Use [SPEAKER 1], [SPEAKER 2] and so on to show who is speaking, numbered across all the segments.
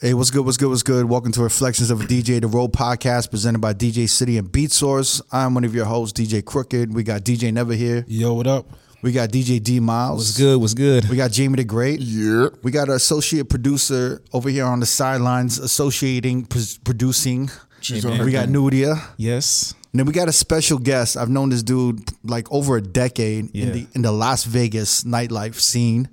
[SPEAKER 1] Hey, what's good? What's good? What's good? Welcome to Reflections of a DJ, the Road podcast presented by DJ City and Beat Source. I'm one of your hosts, DJ Crooked. We got DJ Never here.
[SPEAKER 2] Yo, what up?
[SPEAKER 1] We got DJ D Miles.
[SPEAKER 3] What's good? What's good?
[SPEAKER 1] We got Jamie the Great.
[SPEAKER 2] Yeah.
[SPEAKER 1] We got our associate producer over here on the sidelines, associating, pr- producing.
[SPEAKER 3] Jamie.
[SPEAKER 1] We got Nudia.
[SPEAKER 3] Yes.
[SPEAKER 1] And then we got a special guest. I've known this dude like over a decade in
[SPEAKER 3] Yeah.
[SPEAKER 1] the in the Las Vegas nightlife scene.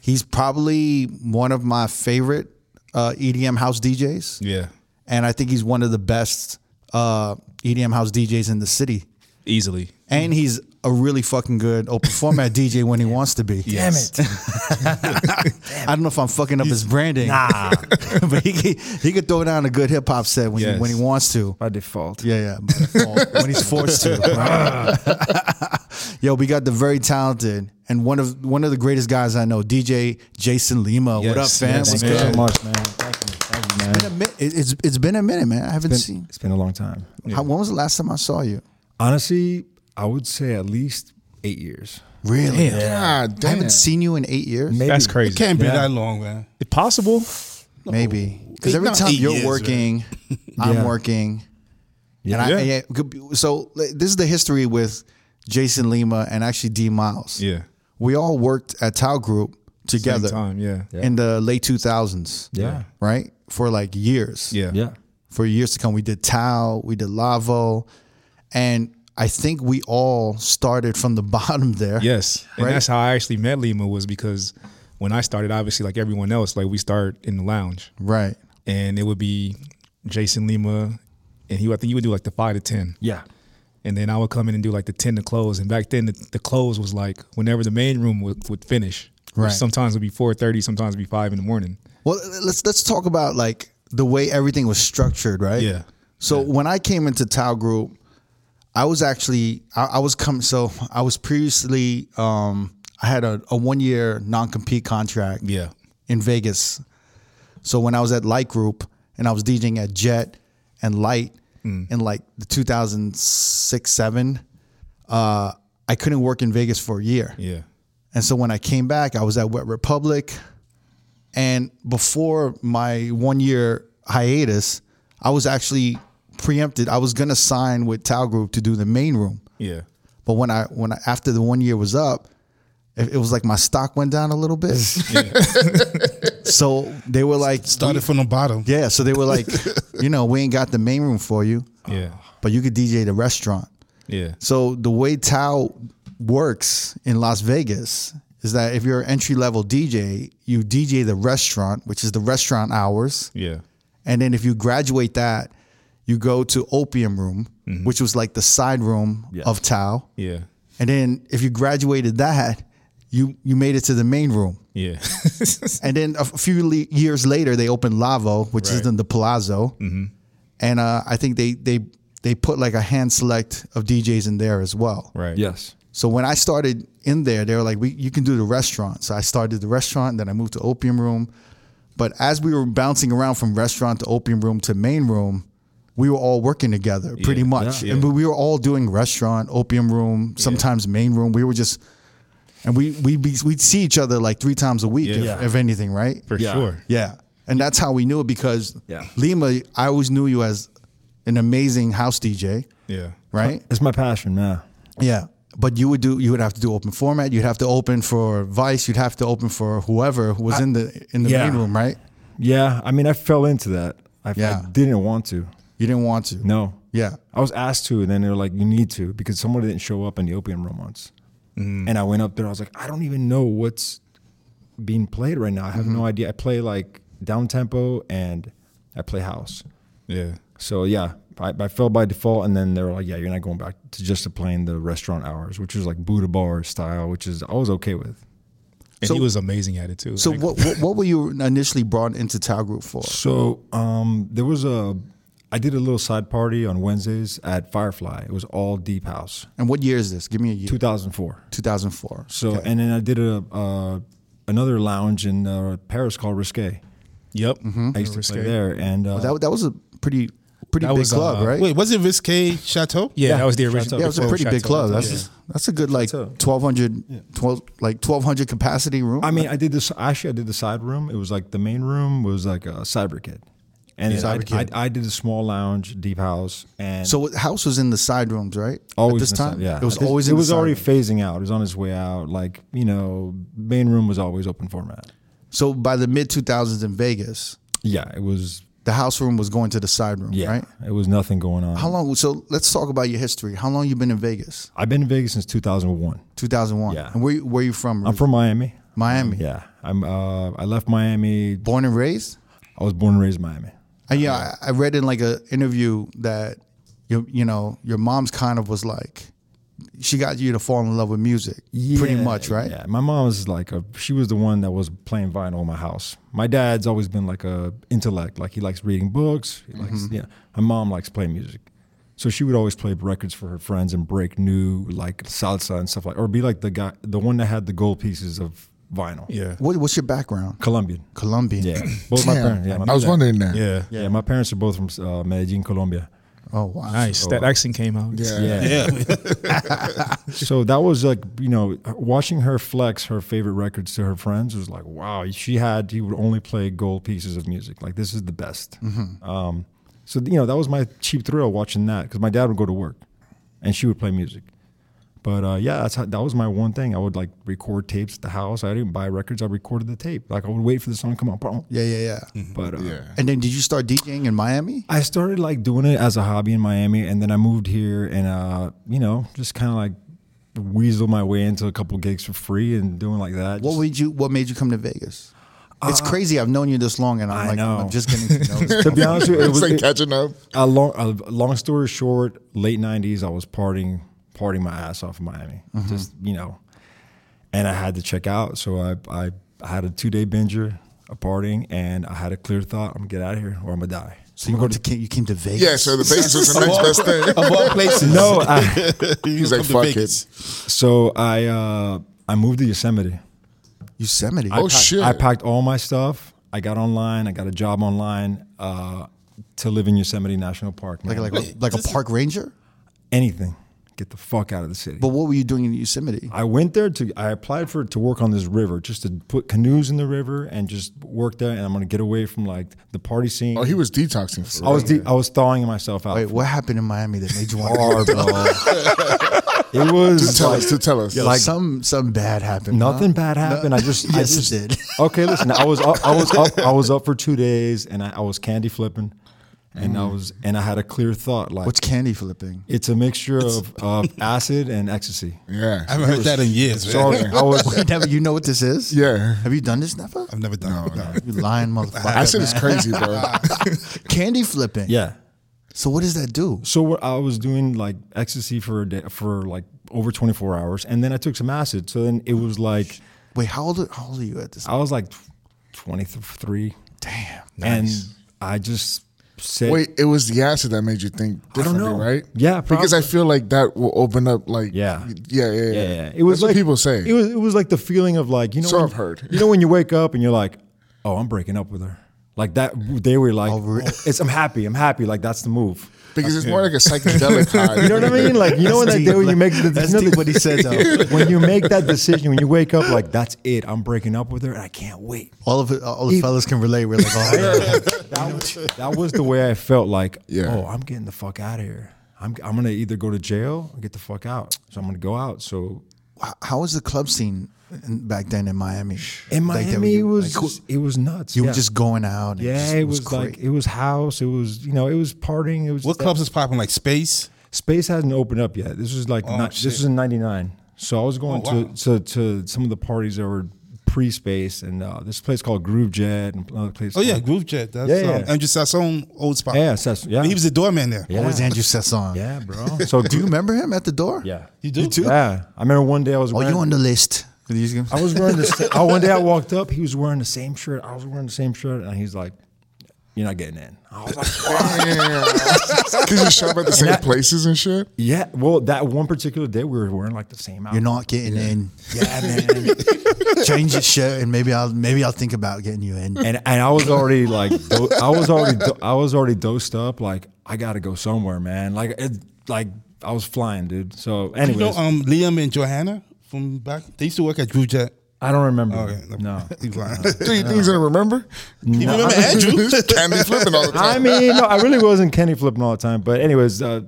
[SPEAKER 1] He's probably one of my favorite uh, EDM house DJs.
[SPEAKER 2] Yeah.
[SPEAKER 1] and I think he's one of the best uh, EDM house DJs in the city.
[SPEAKER 3] Easily.
[SPEAKER 1] And he's a really fucking good open format DJ when he wants to be.
[SPEAKER 4] Damn it.
[SPEAKER 1] I don't know if I'm fucking up his branding,
[SPEAKER 4] Nah.
[SPEAKER 1] but he could, he could throw down a good hip hop set when he,
[SPEAKER 2] Yes.
[SPEAKER 1] when he wants to.
[SPEAKER 4] By default.
[SPEAKER 1] Yeah, yeah. but when he's forced to. Yo, we got the very talented and one of one of the greatest guys I know, DJ Jason Lima. what up,
[SPEAKER 3] Yes,
[SPEAKER 1] fam?
[SPEAKER 3] yes,
[SPEAKER 1] What's
[SPEAKER 3] man.
[SPEAKER 1] good?
[SPEAKER 3] Yeah.
[SPEAKER 4] so much, man. Thank you. Thank you, man.
[SPEAKER 1] Been a mi- it- It's it's been a minute, man. I haven't
[SPEAKER 4] It's been,
[SPEAKER 1] seen.
[SPEAKER 4] it's been a long time.
[SPEAKER 1] How, when was the last time I saw you?
[SPEAKER 4] Honestly, I would say at least eight years.
[SPEAKER 1] Really?
[SPEAKER 2] God damn.
[SPEAKER 1] I haven't seen you in eight years.
[SPEAKER 4] Maybe.
[SPEAKER 3] That's crazy.
[SPEAKER 2] It can't be
[SPEAKER 4] Yeah.
[SPEAKER 2] that long, man.
[SPEAKER 3] It possible?
[SPEAKER 1] Maybe because
[SPEAKER 2] Eight-
[SPEAKER 1] every
[SPEAKER 2] not
[SPEAKER 1] time
[SPEAKER 2] eight
[SPEAKER 1] you're
[SPEAKER 2] years,
[SPEAKER 1] working, I'm
[SPEAKER 4] Yeah.
[SPEAKER 1] working, and
[SPEAKER 4] Yeah.
[SPEAKER 1] I
[SPEAKER 3] Yeah.
[SPEAKER 1] and yeah. could be- So like, this is the history with Jason Lima and actually D Miles.
[SPEAKER 3] Yeah.
[SPEAKER 1] we all worked at Tau Group together
[SPEAKER 3] Same time, yeah. Yeah.
[SPEAKER 1] in the late 2000s.
[SPEAKER 4] Yeah.
[SPEAKER 1] right for like years.
[SPEAKER 3] Yeah.
[SPEAKER 4] Yeah.
[SPEAKER 1] for years to come. We did Tau, we did Lavo, and I think we all started from the bottom there.
[SPEAKER 3] Yes. And
[SPEAKER 1] Right.
[SPEAKER 3] that's how I actually met Lima was because when I started, obviously like everyone else, like we start in the lounge.
[SPEAKER 1] right.
[SPEAKER 3] And it would be Jason Lima and he I think he would do like the five to ten.
[SPEAKER 4] Yeah.
[SPEAKER 3] And then I would come in and do like the ten to close. And back then the, the close was like whenever the main room would, would finish. which
[SPEAKER 1] Right.
[SPEAKER 3] Sometimes it would be four thirty, sometimes it would be five in the morning.
[SPEAKER 1] Well, let's let's talk about like the way everything was structured, right?
[SPEAKER 3] Yeah.
[SPEAKER 1] So when I came into Tau Group, I was actually I, I was coming. So I was previously um, I had a, a one year non compete contract.
[SPEAKER 3] Yeah.
[SPEAKER 1] In Vegas, so when I was at Light Group and I was DJing at Jet and Light
[SPEAKER 3] Mm.
[SPEAKER 1] in like the 2006 seven, uh, I couldn't work in Vegas for a year.
[SPEAKER 3] Yeah.
[SPEAKER 1] And so when I came back, I was at Wet Republic. And before my one year hiatus, I was actually preempted. I was gonna sign with Tao Group to do the main room.
[SPEAKER 3] Yeah.
[SPEAKER 1] But when I when I, after the one year was up, it, it was like my stock went down a little bit. so they were like,
[SPEAKER 2] Started from the bottom.
[SPEAKER 1] yeah. So they were like, you know, we ain't got the main room for you,
[SPEAKER 3] Yeah.
[SPEAKER 1] but you could DJ the restaurant.
[SPEAKER 3] Yeah.
[SPEAKER 1] So the way Tao works in Las Vegas is that if you're an entry level DJ, you DJ the restaurant, which is the restaurant hours,
[SPEAKER 3] Yeah.
[SPEAKER 1] and then if you graduate that, you go to Opium Room, which was like the side room
[SPEAKER 4] Yeah.
[SPEAKER 1] of Tao,
[SPEAKER 3] Yeah.
[SPEAKER 1] and then if you graduated that, you you made it to the main room.
[SPEAKER 3] Yeah.
[SPEAKER 1] And then a f- few le- years later, they opened Lavo, which is
[SPEAKER 3] Right.
[SPEAKER 1] in the Palazzo, and uh, I think they they they put like a hand select of DJs in there as well.
[SPEAKER 3] right.
[SPEAKER 4] Yes.
[SPEAKER 1] So when I started in there, they were like, we, you can do the restaurant. So I started the restaurant, then I moved to opium room. But as we were bouncing around from restaurant to opium room to main room, we were all working together pretty
[SPEAKER 3] Yeah.
[SPEAKER 1] much.
[SPEAKER 3] Yeah.
[SPEAKER 1] And we- we were all doing restaurant, opium room, sometimes main room. We were just, and we, we'd, be, we'd see each other like three times a week,
[SPEAKER 3] Yeah.
[SPEAKER 1] if,
[SPEAKER 4] Yeah.
[SPEAKER 1] if anything, right?
[SPEAKER 3] For
[SPEAKER 4] Yeah.
[SPEAKER 3] sure.
[SPEAKER 1] Yeah. And that's how we knew it because
[SPEAKER 4] Yeah.
[SPEAKER 1] Lima, I always knew you as an amazing house DJ,
[SPEAKER 3] Yeah.
[SPEAKER 1] right?
[SPEAKER 4] It's my passion, man.
[SPEAKER 1] Yeah. But you would do you would have to do open format, you'd have to open for Vice, you'd have to open for whoever was in the in the
[SPEAKER 4] Yeah.
[SPEAKER 1] main room, right?
[SPEAKER 4] Yeah. I mean, I fell into that. I,
[SPEAKER 1] Yeah.
[SPEAKER 4] I didn't want to.
[SPEAKER 1] You didn't want to.
[SPEAKER 4] No.
[SPEAKER 1] Yeah.
[SPEAKER 4] I was asked to, and then they were like, you need to, because someone didn't show up in the opium room once.
[SPEAKER 2] Mm.
[SPEAKER 4] And I went up there. I was like, I don't even know what's being played right now. I have no idea. I play like down tempo and I play house.
[SPEAKER 3] Yeah.
[SPEAKER 4] So yeah, I, I fell by default, and then they were like, "Yeah, you're not going back to just to playing the restaurant hours, which was like Buddha bar style, which is I was okay with."
[SPEAKER 3] And
[SPEAKER 1] So-
[SPEAKER 3] he was amazing at it too.
[SPEAKER 1] So
[SPEAKER 3] Like,
[SPEAKER 1] what, what what were you initially brought into Tau Group for?
[SPEAKER 4] So um, there was a, I did a little side party on Wednesdays at Firefly. It was all deep house,
[SPEAKER 1] And what year is this? Give me a year.
[SPEAKER 4] 2004.
[SPEAKER 1] Two thousand four.
[SPEAKER 4] So and then I did a uh, another lounge in uh, Paris called Risque.
[SPEAKER 3] Yep.
[SPEAKER 1] Mm-hmm.
[SPEAKER 4] I used to play there, and uh,
[SPEAKER 1] That that was a pretty pretty
[SPEAKER 3] That
[SPEAKER 1] big
[SPEAKER 3] was,
[SPEAKER 1] club,
[SPEAKER 3] uh,
[SPEAKER 1] right?
[SPEAKER 2] Wait, was it Viscay Chateau?
[SPEAKER 3] Yeah,
[SPEAKER 4] Yeah.
[SPEAKER 3] that was the
[SPEAKER 4] Shout
[SPEAKER 3] original.
[SPEAKER 4] out.
[SPEAKER 1] yeah, it was a
[SPEAKER 3] before
[SPEAKER 1] pretty big
[SPEAKER 3] Chateau.
[SPEAKER 1] club. That's
[SPEAKER 3] Yeah.
[SPEAKER 1] that's a good like
[SPEAKER 4] That's a-
[SPEAKER 1] 1200 12 like 1200 capacity room.
[SPEAKER 4] I mean, I did this. Actually, I did the side room. It was like the main room was like a cyber kid, and then I,
[SPEAKER 1] Cyber Kid.
[SPEAKER 4] I, I did a small lounge, deep house, and
[SPEAKER 1] so what- house was in the side rooms, right? At
[SPEAKER 4] always
[SPEAKER 1] this
[SPEAKER 4] in the side-
[SPEAKER 1] time,
[SPEAKER 4] yeah,
[SPEAKER 1] it was
[SPEAKER 4] At this-
[SPEAKER 1] always
[SPEAKER 4] it
[SPEAKER 1] in
[SPEAKER 4] was
[SPEAKER 1] the side
[SPEAKER 4] already
[SPEAKER 1] room.
[SPEAKER 4] phasing out. It was on its way out. Like you know, main room was always open format.
[SPEAKER 1] so by the mid 2000s in Vegas,
[SPEAKER 4] Yeah, it was.
[SPEAKER 1] the house room was going to the side room,
[SPEAKER 4] Yeah,
[SPEAKER 1] right?
[SPEAKER 4] it was nothing going on.
[SPEAKER 1] How long? So let's talk about your history. How long you been in Vegas?
[SPEAKER 4] I've been in Vegas since 2001.
[SPEAKER 1] 2001.
[SPEAKER 4] Yeah.
[SPEAKER 1] And where you- where you from?
[SPEAKER 4] I'm from Miami.
[SPEAKER 1] Miami.
[SPEAKER 4] Yeah, I'm. Uh, I left Miami.
[SPEAKER 1] Born and raised.
[SPEAKER 4] I was born and raised in Miami.
[SPEAKER 1] And yeah, I I read in like a interview that you you know your mom's kind of was like she got you to fall in love with music, pretty
[SPEAKER 4] Yeah,
[SPEAKER 1] much, right?
[SPEAKER 4] Yeah, my mom was like a. She was the one that was playing vinyl in my house. My dad's always been like a intellect. Like he likes reading books. He likes yeah. My mom likes playing music, so she would always play records for her friends and break new like salsa and stuff like, or be like the guy, the one that had the gold pieces of vinyl.
[SPEAKER 3] Yeah.
[SPEAKER 1] What, what's your background?
[SPEAKER 4] Colombian.
[SPEAKER 1] Colombian.
[SPEAKER 4] Yeah, both my
[SPEAKER 5] Damn.
[SPEAKER 4] parents. Yeah, my,
[SPEAKER 5] I was wondering that.
[SPEAKER 3] Yeah.
[SPEAKER 4] yeah, my parents are both from uh, Medellin, Colombia.
[SPEAKER 1] Oh wow.
[SPEAKER 3] Nice. That accent came out.
[SPEAKER 5] Yeah.
[SPEAKER 4] Yeah. so that was like, you know, watching her flex her favorite records to her friends was like, wow, she had, he would only play gold pieces of music. Like, this is the best. Um, so, you know, that was my cheap thrill watching that because my dad would go to work and she would play music. But uh, yeah, that's how, that was my one thing. I would like record tapes at the house. I didn't buy records. I recorded the tape. Like I would wait for the song to come out. boom.
[SPEAKER 1] Yeah, yeah, yeah.
[SPEAKER 4] But uh,
[SPEAKER 5] Yeah.
[SPEAKER 1] And then did you start DJing in Miami?
[SPEAKER 4] I started like doing it as a hobby in Miami, and then I moved here, and uh, you know, just kind of like weasel my way into a couple gigs for free and doing like that.
[SPEAKER 1] What
[SPEAKER 4] Just- Uh,
[SPEAKER 1] made you What made you come to Vegas? It's crazy. I've known you this long, and I'm
[SPEAKER 4] I
[SPEAKER 1] like,
[SPEAKER 4] know.
[SPEAKER 1] I'm just getting to know. you.
[SPEAKER 4] to be honest with you, it
[SPEAKER 5] It's
[SPEAKER 4] was
[SPEAKER 5] like
[SPEAKER 4] it-
[SPEAKER 5] catching up.
[SPEAKER 4] a long, a long story short. Late '90s, I was partying, partying my ass off in Miami, just you know, and I had to check out. So I, I, I had a two day binger, a partying, and I had a clear thought: I'm gonna get out of here, or I'm gonna die.
[SPEAKER 1] So you, went to, came- you came to Vegas.
[SPEAKER 5] Yeah, so the basis was the next best thing.
[SPEAKER 2] Of all places.
[SPEAKER 4] No, I,
[SPEAKER 2] You
[SPEAKER 5] He's
[SPEAKER 2] come
[SPEAKER 5] like,
[SPEAKER 2] to
[SPEAKER 5] fuck
[SPEAKER 2] Vegas.
[SPEAKER 5] it.
[SPEAKER 4] so I, uh, I moved to Yosemite.
[SPEAKER 1] Yosemite.
[SPEAKER 5] Oh,
[SPEAKER 4] packed-
[SPEAKER 5] shit.
[SPEAKER 4] I packed all my stuff. I got online. I got a job online uh, to live in Yosemite National Park. Man.
[SPEAKER 1] like like a, like a park ranger.
[SPEAKER 4] anything, get the fuck out of the city.
[SPEAKER 1] But what were you doing in Yosemite?
[SPEAKER 4] I went there to. I applied for to work on this river, just to put canoes in the river and just work there. And I'm gonna get away from like the party scene.
[SPEAKER 5] Oh, he was detoxing. For
[SPEAKER 4] I was de- I was thawing myself out.
[SPEAKER 1] Wait, what happened in Miami that made you want to?
[SPEAKER 4] Hard, bro. it was
[SPEAKER 5] tell
[SPEAKER 4] like-
[SPEAKER 5] us. To tell us.
[SPEAKER 1] Yo,
[SPEAKER 4] like-
[SPEAKER 1] some some bad happened. huh?
[SPEAKER 4] Nothing bad happened. I just I
[SPEAKER 1] Yes, it
[SPEAKER 4] just,
[SPEAKER 1] did.
[SPEAKER 4] Okay, listen. I was up, I was up I was up for two days, and I, I was candy flipping, and I was and I had a clear thought like
[SPEAKER 1] Mm. What's candy flipping?
[SPEAKER 4] it's a mixture of, of acid and ecstasy.
[SPEAKER 5] yeah.
[SPEAKER 2] I haven't heard that in years.
[SPEAKER 4] So I
[SPEAKER 2] man.
[SPEAKER 4] was, I was-
[SPEAKER 1] Never, you know what this is?
[SPEAKER 5] yeah.
[SPEAKER 1] Have you done this, never?
[SPEAKER 2] I've never done it. No.
[SPEAKER 1] You lying motherfucker.
[SPEAKER 5] I said it's
[SPEAKER 1] man.
[SPEAKER 5] crazy, bro.
[SPEAKER 1] candy flipping.
[SPEAKER 4] yeah.
[SPEAKER 1] So what does that do?
[SPEAKER 4] So what I was doing like ecstasy for a day for like over twenty four hours, and then I took some acid. So then it was like
[SPEAKER 1] Wait, how old how old are you at this?
[SPEAKER 4] I was like twenty three,
[SPEAKER 1] Damn.
[SPEAKER 4] and I just said,
[SPEAKER 5] Wait, it was the acid that made you think
[SPEAKER 4] don't
[SPEAKER 5] differently,
[SPEAKER 4] know.
[SPEAKER 5] right?
[SPEAKER 4] Yeah,
[SPEAKER 5] because I feel like that will open up, like,
[SPEAKER 4] Yeah.
[SPEAKER 5] yeah, yeah, yeah.
[SPEAKER 4] Yeah, yeah. It was
[SPEAKER 5] That's
[SPEAKER 4] like
[SPEAKER 5] what people say.
[SPEAKER 4] It was it was like the feeling of like you know.
[SPEAKER 5] So
[SPEAKER 4] when-
[SPEAKER 5] I've heard.
[SPEAKER 4] You know when you wake up and you're like, oh, I'm breaking up with her. Like that, they were like,
[SPEAKER 1] re-
[SPEAKER 4] "Oh, it's I'm happy, I'm happy. Like that's the move.
[SPEAKER 5] because it's more like a psychedelic high.
[SPEAKER 4] You know what I mean? Like you know when that day when you make the,
[SPEAKER 1] That's
[SPEAKER 4] you know
[SPEAKER 1] deep
[SPEAKER 4] the-
[SPEAKER 1] what he said though.
[SPEAKER 4] when you make that decision when you wake up like that's it. I'm breaking up with her and I can't wait.
[SPEAKER 1] All of it, all the fellas can relate. We're like, oh,
[SPEAKER 4] That was, that was the way I felt. Like
[SPEAKER 5] Yeah.
[SPEAKER 4] oh, I'm getting the fuck out of here. I'm I'm gonna either go to jail or get the fuck out. So I'm gonna go out. So
[SPEAKER 1] yeah. how was the club scene in, back then in Miami?
[SPEAKER 4] in
[SPEAKER 1] Like,
[SPEAKER 4] Miami
[SPEAKER 1] that
[SPEAKER 4] it
[SPEAKER 1] you-
[SPEAKER 4] was
[SPEAKER 1] like,
[SPEAKER 4] just- it was nuts.
[SPEAKER 1] you
[SPEAKER 4] Yeah.
[SPEAKER 1] were just going out. And
[SPEAKER 4] Yeah,
[SPEAKER 1] just-
[SPEAKER 4] it was,
[SPEAKER 1] great.
[SPEAKER 4] like it was house. It was you know it was partying. It was
[SPEAKER 2] What clubs is popping? Like Space? Oh,
[SPEAKER 4] Space hasn't opened up yet. This was like ni- this
[SPEAKER 2] shit.
[SPEAKER 4] was in '99. So I was going
[SPEAKER 2] Oh, wow.
[SPEAKER 4] to, to to some of the parties that were pre-space and uh, this place called Groove Jet and another place.
[SPEAKER 2] Oh, yeah,
[SPEAKER 4] called-
[SPEAKER 2] Groove Jet. That's,
[SPEAKER 4] Yeah, yeah.
[SPEAKER 2] Um, Andrew Sassone, old spot.
[SPEAKER 4] yeah, so that's- yeah,
[SPEAKER 2] He was the doorman there.
[SPEAKER 4] yeah,
[SPEAKER 1] always Andrew Sesson.
[SPEAKER 4] uh, yeah, bro. So
[SPEAKER 1] Do you remember him at the door?
[SPEAKER 4] yeah,
[SPEAKER 2] You do?
[SPEAKER 4] yeah. I remember one day I was
[SPEAKER 1] Are
[SPEAKER 4] wearing,
[SPEAKER 1] Oh, you on the list? Did you-
[SPEAKER 4] I was wearing the sa- oh, one day I walked up. He was wearing the same shirt. I was wearing the same shirt, and he's like, you're not getting in. I was like,
[SPEAKER 5] Because you shop at the same places and shit.
[SPEAKER 4] yeah. Well, that one particular day we were wearing like the same outfit.
[SPEAKER 1] You're not getting in. Yeah, man. Change your shirt, and maybe I'll maybe I'll think about getting you in.
[SPEAKER 4] and and I was already like do- I was already do- I was already dosed up. Like I gotta go somewhere, man. Like it, like I was flying, dude. So
[SPEAKER 2] You
[SPEAKER 4] anyways,
[SPEAKER 2] know, um, Liam and Johanna from back. They used to work at Drew Jet.
[SPEAKER 4] I don't remember.
[SPEAKER 2] Okay,
[SPEAKER 4] No.
[SPEAKER 2] He's lying.
[SPEAKER 5] Three things I remember.
[SPEAKER 2] You remember Andrew?
[SPEAKER 5] Candy flipping all the time.
[SPEAKER 4] I mean, no, I really wasn't Kenny flipping all the time. But anyways, uh,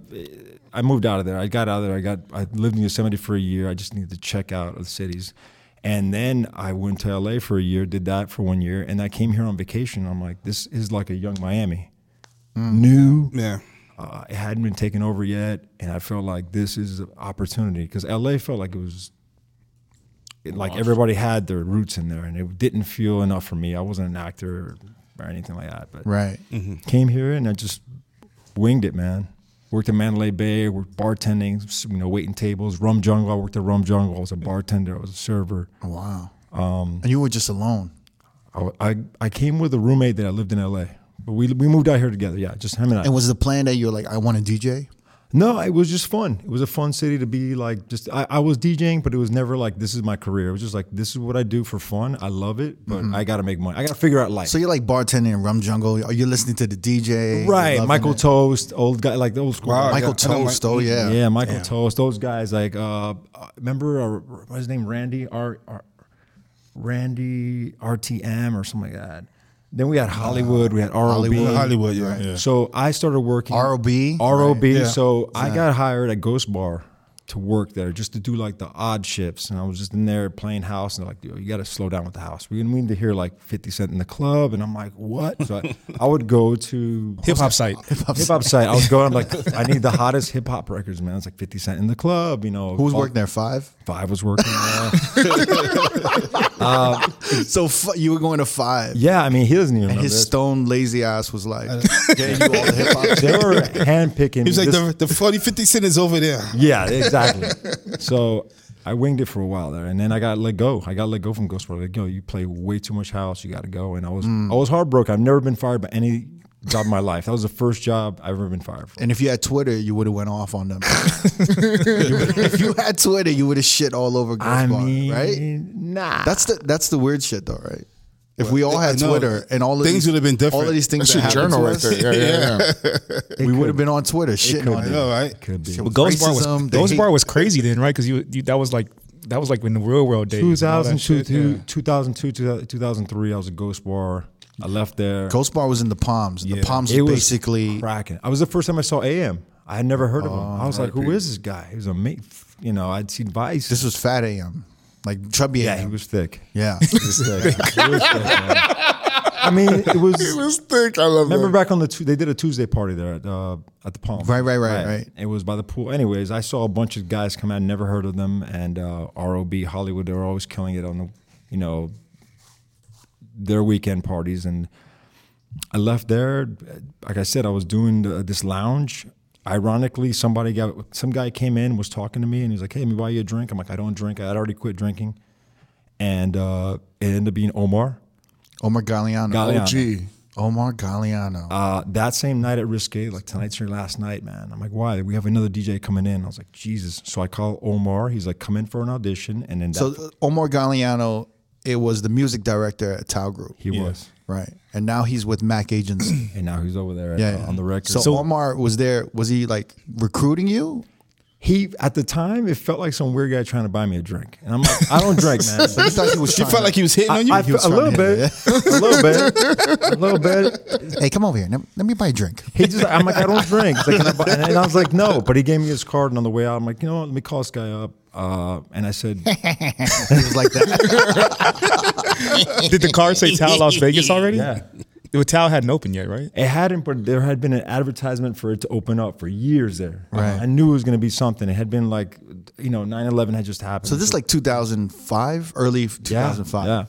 [SPEAKER 4] I moved out of there. I got out of there. I got I lived in Yosemite for a year. I just needed to check out of the cities. And then I went to LA for a year, did that for one year, and I came here on vacation. I'm like, this is like a young Miami. New,
[SPEAKER 2] yeah.
[SPEAKER 4] uh, it hadn't been taken over yet, and I felt like this is an opportunity because LA felt like it was it- like everybody had their roots in there, and it didn't feel enough for me. I wasn't an actor or anything like that, but
[SPEAKER 1] Right.
[SPEAKER 4] came here and I just winged it, man. Worked in Mandalay Bay, worked bartending, s- you know, waiting tables, Rum Jungle. I worked at Rum Jungle. I was a bartender. I was a server.
[SPEAKER 1] Wow. and you were just alone.
[SPEAKER 4] I, I, I came with a roommate that I lived in LA, but we we moved out here together. Yeah, just him and I.
[SPEAKER 1] And was the plan that you were like, I want to DJ?
[SPEAKER 4] No, it was just fun. It was a fun city to be like just I, I was DJing, but it was never like this is my career. It was just like this is what I do for fun. I love it, but I gotta make money. I gotta figure out life.
[SPEAKER 1] So you're like bartending in Rum Jungle. Are you listening to the DJ? You're
[SPEAKER 4] right.
[SPEAKER 1] loving
[SPEAKER 4] Michael
[SPEAKER 1] it.
[SPEAKER 4] Toast, old guy like the old school.
[SPEAKER 2] Wow.
[SPEAKER 1] Michael
[SPEAKER 2] I don't like-
[SPEAKER 1] Toast. oh yeah.
[SPEAKER 4] yeah. Michael Toast, those guys like uh uh, remember uh, what's his name? Randy R, R Randy RTM or something like that. Then we had Hollywood, we had R O B.
[SPEAKER 2] Hollywood, yeah. yeah.
[SPEAKER 4] So I started working
[SPEAKER 1] R.O.B.?
[SPEAKER 4] ROB. So I got hired at Ghost Bar to work there just to do like the odd shifts. And I was just in there playing house and they're like, yo, you got to slow down with the house. We need to hear like 50 Cent in the club. And I'm like, what? So I, I would go to
[SPEAKER 3] Hip hop site.
[SPEAKER 4] hip hop site. I was going, I'm like, I need the hottest hip hop records, man. It's like 50 Cent in the club, you know.
[SPEAKER 1] Who was
[SPEAKER 4] All-
[SPEAKER 1] working there? Five.
[SPEAKER 4] Five was working there.
[SPEAKER 1] So f- you were going to five.
[SPEAKER 4] yeah, I mean, he doesn't even
[SPEAKER 1] And
[SPEAKER 4] remember.
[SPEAKER 1] his stone lazy ass was like, getting you all the hip hop.
[SPEAKER 4] they were handpicking.
[SPEAKER 2] He's like,
[SPEAKER 4] this-
[SPEAKER 2] the, the 40, 50 cent is over there.
[SPEAKER 4] Yeah, exactly. so I winged it for a while there, and then I got let go. I got let go from Ghost World. Like, yo, you play way too much house. You got to go. And I was, I was heartbroken. I've never been fired by any job in my life. That was the first job I've ever been fired from.
[SPEAKER 1] And if you had Twitter, you would have went off on them. You would- if you had Twitter, you would have shit all over Ghost
[SPEAKER 4] I
[SPEAKER 1] Bar,
[SPEAKER 4] mean,
[SPEAKER 1] right?
[SPEAKER 4] nah.
[SPEAKER 1] That's the that's the weird shit though, right? If we all had
[SPEAKER 2] I know.
[SPEAKER 1] Twitter and all of
[SPEAKER 2] Things
[SPEAKER 1] these-
[SPEAKER 2] would have been different.
[SPEAKER 1] All of these things that
[SPEAKER 5] That's your
[SPEAKER 1] happened
[SPEAKER 5] journal
[SPEAKER 1] to
[SPEAKER 5] right
[SPEAKER 1] us,
[SPEAKER 5] there. Yeah, yeah, yeah.
[SPEAKER 1] we would have been on Twitter shitting on
[SPEAKER 2] I
[SPEAKER 1] it.
[SPEAKER 2] know, right?
[SPEAKER 4] could be.
[SPEAKER 1] Shit with
[SPEAKER 3] Ghost Bar was
[SPEAKER 1] racism, they
[SPEAKER 3] Ghost
[SPEAKER 1] hate-
[SPEAKER 3] Bar was crazy then, right? Because you, you that was like that was like in the real world days. and all that
[SPEAKER 4] 2002,
[SPEAKER 3] shit, yeah.
[SPEAKER 4] 2002, 2003, I was at Ghost Bar. I left there.
[SPEAKER 1] Ghost Bar was in the Palms. The Palms
[SPEAKER 4] It
[SPEAKER 1] was
[SPEAKER 4] was
[SPEAKER 1] basically
[SPEAKER 4] cracking. Oh, I was the first time I saw AM. I had never heard of him. I was like, who is this guy? He was a mate. You know, I'd seen Vice.
[SPEAKER 1] this was Fat AM, like Chubby
[SPEAKER 4] yeah, he
[SPEAKER 1] AM.
[SPEAKER 4] was thick.
[SPEAKER 1] yeah,
[SPEAKER 4] I mean, it was.
[SPEAKER 5] It was thick. I love
[SPEAKER 4] Remember
[SPEAKER 5] that.
[SPEAKER 4] back on the Tu- they did a Tuesday party there at uh, at the Palm.
[SPEAKER 1] Right, right, right, right.
[SPEAKER 4] It was by the pool. Anyways, I saw a bunch of guys come out, never heard of them, and uh, ROB Hollywood. They were always killing it on the, you know, their weekend parties, and I left there. Like I said, I was doing the, this lounge. Ironically, somebody got some guy came in was talking to me, and he's like, "Hey, let me buy you a drink." I'm like, "I don't drink. I'd already quit drinking," and uh, it ended up being Omar.
[SPEAKER 1] Omar Galliano.
[SPEAKER 4] Galliano.
[SPEAKER 5] OG.
[SPEAKER 1] Omar Galliano.
[SPEAKER 4] Uh, that same night at Risque, like tonight's your last night, man. I'm like, why? We have another DJ coming in. I was like, Jesus. So I call Omar. He's like, come in for an audition, and then that,
[SPEAKER 1] so uh, Omar Galliano, it was the music director at Tao Group,
[SPEAKER 4] he was,
[SPEAKER 1] right? And now he's with Mac Agency.
[SPEAKER 4] and now he's over there at- uh,
[SPEAKER 1] Yeah, yeah.
[SPEAKER 4] on the record.
[SPEAKER 1] So, Omar was there. Was he like recruiting you?
[SPEAKER 4] he at the time it felt like some weird guy trying to buy me a drink, and I'm like, I don't drink, man.
[SPEAKER 1] But you thought he was.
[SPEAKER 2] She
[SPEAKER 1] trying
[SPEAKER 2] felt
[SPEAKER 1] to-
[SPEAKER 2] like he was hitting on you.
[SPEAKER 4] I, I felt- a little
[SPEAKER 1] trying
[SPEAKER 4] bit,
[SPEAKER 1] to
[SPEAKER 4] a little bit, a little bit.
[SPEAKER 1] Hey, come over here. Let let me buy a drink.
[SPEAKER 4] He just, I'm like, I don't drink. He's like, "Can I buy-" and I was like, no. But he gave me his card, and on the way out, I'm like, you know what? Let me call this guy up. Uh, and I said,
[SPEAKER 1] He was like that.
[SPEAKER 3] Did the car say Tao Las Vegas already?
[SPEAKER 4] Yeah.
[SPEAKER 3] The Tao hadn't opened yet, right?
[SPEAKER 4] It hadn't, but there had been an advertisement for it to open up for years there. Uh,
[SPEAKER 1] Right.
[SPEAKER 4] I knew it was going to be something. It had been like, you know, 9 11 had just happened.
[SPEAKER 1] So this is like 2005, early 2005.
[SPEAKER 4] Yeah.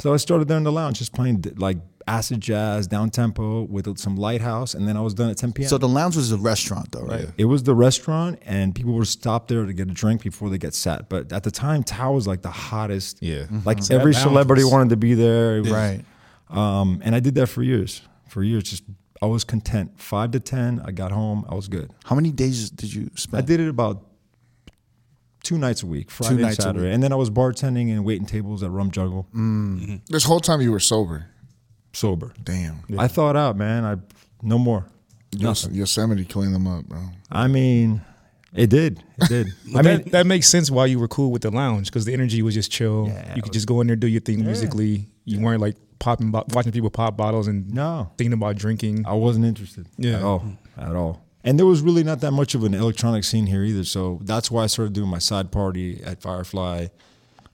[SPEAKER 4] So I started there in the lounge, just playing d- like acid jazz, down tempo with some lighthouse, and then I was done at 10 p.m.
[SPEAKER 1] So the lounge was a restaurant, though, right?
[SPEAKER 4] it was the restaurant, and people were stopped there to get a drink before they get set. But at the time, Tao was like the hottest.
[SPEAKER 3] Yeah.
[SPEAKER 4] Like every
[SPEAKER 3] That lounge
[SPEAKER 4] celebrity
[SPEAKER 3] was-
[SPEAKER 4] wanted to be there. It was-
[SPEAKER 1] Right.
[SPEAKER 4] Um, and I did that for years. for years. Just I was content. Five to ten, I got home, I was good.
[SPEAKER 1] How many days did you
[SPEAKER 4] I
[SPEAKER 1] spend?
[SPEAKER 4] did it about two nights a week, Friday and
[SPEAKER 1] nights a
[SPEAKER 4] Saturday, and then I was bartending and waiting tables at Rum Juggle,
[SPEAKER 5] This whole time you were sober.
[SPEAKER 4] sober.
[SPEAKER 5] Damn.
[SPEAKER 4] I thought out, man. I no more.
[SPEAKER 5] Yos- Yosemite cleaned them up, bro.
[SPEAKER 4] I mean, it did. It did. I
[SPEAKER 3] I mean,
[SPEAKER 4] mean,
[SPEAKER 3] that, that makes sense why you were cool with the lounge because the energy was just chill.
[SPEAKER 4] Yeah.
[SPEAKER 3] you could just go in there, do your thing musically. You weren't like popping, bo- watching people pop bottles and
[SPEAKER 4] No.
[SPEAKER 3] thinking about drinking.
[SPEAKER 4] I wasn't interested
[SPEAKER 3] Yeah.
[SPEAKER 4] at all, at all. And there was really not that much of an electronic scene here either. So that's why I started doing my side party at Firefly.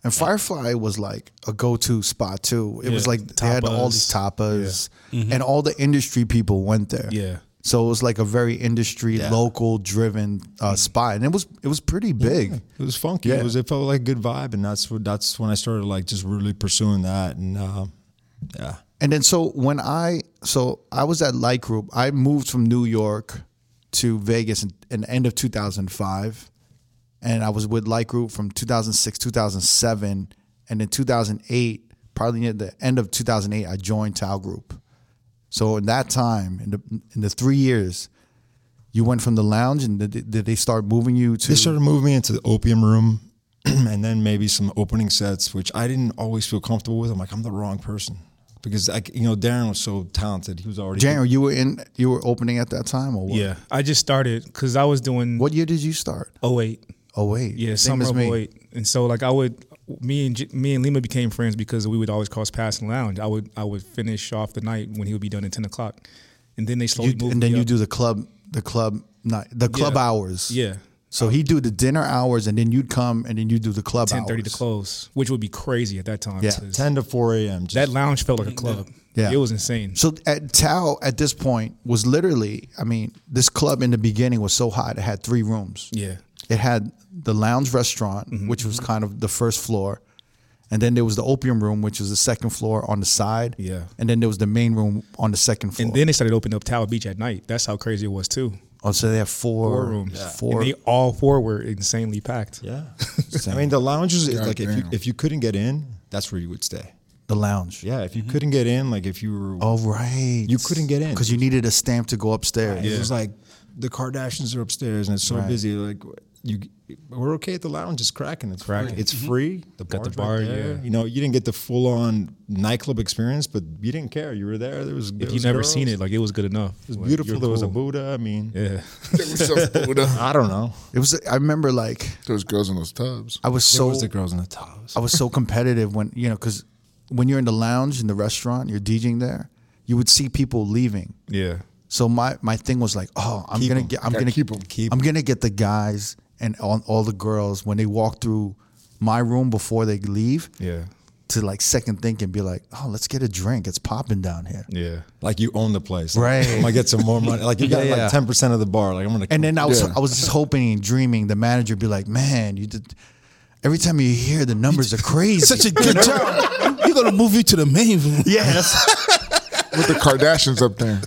[SPEAKER 1] And Firefly was like a go-to spot too. It was like they had all
[SPEAKER 3] Tapas.
[SPEAKER 1] these tapas, Mm-hmm. and all the industry people went there.
[SPEAKER 3] Yeah.
[SPEAKER 1] So it was like a very industry, local-driven uh, spot, and it was it was pretty big.
[SPEAKER 4] It was funky.
[SPEAKER 1] Yeah.
[SPEAKER 4] It was. It felt like a good vibe, and that's what. That's when I started like just really pursuing that. And uh, yeah,
[SPEAKER 1] And then so when I so I was at Light Group, I moved from New York to Vegas in, in the end of 2005, and I was with Light Group from 2006 2007, and in 2008, probably near the end of 2008, I joined Tao Group. So in that time, in the in the three years, you went from the lounge, and did, did they start moving you to?
[SPEAKER 4] they started moving me into the opium room, and then maybe some opening sets, which I didn't always feel comfortable with. I'm like, I'm the wrong person because I, c- you know, Darren was so talented. He was already
[SPEAKER 1] January, you were in, you were opening at that time, or what?
[SPEAKER 3] Yeah, I just started because I was doing
[SPEAKER 1] What year did you start?
[SPEAKER 3] 08.
[SPEAKER 1] Oh wait,
[SPEAKER 3] Yeah,
[SPEAKER 1] same
[SPEAKER 3] summer
[SPEAKER 1] as
[SPEAKER 3] of
[SPEAKER 1] me.
[SPEAKER 3] 08. And so like I would me and J- me and Lima became friends because we would always cross paths in the lounge. I would I would finish off the night when he would be done at ten o'clock, and then they slowly
[SPEAKER 1] You-
[SPEAKER 3] Oh, moved.
[SPEAKER 1] and then
[SPEAKER 3] me
[SPEAKER 1] you
[SPEAKER 3] up.
[SPEAKER 1] do the club the club night the club hours
[SPEAKER 3] yeah
[SPEAKER 1] so he'd do the dinner hours and then you'd come and then you do the club
[SPEAKER 3] ten thirty to
[SPEAKER 1] hours.
[SPEAKER 3] close, which would be crazy at that time.
[SPEAKER 1] Yeah.
[SPEAKER 3] 'cause
[SPEAKER 4] ten to four a.m. just-
[SPEAKER 3] that lounge felt like a club.
[SPEAKER 1] Yeah.
[SPEAKER 3] it was insane.
[SPEAKER 1] so at tao at this point was literally i mean this club in the beginning was so hot it had three rooms
[SPEAKER 3] Yeah, Mm-hmm,
[SPEAKER 1] it had the lounge restaurant which was kind of the first floor and then there was the opium room which was the second floor on the side
[SPEAKER 3] Yeah.
[SPEAKER 1] and then there was the main room on the second floor
[SPEAKER 3] and then they started opening up Tower Beach at night. That's how crazy it was too.
[SPEAKER 1] oh so they have four,
[SPEAKER 3] Four rooms,
[SPEAKER 1] four
[SPEAKER 3] And they all four were insanely packed.
[SPEAKER 4] Yeah, I mean the lounges. is
[SPEAKER 5] God
[SPEAKER 4] like if you,
[SPEAKER 5] damn.
[SPEAKER 4] if you couldn't get in, that's where you would stay.
[SPEAKER 1] the lounge
[SPEAKER 4] Yeah, if you couldn't get in, like if you were,
[SPEAKER 1] Oh right,
[SPEAKER 4] You couldn't get in.
[SPEAKER 1] because you needed a stamp to go upstairs.
[SPEAKER 4] it was like the Kardashians are upstairs and it's so busy. Like you, we're okay at the lounge. It's cracking. It's cracking. It's
[SPEAKER 1] Mm-hmm.
[SPEAKER 4] free. The
[SPEAKER 3] Got the
[SPEAKER 4] bar's right
[SPEAKER 3] bar,
[SPEAKER 4] there.
[SPEAKER 3] yeah.
[SPEAKER 4] You know, you didn't get the full on nightclub experience, but you didn't care. You were there. There was. there
[SPEAKER 3] If you
[SPEAKER 4] was
[SPEAKER 3] never
[SPEAKER 4] girls.
[SPEAKER 3] seen it, like it was good enough.
[SPEAKER 4] it was beautiful. There was a Buddha. I mean,
[SPEAKER 3] Yeah,
[SPEAKER 5] There was some Buddha.
[SPEAKER 4] I don't know.
[SPEAKER 1] It was. I remember like
[SPEAKER 5] There was girls in those tubs.
[SPEAKER 1] I was
[SPEAKER 4] So
[SPEAKER 1] so
[SPEAKER 4] was the girls in the tubs.
[SPEAKER 1] I was so competitive when you know because when you're in the lounge in the restaurant, you're DJing there, you would see people leaving.
[SPEAKER 3] yeah.
[SPEAKER 1] So my my thing was like, oh, I'm gonna get, I'm
[SPEAKER 5] Gotta
[SPEAKER 1] gonna
[SPEAKER 5] keep 'em. Keep
[SPEAKER 1] I'm gonna get the guys and all, all the girls when they walk through my room before they leave.
[SPEAKER 3] Yeah.
[SPEAKER 1] To like second think and be like, oh, let's get a drink. It's popping down here.
[SPEAKER 3] Yeah.
[SPEAKER 4] Like you own the place.
[SPEAKER 1] Right.
[SPEAKER 4] I'm gonna get some more money. Like you got
[SPEAKER 1] Yeah, yeah.
[SPEAKER 4] like ten percent of the bar. Like I'm gonna.
[SPEAKER 1] And then I was
[SPEAKER 5] Yeah.
[SPEAKER 1] I was just hoping and dreaming the manager would be like, man, you did. Every time you hear the numbers are crazy.
[SPEAKER 2] Such a good job. We're gonna move you to the main room.
[SPEAKER 1] yeah, that's,
[SPEAKER 5] With the Kardashians up there.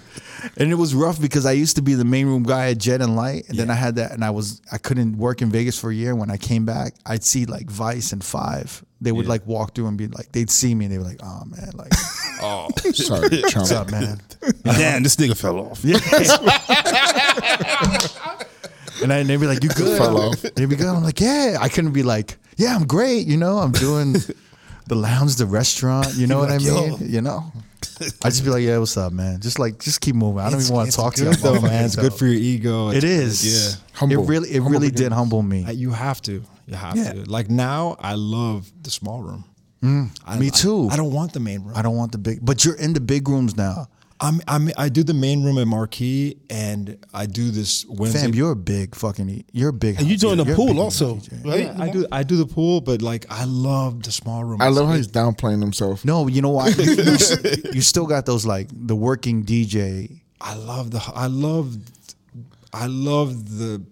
[SPEAKER 1] and it was rough because I used to be the main room guy at Jet and Light, and then I had that, and I was I couldn't work in Vegas for a year. When I came back, I'd see like Vice and Five. They would like walk through and be like, they'd see me and they were like, oh man, like
[SPEAKER 5] Sorry,
[SPEAKER 1] what's up,
[SPEAKER 5] Trump.
[SPEAKER 1] man?
[SPEAKER 2] Damn, this nigga fell off.
[SPEAKER 1] And I, they'd be like, you good?
[SPEAKER 5] Fellow.
[SPEAKER 1] They'd be good. I'm like, yeah. I couldn't be like, yeah, I'm great. You know, I'm doing the lounge, the restaurant. You know what I mean? You know, I just be like, yeah, what's up, man? Just like, just keep moving. I don't even want to talk to you,
[SPEAKER 4] good though, man. It's good
[SPEAKER 1] So-
[SPEAKER 4] for your ego.
[SPEAKER 1] It
[SPEAKER 4] It's-
[SPEAKER 1] is.
[SPEAKER 5] Yeah. Humble.
[SPEAKER 1] It really, it
[SPEAKER 5] Humble
[SPEAKER 1] really did humble
[SPEAKER 4] Uh,
[SPEAKER 1] me.
[SPEAKER 4] You have to. You have to. Like now, I love the small room. I,
[SPEAKER 1] Mm, me
[SPEAKER 4] I-
[SPEAKER 1] too.
[SPEAKER 4] I, don't want the main room.
[SPEAKER 1] I don't want the big, but you're in the big rooms now,
[SPEAKER 4] I'm, I'm, I do the main room at Marquee, and I do this Wednesday.
[SPEAKER 1] fam. You're a big fucking. You're a big.
[SPEAKER 2] And you joined
[SPEAKER 1] doing
[SPEAKER 2] the pool also, right?
[SPEAKER 4] Yeah, I do. I do the pool, but like I love the small room.
[SPEAKER 5] I love how he's downplaying himself.
[SPEAKER 1] No, you know why? You, you s- you still got those like the working DJ.
[SPEAKER 4] I love the. I love. I love the.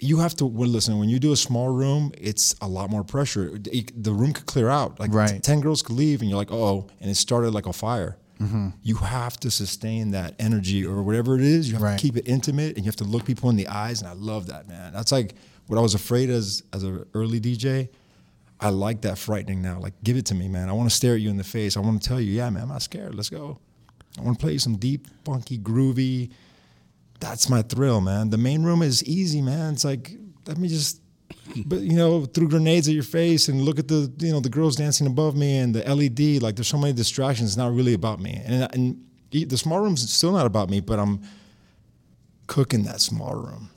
[SPEAKER 4] You have to well, listen when you do a small room. It's a lot more pressure. It- The room could clear out. Like
[SPEAKER 1] Right.
[SPEAKER 4] ten girls could leave, and you're like, oh, and it started like a fire.
[SPEAKER 1] Mm-hmm.
[SPEAKER 4] You have to sustain that energy or whatever it is. You have
[SPEAKER 1] Right.
[SPEAKER 4] to keep it intimate, and you have to look people in the eyes. And I love that, man. That's like what I was afraid as as an early DJ. I like that frightening now. Like, give it to me, man. I want to stare at you in the face. I want to tell you, yeah, man, I'm not scared. Let's go. I want to play some deep, funky, groovy. That's my thrill, man. The main room is easy, man. It's like let me just, but you know, throw grenades at your face and look at the you know the girls dancing above me and the LED. Like there's so many distractions. It's not really about me. And and the small room's still not about me, but I'm cooking that small room.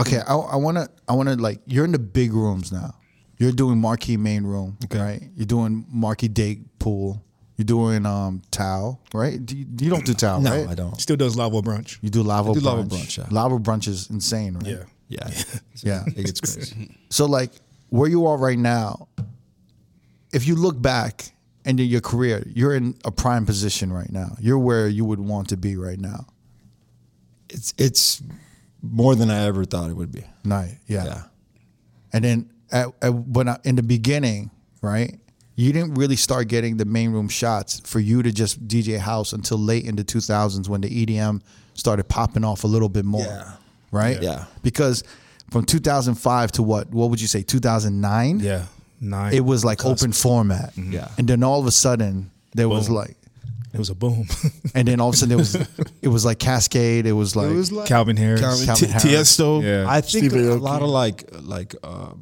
[SPEAKER 1] Okay,
[SPEAKER 4] Mm-hmm.
[SPEAKER 1] I, I wanna I wanna like you're in the big rooms now. You're doing marquee main room,
[SPEAKER 4] Okay.
[SPEAKER 1] right? You're doing marquee day pool. You're doing um towel, right? Do you, you don't do towel,
[SPEAKER 4] No,
[SPEAKER 1] right?
[SPEAKER 4] I don't.
[SPEAKER 3] Still does Lavo brunch.
[SPEAKER 1] You do lava
[SPEAKER 4] I do
[SPEAKER 1] brunch.
[SPEAKER 4] lava brunch, yeah.
[SPEAKER 1] Lava brunch is insane, right?
[SPEAKER 3] Yeah.
[SPEAKER 4] Yeah,
[SPEAKER 1] Yeah.
[SPEAKER 4] it gets crazy.
[SPEAKER 1] So like where you are right now, if you look back into your career, you're in a prime position right now. You're where you would want to be right now.
[SPEAKER 4] it's it's more than I ever thought it would be.
[SPEAKER 1] Night, yeah.
[SPEAKER 4] Yeah.
[SPEAKER 1] And then at, at when I, in the beginning, right, you didn't really start getting the main room shots for you to just DJ house until late in the 2000s when the EDM started popping off a little bit more.
[SPEAKER 4] Yeah.
[SPEAKER 1] Right?
[SPEAKER 4] Yeah.
[SPEAKER 1] Because from 2005 to what? What would you say? 2009?
[SPEAKER 3] Yeah. Nine.
[SPEAKER 1] It was like open format.
[SPEAKER 4] Mm-hmm. Yeah.
[SPEAKER 1] And then all of a sudden there was
[SPEAKER 3] Boom.
[SPEAKER 1] like
[SPEAKER 3] It was a boom.
[SPEAKER 1] and then all of a sudden it was it was like Cascade, it was like
[SPEAKER 4] like
[SPEAKER 3] Calvin Harris.
[SPEAKER 1] Calvin-
[SPEAKER 2] T-
[SPEAKER 1] Harris.
[SPEAKER 2] Tiesto.
[SPEAKER 3] Yeah.
[SPEAKER 4] I think
[SPEAKER 5] Stephen
[SPEAKER 4] a
[SPEAKER 5] Aoki.
[SPEAKER 4] lot of like like uh,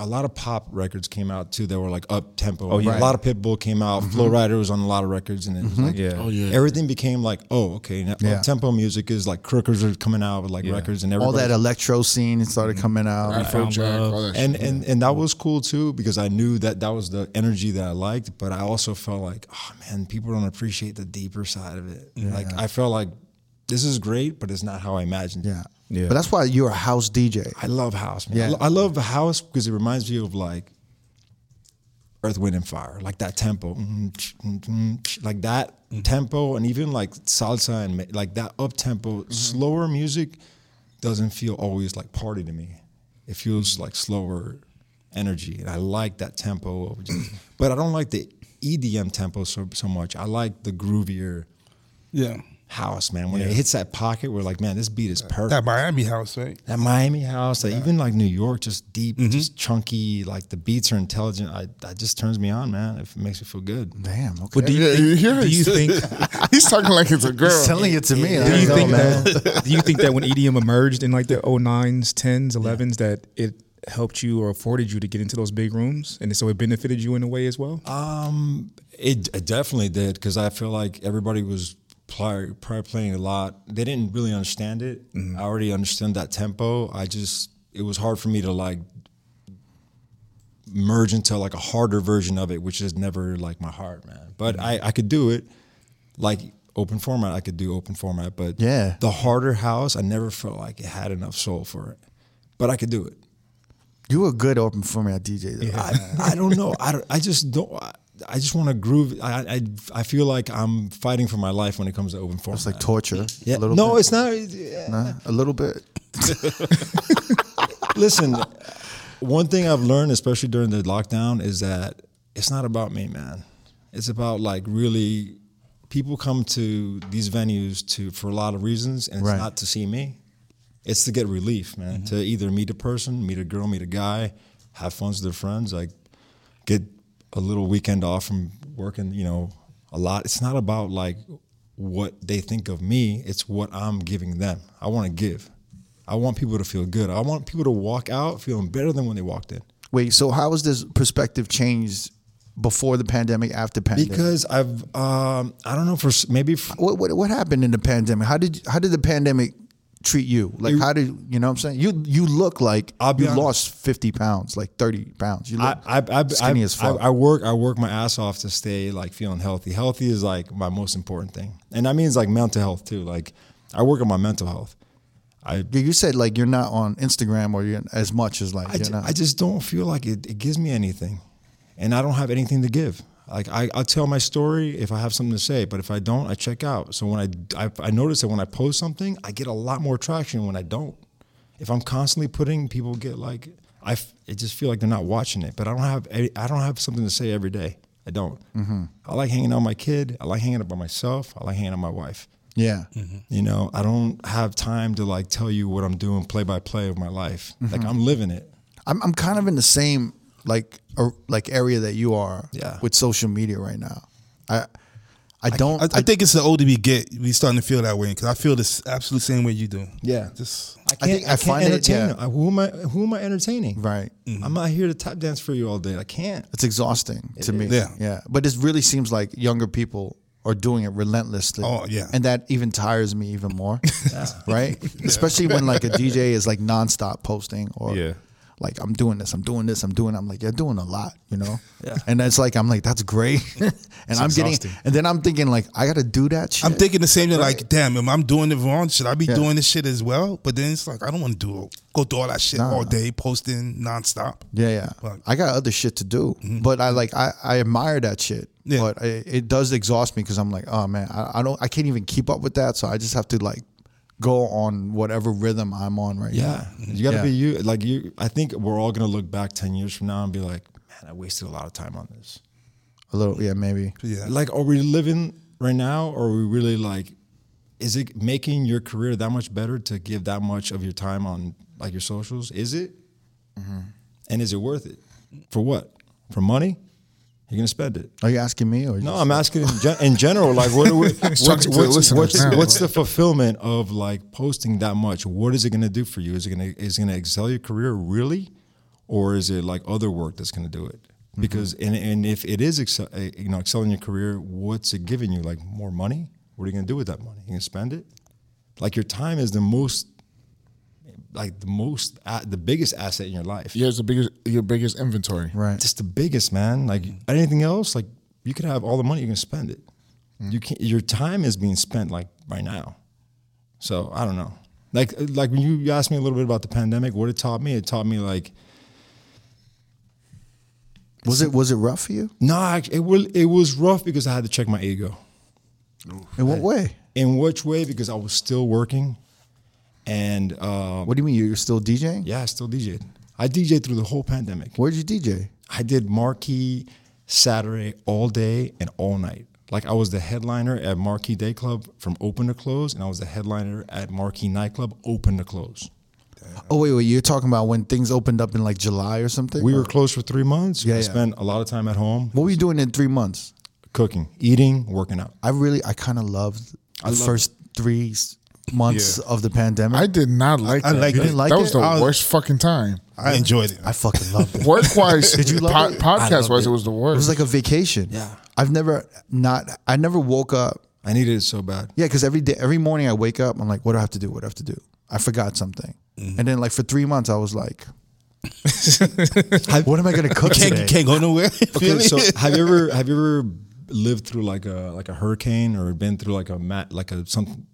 [SPEAKER 4] a lot of pop records came out too that were like up tempo. Oh,
[SPEAKER 3] yeah. Mm-hmm.
[SPEAKER 4] A lot of Pitbull came out. Flow Rider was on a lot of records, and it was like
[SPEAKER 3] Yeah. Oh,
[SPEAKER 2] yeah.
[SPEAKER 4] everything became like oh okay now
[SPEAKER 1] Yeah.
[SPEAKER 4] tempo music is like Crookers are coming out with like records and
[SPEAKER 1] all
[SPEAKER 4] everybody Mm-hmm.
[SPEAKER 1] that electro scene started coming out.
[SPEAKER 5] Afrojack, all that
[SPEAKER 4] and and and that was cool too because I knew that that was the energy that I liked, but I also felt like, oh man, people don't appreciate the deeper side of it. Like I felt like this is great, but it's not how I imagined. it.
[SPEAKER 1] Yeah. But that's why you're a house DJ.
[SPEAKER 4] I love house, man.
[SPEAKER 1] Yeah.
[SPEAKER 4] I, lo- I love house because it reminds me of like Earth, Wind, and Fire, like that tempo, Mm, ch- mm, mm, ch- like that tempo, and even like salsa and ma- like that up tempo, slower music doesn't feel always like party to me. It feels like slower energy, and I like that tempo. of just- but I don't like the EDM tempo so so much. I like the groovier
[SPEAKER 2] Yeah.
[SPEAKER 4] house, man. When it hits that pocket, we're like, man, this beat is perfect
[SPEAKER 2] That Miami house, right?
[SPEAKER 4] that Miami house, like even like New York, just deep, just chunky. Like the beats are intelligent. I that just turns me on, man. It makes me feel good.
[SPEAKER 1] Damn. Okay.
[SPEAKER 3] But do you
[SPEAKER 5] Yeah, you
[SPEAKER 3] think,
[SPEAKER 5] hear
[SPEAKER 3] do
[SPEAKER 5] it.
[SPEAKER 3] you think
[SPEAKER 5] He's talking like it's a girl.
[SPEAKER 1] He's telling it to me. I
[SPEAKER 3] do
[SPEAKER 1] don't
[SPEAKER 3] you
[SPEAKER 1] know,
[SPEAKER 3] think
[SPEAKER 1] man.
[SPEAKER 3] that do you think that when EDM emerged in like the 09s, 10s, 11s that it helped you or afforded you to get into those big rooms and so it benefited you in a way as well?
[SPEAKER 4] Um, It, it definitely did because I feel like everybody was prior, prior playing a lot. They didn't really understand it. I already understand that tempo. I just it was hard for me to like merge into like a harder version of it, which is never like my heart, man. But I I could do it like open format. I could do open format, but
[SPEAKER 1] Yeah.
[SPEAKER 4] the harder house, I never felt like it had enough soul for it. But I could do it.
[SPEAKER 1] You were good open format DJ. Though. Ah, I-
[SPEAKER 4] I, I don't know. I, don't- I just don't. I, I just want to groove. I, I I feel like I'm fighting for my life when it comes to open format.
[SPEAKER 1] It's like torture.
[SPEAKER 4] yeah.
[SPEAKER 1] A little
[SPEAKER 4] no,
[SPEAKER 1] bit.
[SPEAKER 4] it's not. uh, yeah.
[SPEAKER 1] Huh? a little bit.
[SPEAKER 4] Listen, one thing I've learned, especially during the lockdown, is that it's not about me, man. It's about like really. People come to these venues to for a lot of reasons, and it's
[SPEAKER 1] Right.
[SPEAKER 4] not to see me. It's to get relief, man. To either meet a person, meet a girl, meet a guy, have fun with their friends, like get a little weekend off from working, you know, a lot. It's not about like what they think of me, it's what I'm giving them. I want to give. I want people to feel good. I want people to walk out feeling better than when they walked in.
[SPEAKER 1] Wait, so how has this perspective changed before the pandemic, after pandemic?
[SPEAKER 4] Because I've, um, I don't know, for s- maybe f-
[SPEAKER 1] what, what what happened in the pandemic? How did how did the pandemic treat you? Like how did you know what I'm saying? You you look like
[SPEAKER 4] I'll be
[SPEAKER 1] you
[SPEAKER 4] honest.
[SPEAKER 1] lost 50 pounds, like 30 pounds. You
[SPEAKER 4] I,
[SPEAKER 1] look
[SPEAKER 4] I, I,
[SPEAKER 1] skinny
[SPEAKER 4] I,
[SPEAKER 1] as fuck.
[SPEAKER 4] I, I work. I work my ass off to stay like feeling healthy. Healthy is like my most important thing, and that means like mental health too. Like I work on my mental health. I
[SPEAKER 1] Yeah, you said like you're not on Instagram or you're as much as like
[SPEAKER 4] I
[SPEAKER 1] you're
[SPEAKER 4] ju-
[SPEAKER 1] not.
[SPEAKER 4] I just don't feel like it, it gives me anything, and I don't have anything to give. Like I, I'll tell my story if I have something to say, but if I don't, I check out. So when I, I I notice that when I post something, I get a lot more traction when I don't. If I'm constantly putting, people get like I, f- it just feel like they're not watching it. But I don't have any- I don't have something to say every day. I don't.
[SPEAKER 1] Mm-hmm.
[SPEAKER 4] I like hanging out with my kid. I like hanging out by myself. I like hanging out with my wife.
[SPEAKER 1] yeah.
[SPEAKER 4] You know, I don't have time to like tell you what I'm doing play by play of my life.
[SPEAKER 1] Mm-hmm.
[SPEAKER 4] Like I'm living it.
[SPEAKER 1] I'm I'm kind of in the same like a, like area that you are
[SPEAKER 4] Yeah.
[SPEAKER 1] with social media right now. I I don't.
[SPEAKER 2] I, I think it's the older we get, we starting to feel that way. Because I feel this absolute same way you do.
[SPEAKER 4] Yeah.
[SPEAKER 2] Just
[SPEAKER 4] I
[SPEAKER 1] think I find it-
[SPEAKER 4] entertain
[SPEAKER 1] yeah.
[SPEAKER 4] them. I- who am I? Who am I entertaining?
[SPEAKER 1] right. Mm-hmm.
[SPEAKER 4] I'm not here to tap dance for you all day. I can't.
[SPEAKER 1] It's exhausting to me.
[SPEAKER 2] is. Yeah.
[SPEAKER 1] yeah. But it really seems like younger people are doing it relentlessly.
[SPEAKER 2] Oh, yeah.
[SPEAKER 1] and that even tires me even more, right? Especially when like a DJ is like nonstop posting or
[SPEAKER 3] Yeah.
[SPEAKER 1] like I'm doing this, I'm doing this, I'm doing. I'm like you're doing a lot, you know. Yeah. And it's like I'm like that's great, and I'm
[SPEAKER 3] exhausting.
[SPEAKER 1] getting, and then I'm thinking like I got to do that. Shit.
[SPEAKER 2] I'm thinking the same thing. Like, damn, if I'm doing it wrong, should I be
[SPEAKER 1] Yeah.
[SPEAKER 2] doing this shit as well? But then it's like I don't want to do go through all that shit all day, posting nonstop.
[SPEAKER 1] Yeah, yeah.
[SPEAKER 2] But-
[SPEAKER 1] I got other shit to do,
[SPEAKER 4] Mm-hmm.
[SPEAKER 1] but I like I, I admire that shit.
[SPEAKER 2] Yeah.
[SPEAKER 1] But it, it does exhaust me because I'm like, oh man, I, I don't, I can't even keep up with that. So I just have to like go on whatever rhythm I'm on right
[SPEAKER 4] Yeah, you got to
[SPEAKER 1] Yeah.
[SPEAKER 4] be you. Like you, I think we're all gonna look back ten years from now and be like, man, I wasted a lot of time on this.
[SPEAKER 1] now. A little, yeah, maybe.
[SPEAKER 2] Yeah.
[SPEAKER 4] Like, are we living right now, or are we really like, is it making your career that much better to give that much of your time on like your socials? Is it?
[SPEAKER 1] Mm-hmm.
[SPEAKER 4] And is it worth it? For what? For money? You're gonna spend it.
[SPEAKER 1] Are you asking me or
[SPEAKER 4] No, I'm asking in, gen- in general. Like, what are we, what's,
[SPEAKER 5] talking to the
[SPEAKER 4] what's,
[SPEAKER 5] listeners
[SPEAKER 4] what's,
[SPEAKER 5] now.
[SPEAKER 4] what's the fulfillment of like posting that much? What is it going to do for you? Is it going to is it going to excel your career really, or is it like other work that's going to do it?
[SPEAKER 5] Mm-hmm.
[SPEAKER 4] Because and, and if it is excel, uh, you know excelling your career, what's it giving you? Like more money? What are you going to do with that money? You going to spend it? Like your time is the most, like the most uh, the biggest asset in your life.
[SPEAKER 5] Yeah, it's the biggest your biggest inventory.
[SPEAKER 1] right?
[SPEAKER 4] Just the biggest, man. Like anything else, like you could have all the money, you can spend it. You can Your time is being spent like right now. So I don't know. Like like when you asked me a little bit about the pandemic, what it taught me, it taught me like
[SPEAKER 1] Was it was it rough for you?
[SPEAKER 4] nah, it will. It was rough because I had to check my ego.
[SPEAKER 1] In what way?
[SPEAKER 4] In which way? Because I was still working, and uh,
[SPEAKER 1] What do you mean you're still DJing?
[SPEAKER 4] yeah, I still DJed. I DJed through the whole pandemic.
[SPEAKER 1] Where'd you DJ?
[SPEAKER 4] I did Marquee Saturday all day and all night. Like I was the headliner at Marquee Day Club from open to close, and I was the headliner at Marquee Nightclub open to close.
[SPEAKER 1] Oh wait, wait. You're talking about when things opened up in like July or something.
[SPEAKER 4] We were closed for three months.
[SPEAKER 1] Yeah,
[SPEAKER 4] I
[SPEAKER 1] yeah.
[SPEAKER 4] spent a lot of time at home
[SPEAKER 1] What were you doing in three months?
[SPEAKER 4] cooking, eating, working out.
[SPEAKER 1] I really, I kind of loved the first three s- months of the pandemic.
[SPEAKER 5] I did not like.
[SPEAKER 2] I
[SPEAKER 5] that.
[SPEAKER 2] liked You didn't it.
[SPEAKER 1] like
[SPEAKER 5] that
[SPEAKER 1] it?
[SPEAKER 5] was the
[SPEAKER 2] I was-
[SPEAKER 5] worst fucking time.
[SPEAKER 2] I enjoyed it.
[SPEAKER 1] I fucking loved it.
[SPEAKER 5] Work wise, did
[SPEAKER 1] you love it?
[SPEAKER 4] I loved
[SPEAKER 5] podcast wise,
[SPEAKER 4] it.
[SPEAKER 5] it was the
[SPEAKER 1] It was
[SPEAKER 5] worst.
[SPEAKER 1] like a vacation.
[SPEAKER 4] Yeah.
[SPEAKER 1] I've never not I never woke up.
[SPEAKER 4] I needed it so bad.
[SPEAKER 1] Yeah, because every day every morning I wake up, I'm like, what do I have to do? What do I have to do? I forgot something. And then like for three months I was like what am I gonna cook today?
[SPEAKER 2] can't, can't go nowhere.
[SPEAKER 4] Okay, so have you ever have you ever lived through like a like a hurricane or been through like a mat like a something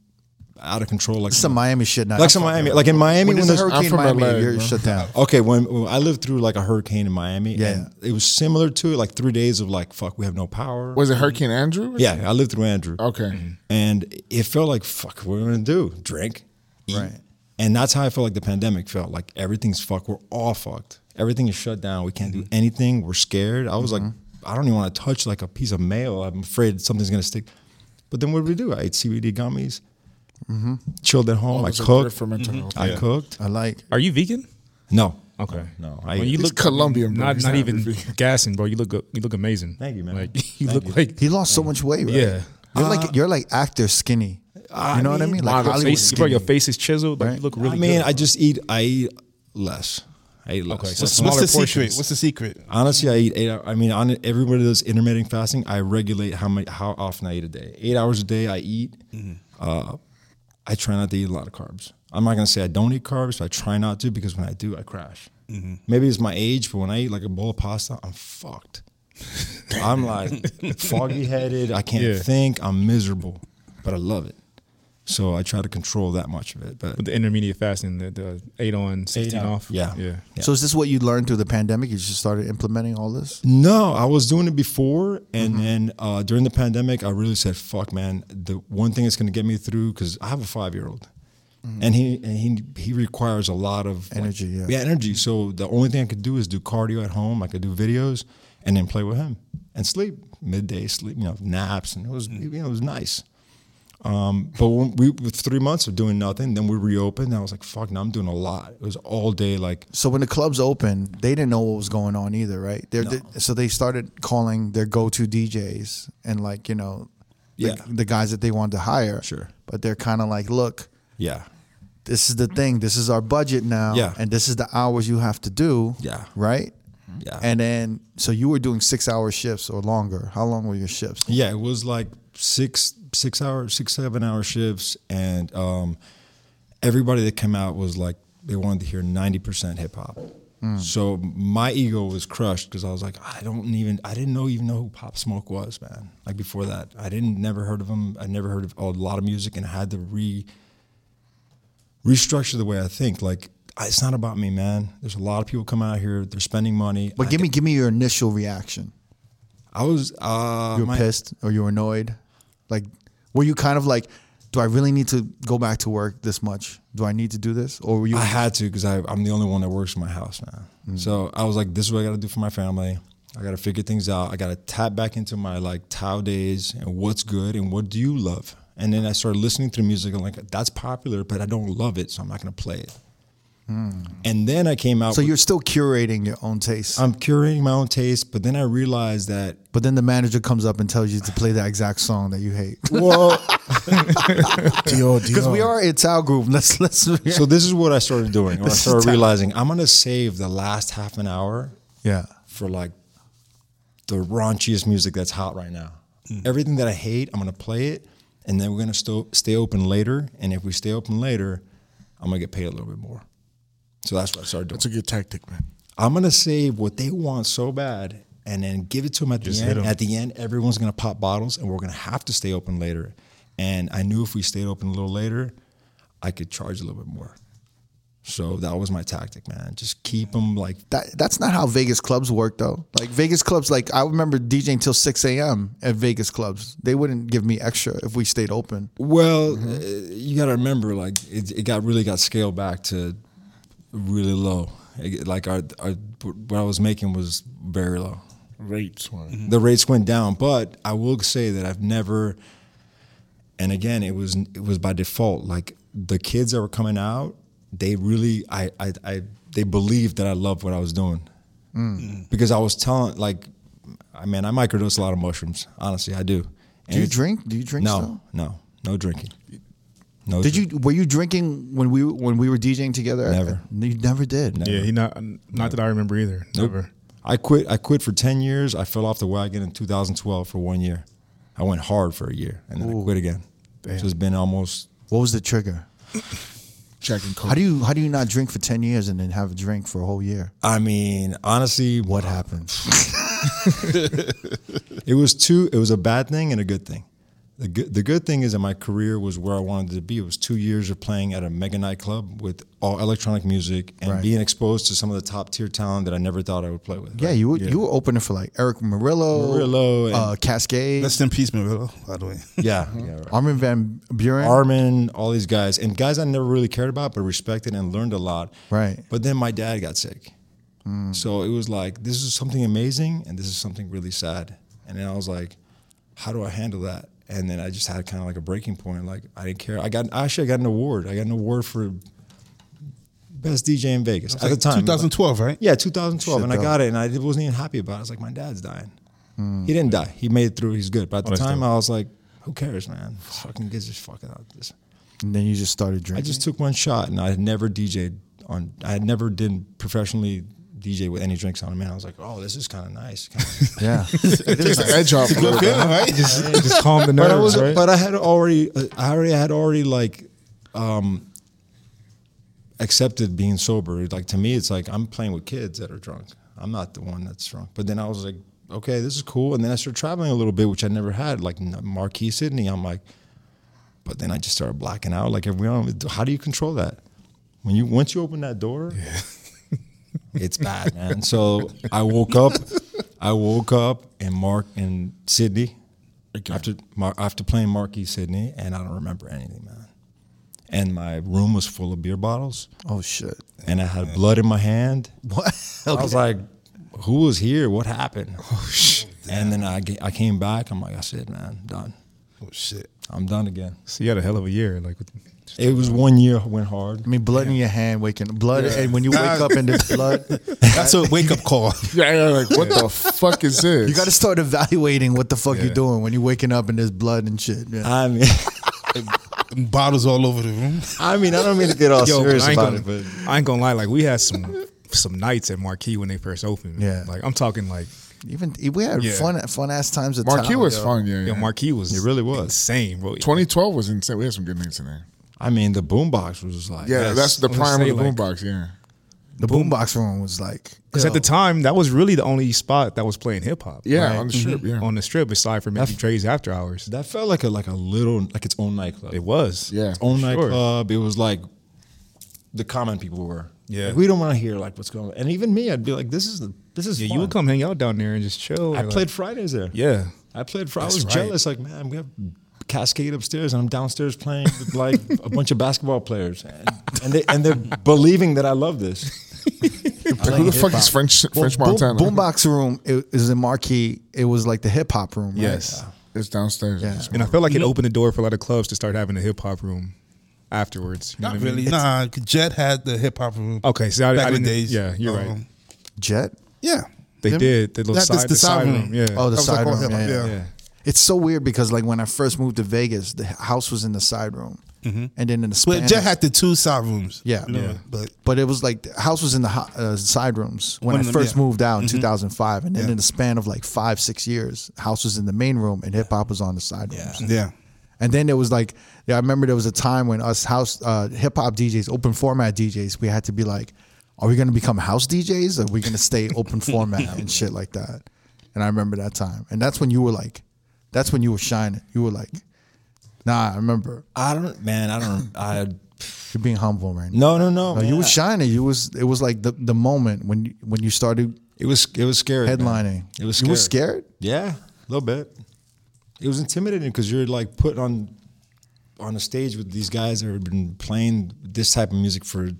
[SPEAKER 4] out of control like
[SPEAKER 1] Some Miami shit now.
[SPEAKER 4] like some Miami like in Miami
[SPEAKER 1] when
[SPEAKER 4] when
[SPEAKER 1] there's a
[SPEAKER 4] there's
[SPEAKER 1] hurricane
[SPEAKER 5] I'm
[SPEAKER 1] in
[SPEAKER 5] from
[SPEAKER 1] Miami,
[SPEAKER 5] LA,
[SPEAKER 1] you're
[SPEAKER 5] bro.
[SPEAKER 1] shut down.
[SPEAKER 4] Okay, when, when I lived through like a hurricane in Miami,
[SPEAKER 1] Yeah.
[SPEAKER 4] and it was similar to it, like three days of like fuck, we have no power.
[SPEAKER 5] was it Hurricane Andrew?
[SPEAKER 4] Yeah, Mm-hmm. I lived through Andrew.
[SPEAKER 5] Okay.
[SPEAKER 4] and it felt like fuck, what are we gonna do? Drink, eat.
[SPEAKER 1] Right.
[SPEAKER 4] And that's how I felt like the pandemic felt. Like everything's fucked. We're all fucked. Everything is shut down. We can't do
[SPEAKER 5] Mm-hmm.
[SPEAKER 4] anything. We're scared. I was like, I don't even want to touch like a piece of mail. I'm afraid something's gonna stick. But then what did we do? I ate CBD gummies, chilled at home. I
[SPEAKER 5] Mm-hmm. Those are good
[SPEAKER 4] cooked.
[SPEAKER 5] for mental health.
[SPEAKER 4] I cooked.
[SPEAKER 1] I like
[SPEAKER 3] Are you vegan?
[SPEAKER 4] No,
[SPEAKER 3] Okay.
[SPEAKER 4] no.
[SPEAKER 3] When you
[SPEAKER 5] He's
[SPEAKER 3] look
[SPEAKER 5] Colombian, bro.
[SPEAKER 3] not
[SPEAKER 5] He's
[SPEAKER 3] not
[SPEAKER 5] not
[SPEAKER 3] even
[SPEAKER 5] vegan.
[SPEAKER 3] gassing, bro. You look good. you look amazing.
[SPEAKER 4] Thank you, man.
[SPEAKER 3] Like you
[SPEAKER 4] Thank
[SPEAKER 3] look
[SPEAKER 4] you.
[SPEAKER 3] like
[SPEAKER 1] he lost so much weight, right?
[SPEAKER 3] Yeah.
[SPEAKER 1] You're like you're like actor skinny. you know what I mean? Like
[SPEAKER 5] model
[SPEAKER 1] Hollywood
[SPEAKER 3] face, bro.
[SPEAKER 1] skinny.
[SPEAKER 3] Your face is chiseled. Like
[SPEAKER 1] Right.
[SPEAKER 3] you look really.
[SPEAKER 4] I mean,
[SPEAKER 3] good.
[SPEAKER 4] I just eat. I eat less. I eat less.
[SPEAKER 3] Okay, so
[SPEAKER 4] Like,
[SPEAKER 3] smaller
[SPEAKER 2] What's the secret?
[SPEAKER 3] portions.
[SPEAKER 2] What's the secret?
[SPEAKER 4] honestly, I eat eight. hou- I mean, on everybody does intermittent fasting. I regulate how much, how often I eat a day. Eight hours a day, I eat. Uh, I try not to eat a lot of carbs. I'm not gonna say I don't eat carbs, but I try not to because when I do, I crash. Maybe it's my age, but when I eat like a bowl of pasta, I'm fucked. I'm like foggy headed. I can't
[SPEAKER 3] Yeah.
[SPEAKER 4] think. I'm miserable, but I love it. So I try to control that much of it. But
[SPEAKER 3] With the intermediate fasting, the, the eight on, sixteen
[SPEAKER 4] out.
[SPEAKER 3] off.
[SPEAKER 4] Yeah.
[SPEAKER 3] Yeah.
[SPEAKER 4] Yeah.
[SPEAKER 1] So is this what you learned through the pandemic? You just started implementing all this?
[SPEAKER 4] No, I was doing it before, and
[SPEAKER 1] Mm-hmm.
[SPEAKER 4] then uh, during the pandemic, I really said, "Fuck, man!" The one thing that's going to get me through because I have a five year old, and he and he he requires a lot of like,
[SPEAKER 1] Mm-hmm. Energy, yeah.
[SPEAKER 4] energy. So the only thing I could do is do cardio at home. I could do videos, and then play with him and sleep midday sleep, you know, naps, and it
[SPEAKER 1] Mm.
[SPEAKER 4] was you know it was nice. Um, But when we with three months of doing nothing, then we reopened. And I was like, "Fuck!" Now I'm doing a lot. It was all day like
[SPEAKER 1] So when the clubs opened, they didn't know what was going on either, right? They're, they- so they started calling their go-to DJs and like you know, the,
[SPEAKER 4] Yeah.
[SPEAKER 1] the guys that they wanted to hire.
[SPEAKER 4] Sure.
[SPEAKER 1] But they're kind of like, look,
[SPEAKER 4] Yeah.
[SPEAKER 1] this is the thing. This is our budget now.
[SPEAKER 4] Yeah.
[SPEAKER 1] And this is the hours you have to do.
[SPEAKER 4] Yeah. Mm-hmm.
[SPEAKER 1] Right?
[SPEAKER 4] Yeah.
[SPEAKER 1] And then, so you were doing six hour shifts or longer. How long were your shifts?
[SPEAKER 4] Yeah, it was like six six hour six seven hour shifts, and um, everybody that came out was like they wanted to hear ninety percent hip hop. So my ego was crushed because I was like, I don't even, I didn't know even know who Pop Smoke was, man. Like before that, I didn't never heard of him. I never heard of a lot of music, and I had to re restructure the way I think. Like it's not about me, man. There's a lot of people coming out here. They're spending money.
[SPEAKER 1] But
[SPEAKER 4] I,
[SPEAKER 1] give me give me your initial reaction.
[SPEAKER 4] I was uh,
[SPEAKER 1] You were
[SPEAKER 4] my-
[SPEAKER 1] pissed or you were annoyed? Like were you kind of like, do I really need to go back to work this much? Do I need to do this? Or were you
[SPEAKER 4] I had to because I'm the only one that works in my house now.
[SPEAKER 1] Mm.
[SPEAKER 4] So I was like, this is what I got to do for my family. I got to figure things out. I got to tap back into my like Tao days and what's good and what do you love. And then I started listening to music and like that's popular, but I don't love it, so I'm not gonna play it. And then I came out.
[SPEAKER 1] Hmm. so
[SPEAKER 4] with-
[SPEAKER 1] you're still curating your own taste.
[SPEAKER 4] I'm curating my own taste, but then I realized that
[SPEAKER 1] but then the manager comes up and tells you to play that exact song that you hate.
[SPEAKER 4] well.
[SPEAKER 2] Dior,
[SPEAKER 1] Because we are a Tao group. Let's let's
[SPEAKER 4] so this is what I started doing. Or I
[SPEAKER 1] This is
[SPEAKER 4] started
[SPEAKER 1] Tao.
[SPEAKER 4] realizing I'm gonna save the last half an hour
[SPEAKER 1] Yeah.
[SPEAKER 4] for like the raunchiest music that's hot right now. Everything that I hate, I'm gonna play it, and then we're gonna sto- stay open later. And if we stay open later, I'm gonna get paid a little bit more. So that's what I started doing.
[SPEAKER 5] That's a good tactic, man.
[SPEAKER 4] I'm gonna save what they want so bad, and then give it to them at the end. At the end, everyone's gonna pop bottles, and we're gonna have to stay open later. And I knew if we stayed open a little later, I could charge a little bit more. So that was my tactic, man. Just keep them like
[SPEAKER 1] That that's not how Vegas clubs work though. Like Vegas clubs, like I remember DJing till six AM at Vegas clubs. They wouldn't give me extra if we stayed open.
[SPEAKER 4] Well,
[SPEAKER 1] Mm-hmm.
[SPEAKER 4] uh, you got to remember, like it, it got really got scaled back to really low. It- like our, our what I was making was very low.
[SPEAKER 5] Rates, man.
[SPEAKER 1] Mm-hmm.
[SPEAKER 4] The rates went down, but I will say that I've never. And again, it was it was by default. Like the kids that were coming out, they really I I, I they believed that I loved what I was doing
[SPEAKER 1] Mm.
[SPEAKER 4] because I was telling like, I mean, I microdose a lot of mushrooms. Honestly, I do. And
[SPEAKER 1] Do you
[SPEAKER 4] it's-
[SPEAKER 1] drink? Do you drink
[SPEAKER 4] no,
[SPEAKER 1] still?
[SPEAKER 4] no, no drinking. No.
[SPEAKER 1] Did you were you drinking when we when we were DJing together?
[SPEAKER 4] Never.
[SPEAKER 1] You never did.
[SPEAKER 3] Yeah, he not not that I remember either. Never.
[SPEAKER 4] I quit. I quit for ten years. I fell off the wagon in 2012 for one year. I went hard for a year and then I quit again. So it's been almost.
[SPEAKER 1] What was the trigger?
[SPEAKER 5] Jack and Coke.
[SPEAKER 1] How do you how do you not drink for ten years and then have a drink for a whole year?
[SPEAKER 4] I mean, honestly,
[SPEAKER 1] What happened?
[SPEAKER 4] it was two. It was a bad thing and a good thing. The good, the good thing is that my career was where I wanted to be. It was two years of playing at a mega nightclub with all electronic music and
[SPEAKER 1] Right.
[SPEAKER 4] being exposed to some of the top tier talent that I never thought I would play with.
[SPEAKER 1] Yeah, you were, you were opening for like Eric Murillo,
[SPEAKER 4] Murillo and-
[SPEAKER 1] uh, Cascade,
[SPEAKER 2] Rest in peace, Murillo, by the way.
[SPEAKER 4] yeah,
[SPEAKER 1] Mm-hmm.
[SPEAKER 4] yeah right.
[SPEAKER 1] Armin van Buren.
[SPEAKER 4] Armin, all these guys, and guys I never really cared about, but respected and learned a lot.
[SPEAKER 1] Right.
[SPEAKER 4] But then my dad got sick, so it was like this is something amazing, and this is something really sad. And then I was like, how do I handle that? And then I just had kind of like a breaking point. Like I didn't care. I got actually I got an award. I got an award for best DJ in Vegas at the time.
[SPEAKER 2] 2012, right?
[SPEAKER 4] Yeah, 2012, and I
[SPEAKER 1] though.
[SPEAKER 4] got it, and I wasn't even happy about it. I was like, my dad's dying. He didn't die. He made it through. He's good. But at the
[SPEAKER 3] Hmm. Oh, that's
[SPEAKER 4] time,
[SPEAKER 3] dope.
[SPEAKER 4] I was like, who cares, man? Fucking kids just fucking out this.
[SPEAKER 1] and then you just started
[SPEAKER 4] I
[SPEAKER 1] drinking.
[SPEAKER 4] just
[SPEAKER 3] Mm-hmm.
[SPEAKER 4] took one shot, and I had never DJed on. I had never did professionally DJ with any drinks on. And man, I was like, oh, this is kind of nice. Kinda-
[SPEAKER 1] yeah,
[SPEAKER 5] Takes the edge off. a little bit.
[SPEAKER 2] right?
[SPEAKER 3] Just calm the nerves,
[SPEAKER 4] but I was,
[SPEAKER 3] right?
[SPEAKER 4] but I had already, I already had already like, um, accepted being sober. Like to me, it's like I'm playing with kids that are drunk. I'm not the one that's drunk. But then I was like, okay, this is cool. And then I started traveling a little bit, which I never had. Like n- Marquee Sydney, I'm like, but then I just started blacking out. Like everyone, how do you control that? When you once you open that door, it's bad, man. So I woke up, I woke up in Mark in Sydney after Mar- after playing Marquee Sydney, and I don't remember anything, man. And my room was full of beer bottles,
[SPEAKER 1] oh shit.
[SPEAKER 4] and I had blood in my hand.
[SPEAKER 1] What?
[SPEAKER 4] I was like, "Who was here? What happened?" and then I, ga- I came back. I'm like, "That's it, man. Done."
[SPEAKER 2] Oh, shit.
[SPEAKER 4] I'm done again.
[SPEAKER 3] So you had a hell of a year. Like,
[SPEAKER 4] It was one year went hard.
[SPEAKER 1] I mean, blood in your hand, waking blood, and when you wake
[SPEAKER 2] Nah.
[SPEAKER 1] up and there's blood,
[SPEAKER 2] That's a wake up call.
[SPEAKER 5] Yeah, yeah, like what the fuck is this?
[SPEAKER 1] you got to start evaluating what the fuck
[SPEAKER 3] Yeah.
[SPEAKER 1] you're doing when you're waking up and there's blood and shit. Yeah.
[SPEAKER 4] I mean,
[SPEAKER 2] Bottles all over the room.
[SPEAKER 4] I mean, I don't mean to get all
[SPEAKER 3] Yo, but
[SPEAKER 4] serious
[SPEAKER 3] I ain't
[SPEAKER 4] about
[SPEAKER 3] gonna,
[SPEAKER 4] it, but
[SPEAKER 3] I ain't gonna lie. Like we had some some nights at Marquee when they first opened.
[SPEAKER 1] Yeah.
[SPEAKER 3] like I'm talking like
[SPEAKER 1] Even we had
[SPEAKER 3] Yeah.
[SPEAKER 1] fun, fun ass times at
[SPEAKER 5] Marquee
[SPEAKER 1] town,
[SPEAKER 5] was
[SPEAKER 1] yo.
[SPEAKER 5] fun, yeah. yeah.
[SPEAKER 3] yo, Marquee was
[SPEAKER 4] It really was.
[SPEAKER 3] insane, bro.
[SPEAKER 5] 2012 was insane. We had some good names in there.
[SPEAKER 4] I mean, the boombox was like,
[SPEAKER 5] Yeah,
[SPEAKER 3] Yes.
[SPEAKER 5] that's the
[SPEAKER 3] I was gonna
[SPEAKER 5] prime of
[SPEAKER 3] say,
[SPEAKER 5] the
[SPEAKER 3] like-
[SPEAKER 5] boombox. Yeah,
[SPEAKER 1] The boombox room was like
[SPEAKER 3] Because at the time, that was really the only spot that was playing hip hop.
[SPEAKER 5] yeah,
[SPEAKER 3] right? Mm-hmm.
[SPEAKER 5] on the strip. Yeah,
[SPEAKER 3] on the strip, aside from making trades after hours,
[SPEAKER 4] that felt like a like a little like its own nightclub.
[SPEAKER 3] it was.
[SPEAKER 5] yeah.
[SPEAKER 4] its own
[SPEAKER 3] Sure.
[SPEAKER 4] nightclub. It was like the common people were.
[SPEAKER 3] Yeah.
[SPEAKER 4] Like, we don't want to hear like what's going on. And even me, I'd be like, this is the this is.
[SPEAKER 3] Yeah,
[SPEAKER 4] fun.
[SPEAKER 3] you would come hang out down there and just chill.
[SPEAKER 4] I
[SPEAKER 3] like-
[SPEAKER 4] played Fridays there.
[SPEAKER 3] Yeah,
[SPEAKER 4] I played Fridays. I
[SPEAKER 3] That's
[SPEAKER 4] was
[SPEAKER 3] right.
[SPEAKER 4] jealous. Like, man, we have Cascade upstairs, and I'm downstairs playing with like a bunch of basketball players, and, and they and they're believing that I love this.
[SPEAKER 5] Like, who the fuck is French French
[SPEAKER 1] Boom-
[SPEAKER 5] Montana?
[SPEAKER 1] boombox room. It is in Marquee. It was like the hip hop room. right?
[SPEAKER 3] Yes.
[SPEAKER 5] It's downstairs.
[SPEAKER 1] Yeah.
[SPEAKER 5] It's
[SPEAKER 3] and I felt like it opened the door for a lot of clubs to start having a hip hop room afterwards. You know
[SPEAKER 2] Not
[SPEAKER 3] what I mean?
[SPEAKER 2] really. Nah, Jet had the hip hop room.
[SPEAKER 3] Okay, so I,
[SPEAKER 2] back
[SPEAKER 3] I
[SPEAKER 2] in
[SPEAKER 3] didn't.
[SPEAKER 2] the days.
[SPEAKER 3] Yeah, you're right.
[SPEAKER 2] Um,
[SPEAKER 1] Jet.
[SPEAKER 2] Yeah.
[SPEAKER 3] They
[SPEAKER 1] Them-
[SPEAKER 3] did. They little
[SPEAKER 2] That-
[SPEAKER 3] side,
[SPEAKER 2] that's
[SPEAKER 3] the side room. Yeah.
[SPEAKER 1] Oh, the
[SPEAKER 2] That was like
[SPEAKER 1] side
[SPEAKER 2] all
[SPEAKER 1] room.
[SPEAKER 2] hip-hop,
[SPEAKER 1] Yeah, yeah.
[SPEAKER 2] yeah.
[SPEAKER 3] yeah.
[SPEAKER 1] It's so weird because like when I first moved to Vegas, the house was in the side room, and then in the
[SPEAKER 2] But
[SPEAKER 1] Spanish.
[SPEAKER 2] Mm-hmm. Jet had the two side rooms.
[SPEAKER 1] Yeah.
[SPEAKER 2] You know,
[SPEAKER 1] Yeah.
[SPEAKER 2] But
[SPEAKER 1] but it was like the house was in the ho- uh, side rooms when
[SPEAKER 2] One
[SPEAKER 1] I
[SPEAKER 2] of them,
[SPEAKER 1] first
[SPEAKER 2] yeah. Mm-hmm.
[SPEAKER 1] moved out in 2005, and then
[SPEAKER 2] Yeah.
[SPEAKER 1] in the span of like five six years, house was in the main room and hip hop was on the side rooms.
[SPEAKER 2] yeah.
[SPEAKER 1] And then there was like, yeah, I remember there was a time when us house uh, hip hop DJs, open format DJs, we had to be like, are we going to become house DJs? Or are we going to stay open format and shit like that? And I remember that time, and that's when you were like, that's when you were shining. You were like, nah, I remember.
[SPEAKER 4] I don't, man. I don't. I
[SPEAKER 1] You're being humble right now.
[SPEAKER 4] no, no, no.
[SPEAKER 1] No, you
[SPEAKER 4] man.
[SPEAKER 1] were shining. You was it was like the, the moment when you, when you started
[SPEAKER 4] It was it was scary. man.
[SPEAKER 1] headlining.
[SPEAKER 4] It was
[SPEAKER 1] you were
[SPEAKER 4] scary.
[SPEAKER 1] scared.
[SPEAKER 4] Yeah, a little bit. It was intimidating because you're like put on on a stage with these guys that have been playing this type of music for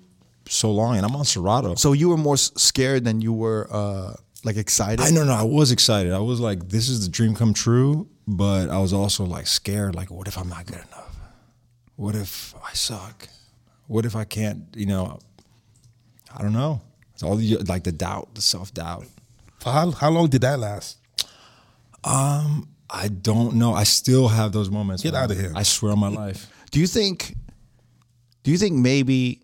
[SPEAKER 4] so long, and I'm on Serato.
[SPEAKER 1] So you were more s- scared than you were uh, like excited.
[SPEAKER 4] I no no, I was excited. I was like, this is the dream come true, but I was also like scared. Like, what if I'm not good enough? What if I suck? What if I can't? You know, I don't know. It's all the, like the doubt, the self doubt.
[SPEAKER 2] For how, how long did that last?
[SPEAKER 4] I don't know. I still have those moments.
[SPEAKER 2] Get
[SPEAKER 4] man.
[SPEAKER 2] outta here.
[SPEAKER 4] I swear on my life.
[SPEAKER 1] Do you think? Do you think maybe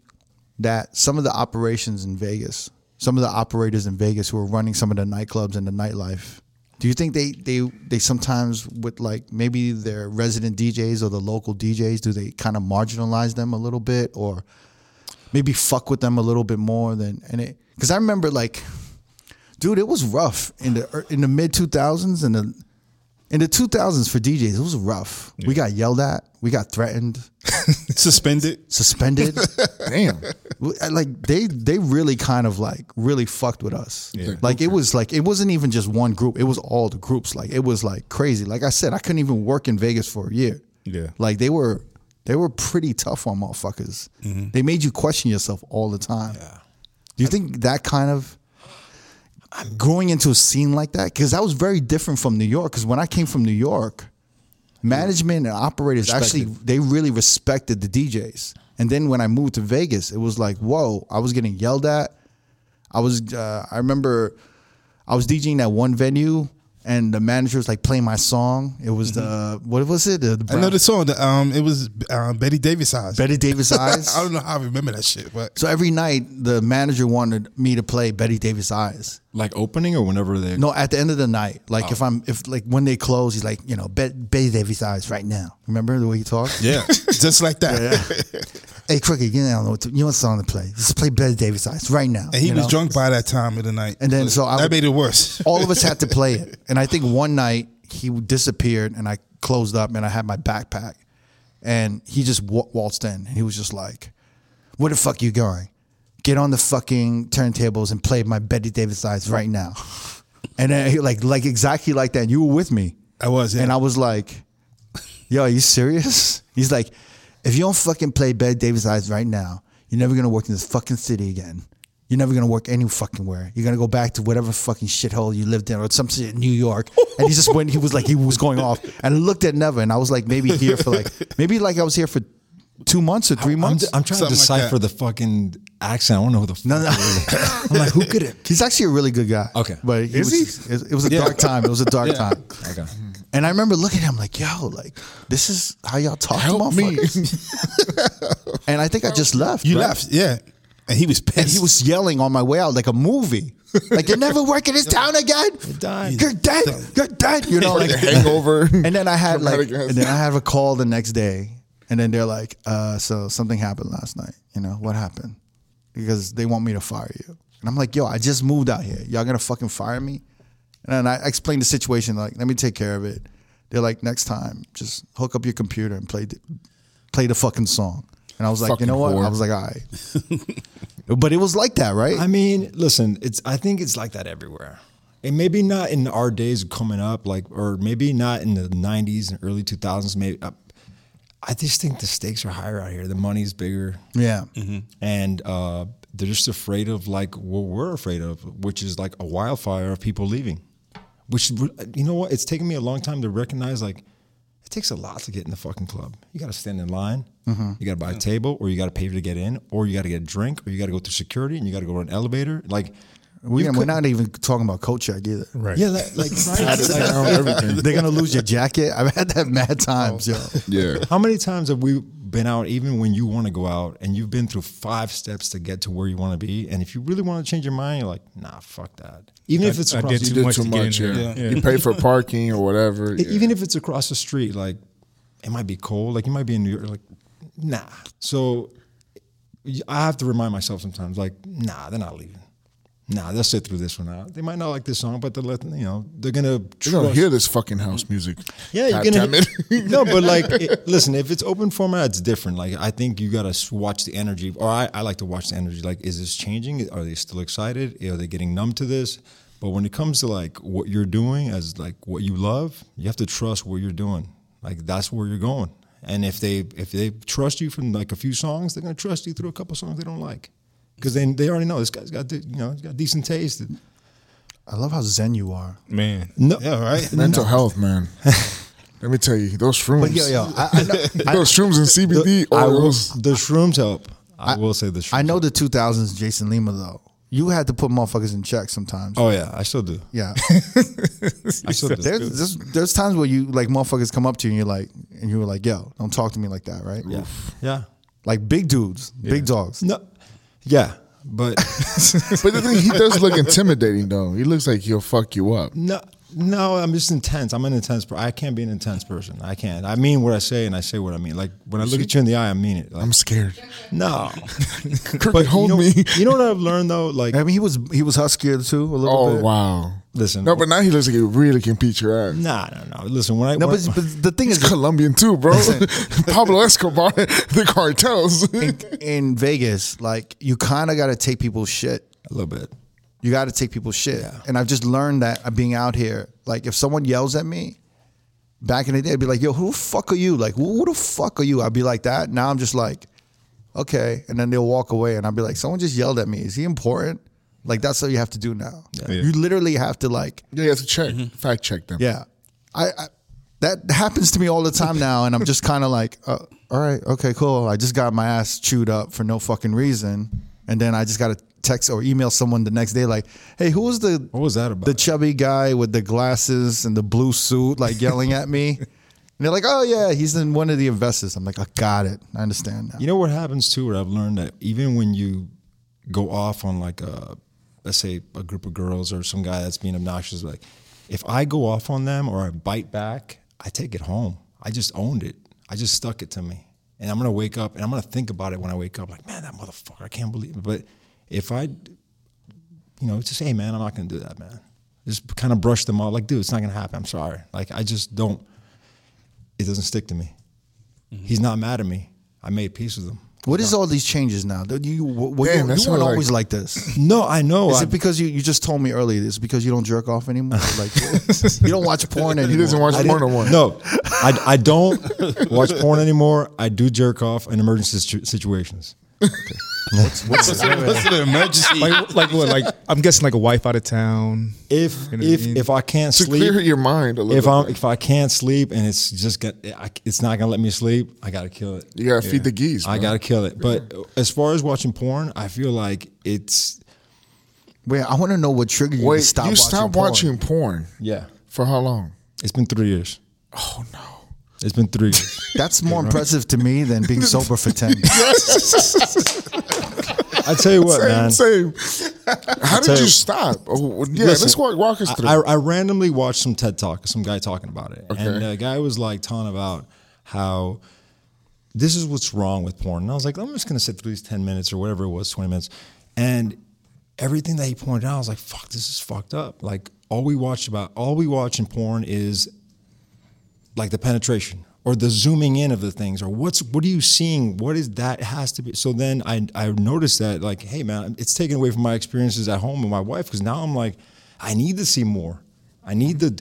[SPEAKER 1] that some of the operations in Vegas, some of the operators in Vegas who are running some of the nightclubs and the nightlife, do you think they they they sometimes with like maybe their resident DJs or the local DJs, do they kind of marginalize them a little bit or maybe fuck with them a little bit more than and it? Because I remember like, dude, it was rough in the er- in the mid two thousands and the. In the 2000s for DJs, it was rough. We got yelled at. We got threatened
[SPEAKER 2] Suspended.
[SPEAKER 1] suspended.
[SPEAKER 5] Damn.
[SPEAKER 1] W- like they they really kind of like really fucked with us. Like it was like it wasn't even just one group. It was all the groups. Like it was like crazy. Like I said, I couldn't even work in Vegas for a year.
[SPEAKER 3] Yeah.
[SPEAKER 1] Like they were they were pretty tough on motherfuckers. They made you question yourself all the time. Do you think that kind of growing into a scene like that? Because that was very different from New York. Because when I came from New York, management and operators actually they really respected the DJs. And then when I moved to Vegas, it was like, whoa! I was getting yelled at. I was uh, I remember I was DJing at one venue. And the manager was like playing my song. It was the what was it? The, the
[SPEAKER 2] Mm-hmm. I know the song. the, Um, it was uh, Betty Davis eyes.
[SPEAKER 1] Betty Davis eyes.
[SPEAKER 2] I don't know how I remember that shit, but
[SPEAKER 1] So every night the manager wanted me to play Betty Davis eyes.
[SPEAKER 4] Like opening or whenever they
[SPEAKER 1] No, at the end of the night, like
[SPEAKER 2] Oh.
[SPEAKER 1] if I'm if like when they close, he's like, you know, Bet Betty Davis eyes right now. Remember the way he talks?
[SPEAKER 2] yeah, just like that.
[SPEAKER 1] Hey, Crooked, you know, what to- you know what song to play? Just play Betty Davis eyes right now.
[SPEAKER 2] And he
[SPEAKER 1] you
[SPEAKER 2] was
[SPEAKER 1] know? Oh.
[SPEAKER 2] drunk by that time of the night.
[SPEAKER 1] And then so I
[SPEAKER 2] that
[SPEAKER 1] would-
[SPEAKER 2] made it worse.
[SPEAKER 1] All of us had to play it, and I think one night he disappeared, and I closed up, and I had my backpack, and he just wa- waltzed in, and he was just like, "Where the fuck you going? Get on the fucking turntables and play my Betty Davis eyes right now." And then he like like exactly like that. And you were with me.
[SPEAKER 2] I was, yeah.
[SPEAKER 1] And I was like, yo, are you serious? He's like, if you don't fucking play Bed Davis Eyes right now, you're never gonna work in this fucking city again. You're never gonna work any fucking where. You're gonna go back to whatever fucking shithole you lived in or some shit in New York. And he just went. He was like he was going off and I looked at Never, and I was like maybe here for like maybe like I was here for two months or three
[SPEAKER 4] I'm,
[SPEAKER 1] months.
[SPEAKER 4] I'm trying to
[SPEAKER 2] Something like
[SPEAKER 4] decipher
[SPEAKER 2] that.
[SPEAKER 4] the fucking accent. I don't know who the fuck.
[SPEAKER 1] no.
[SPEAKER 4] it is. I'm like, who could it?
[SPEAKER 1] He's actually a really good guy.
[SPEAKER 4] Okay.
[SPEAKER 1] but he
[SPEAKER 4] Is
[SPEAKER 1] was, It, it was a dark time. It was a dark time.
[SPEAKER 4] Okay.
[SPEAKER 1] And I remember looking at him like, yo, like this is how y'all talk
[SPEAKER 5] Help
[SPEAKER 1] to
[SPEAKER 5] me.
[SPEAKER 1] motherfuckers. And I think I just left.
[SPEAKER 2] You
[SPEAKER 1] bro.
[SPEAKER 2] left, yeah. And he was
[SPEAKER 1] And
[SPEAKER 2] pissed.
[SPEAKER 1] he was yelling on my way out like a movie. Like you're never working this town again. You're
[SPEAKER 4] dying.
[SPEAKER 1] You're dead. You're dead. You know,
[SPEAKER 5] Or
[SPEAKER 1] like
[SPEAKER 5] the hangover.
[SPEAKER 1] and then I had like,
[SPEAKER 5] Traumatic
[SPEAKER 1] and then I have a call the next day, and then they're like, uh, "So something happened last night. You know what happened? Because they want me to fire you." And I'm like, "Yo, I just moved out here. Y'all gonna fucking fire me?" And then I explained the situation. Like, let me take care of it. They're like, "Next time, just hook up your computer and play, the, play the fucking song." And I was like,
[SPEAKER 5] Fucking
[SPEAKER 1] "You know what?"
[SPEAKER 5] whore.
[SPEAKER 1] I was like, "All right." but it was like that, right?
[SPEAKER 4] I mean, listen, it's. I think it's like that everywhere. And maybe not in our days coming up, like, or maybe not in the '90s and early 2000s. Maybe uh, I just think the stakes are higher out here. The money's bigger,
[SPEAKER 1] yeah.
[SPEAKER 4] Mm-hmm. and uh, they're just afraid of like what we're afraid of, which is like a wildfire of people leaving. Which you know what? It's taken me a long time to recognize. Like, it takes a lot to get in the fucking club. You got to stand in line. You got to buy a table, or you got to pay to get in, or you got to get a drink, or you got to go through security, and you got to go to an elevator. Like,
[SPEAKER 1] We,
[SPEAKER 4] you
[SPEAKER 1] we're
[SPEAKER 4] could-
[SPEAKER 1] not even talking about coach check either.
[SPEAKER 3] Right.
[SPEAKER 4] Yeah, that, like, right? It's like,
[SPEAKER 1] They're gonna lose your jacket. I've had that mad times, yo.
[SPEAKER 5] Yeah.
[SPEAKER 4] How many times have we been out, even when you want to go out, and you've been through five steps to get to where you want to be, and if you really want to change your mind, you're like, nah, fuck that. Even if it's
[SPEAKER 3] I
[SPEAKER 4] across,
[SPEAKER 3] did
[SPEAKER 5] You
[SPEAKER 3] Too
[SPEAKER 5] did
[SPEAKER 3] much
[SPEAKER 5] too
[SPEAKER 3] to get in
[SPEAKER 5] much.
[SPEAKER 3] here.
[SPEAKER 5] Yeah.
[SPEAKER 3] Yeah.
[SPEAKER 5] You pay for parking or whatever. yeah.
[SPEAKER 4] e, even if it's across the street, like it might be cold, like you might be in New York, like nah. So y- I have to remind myself sometimes, like nah, they're not leaving. Nah, they'll sit through this one out. They might not like this song, but they're letting you know they're gonna.
[SPEAKER 5] You're gonna
[SPEAKER 4] trust-
[SPEAKER 5] hear this fucking house music.
[SPEAKER 4] Yeah, you're
[SPEAKER 5] God
[SPEAKER 4] gonna
[SPEAKER 5] damn it.
[SPEAKER 4] no, but like, it, listen, if it's open format, it's different. Like, I think you gotta s- watch the energy, or I, I like to watch the energy. Like, is this changing? Are they still excited? Are they getting numb to this? But when it comes to like what you're doing as like what you love, you have to trust what you're doing. Like that's where you're going. And if they if they trust you from like a few songs, they're gonna trust you through a couple songs they don't like, because they they already know this guy's got de- you know he's got decent taste.
[SPEAKER 1] I love how zen you are.
[SPEAKER 3] Man.
[SPEAKER 4] No,
[SPEAKER 2] yeah, right.
[SPEAKER 5] Mental health, man. Let me tell you, those shrooms.
[SPEAKER 1] But yo, yo, I, I, know, I,
[SPEAKER 5] those shrooms and CBD
[SPEAKER 4] I will,
[SPEAKER 5] oils.
[SPEAKER 4] the shrooms help. I, will say the shrooms.
[SPEAKER 1] I know the 2000s Jason Lima though. You had to put motherfuckers in check sometimes.
[SPEAKER 4] Oh yeah, I still do.
[SPEAKER 1] Yeah,
[SPEAKER 4] I still do.
[SPEAKER 1] there's, there's there's times where you like motherfuckers come up to you and you're like, and you were like, yo, don't talk to me like that, right?
[SPEAKER 4] Yeah. Yeah.
[SPEAKER 1] Like big dudes, big dogs.
[SPEAKER 4] No. Yeah. But
[SPEAKER 5] But the thing, he does look intimidating though. He looks like he'll fuck you up.
[SPEAKER 4] no, no, I'm just intense. I'm an intense person. I can't be an intense person. I can't. I mean what I say and I say what I mean. Like when I look at you in the eye, I mean it. Like,
[SPEAKER 5] I'm scared.
[SPEAKER 4] no.
[SPEAKER 5] Kirby,
[SPEAKER 4] But
[SPEAKER 5] hold
[SPEAKER 4] you know,
[SPEAKER 5] me.
[SPEAKER 4] You know what I've learned though? Like,
[SPEAKER 1] I mean, he was he was huskier too a little
[SPEAKER 5] Oh
[SPEAKER 1] bit.
[SPEAKER 5] wow.
[SPEAKER 4] listen.
[SPEAKER 5] No, but now he looks like he really can beat your ass.
[SPEAKER 4] nah, no, no. Listen, when I
[SPEAKER 1] No,
[SPEAKER 4] when-
[SPEAKER 1] but, but the thing
[SPEAKER 5] He's
[SPEAKER 1] is,
[SPEAKER 5] Colombian too, bro. Pablo Escobar, the cartels.
[SPEAKER 1] in, in Vegas, like you kind of got to take people's shit.
[SPEAKER 4] a little bit.
[SPEAKER 1] You got to take people's shit. And I've just learned that uh, being out here, like if someone yells at me, back in the day, I'd be like, yo, who the fuck are you? Like, who who the fuck are you? I'd be like that. Now I'm just like, okay. And then they'll walk away and I'd be like, someone just yelled at me. Is he important? Like, that's what you have to do now.
[SPEAKER 3] Yeah.
[SPEAKER 1] You literally have to, like,
[SPEAKER 5] Yeah, you have to check,
[SPEAKER 4] Mm-hmm.
[SPEAKER 5] fact check them.
[SPEAKER 1] yeah. I, I That happens to me all the time now. And I'm just kind of like, uh, all right, okay, cool. I just got my ass chewed up for no fucking reason. And then I just got to text or email someone the next day, like, hey, who was the
[SPEAKER 4] What was that about?
[SPEAKER 1] the chubby guy with the glasses and the blue suit, like yelling at me. And they're like, "Oh yeah, he's in one of the investors." I'm like, "I got it. I understand now."
[SPEAKER 4] You know what happens too? What I've learned that even when you go off on like a, let's say a group of girls or some guy that's being obnoxious, like if I go off on them or I bite back, I take it home. I just owned it. I just stuck it to me, and I'm gonna wake up and I'm gonna think about it when I wake up. Like, man, that motherfucker, I can't believe it. But if I, you know, just hey, man, I'm not gonna do that, man. Just kind of brush them off, like, dude, it's not gonna happen. I'm sorry. Like, I just don't. It doesn't stick to me. He's not mad at me. I made peace with him.
[SPEAKER 1] What is all these changes now? That You, what- what- you,
[SPEAKER 5] Damn, that
[SPEAKER 1] you weren't
[SPEAKER 5] sounds like-
[SPEAKER 1] always like this.
[SPEAKER 4] No, I know.
[SPEAKER 1] Is
[SPEAKER 4] I-
[SPEAKER 1] it because you, you just told me earlier? It's because you don't jerk off anymore. Like you don't watch porn anymore.
[SPEAKER 5] He doesn't watch
[SPEAKER 4] I didn't-
[SPEAKER 5] porn no more.
[SPEAKER 4] No, I, I don't watch porn anymore. I do jerk off in emergency situ- situations.
[SPEAKER 2] What's the, what's the emergency?
[SPEAKER 3] Like, like what? Like I'm guessing like a wife out of town.
[SPEAKER 4] If
[SPEAKER 3] You know what I
[SPEAKER 4] if
[SPEAKER 3] mean?
[SPEAKER 4] if I can't
[SPEAKER 5] to
[SPEAKER 4] sleep,
[SPEAKER 5] clear your mind a little.
[SPEAKER 4] if
[SPEAKER 5] bit.
[SPEAKER 4] I'm if I can't sleep and it's just got, I, it's not gonna let me sleep, I gotta kill it.
[SPEAKER 5] you gotta feed the geese.
[SPEAKER 4] I
[SPEAKER 5] bro.
[SPEAKER 4] gotta kill it. But as far as watching porn, I feel like it's
[SPEAKER 1] Wait, I want to know what triggered you
[SPEAKER 5] Wait,
[SPEAKER 1] to stop
[SPEAKER 5] you
[SPEAKER 1] watching
[SPEAKER 5] stop
[SPEAKER 1] porn.
[SPEAKER 5] watching porn
[SPEAKER 4] yeah.
[SPEAKER 5] for how long?
[SPEAKER 4] It's been three years.
[SPEAKER 5] Oh no.
[SPEAKER 4] It's been three years.
[SPEAKER 1] That's more impressive to me than being sober for 10 years.
[SPEAKER 4] I tell you what, man.
[SPEAKER 5] Same, same. How
[SPEAKER 4] tell
[SPEAKER 5] did you
[SPEAKER 4] you-
[SPEAKER 5] stop? Oh, yeah, let's walk, walk us through.
[SPEAKER 4] I, I randomly watched some TED talk, some guy talking about it, and
[SPEAKER 5] Okay.
[SPEAKER 4] the guy was like talking about how this is what's wrong with porn, and I was like, I'm just gonna sit through these ten minutes or whatever it was, twenty minutes, and everything that he pointed out, I was like, fuck, this is fucked up. Like all we watch about, all we watch in porn is like the penetration or the zooming in of the things or what's what are you seeing what is that has to be so then i i noticed that like hey man it's taken away from my experiences at home with my wife because now i'm like i need to see more i need the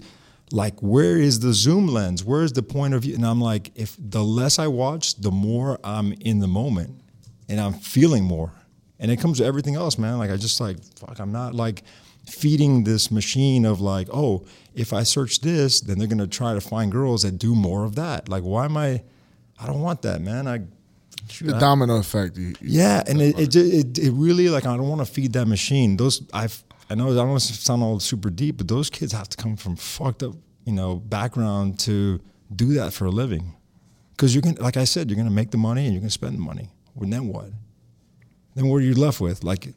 [SPEAKER 4] like where is the zoom lens where is the point of view and i'm like if the less i watch the more i'm in the moment and i'm feeling more and it comes to everything else man like i just like fuck i'm not like feeding this machine of like oh if i search this then they're going to try to find girls that do more of that like why am i i don't want that man i
[SPEAKER 5] the domino effect. You- you-
[SPEAKER 4] yeah and it, it, ju- it it really like i don't want to feed that machine those i've i know i don't want to sound all super deep but those kids have to come from fucked up you know background to do that for a living because you're going to like i said you're going to make the money and you're going to spend the money and then what then what are you left with like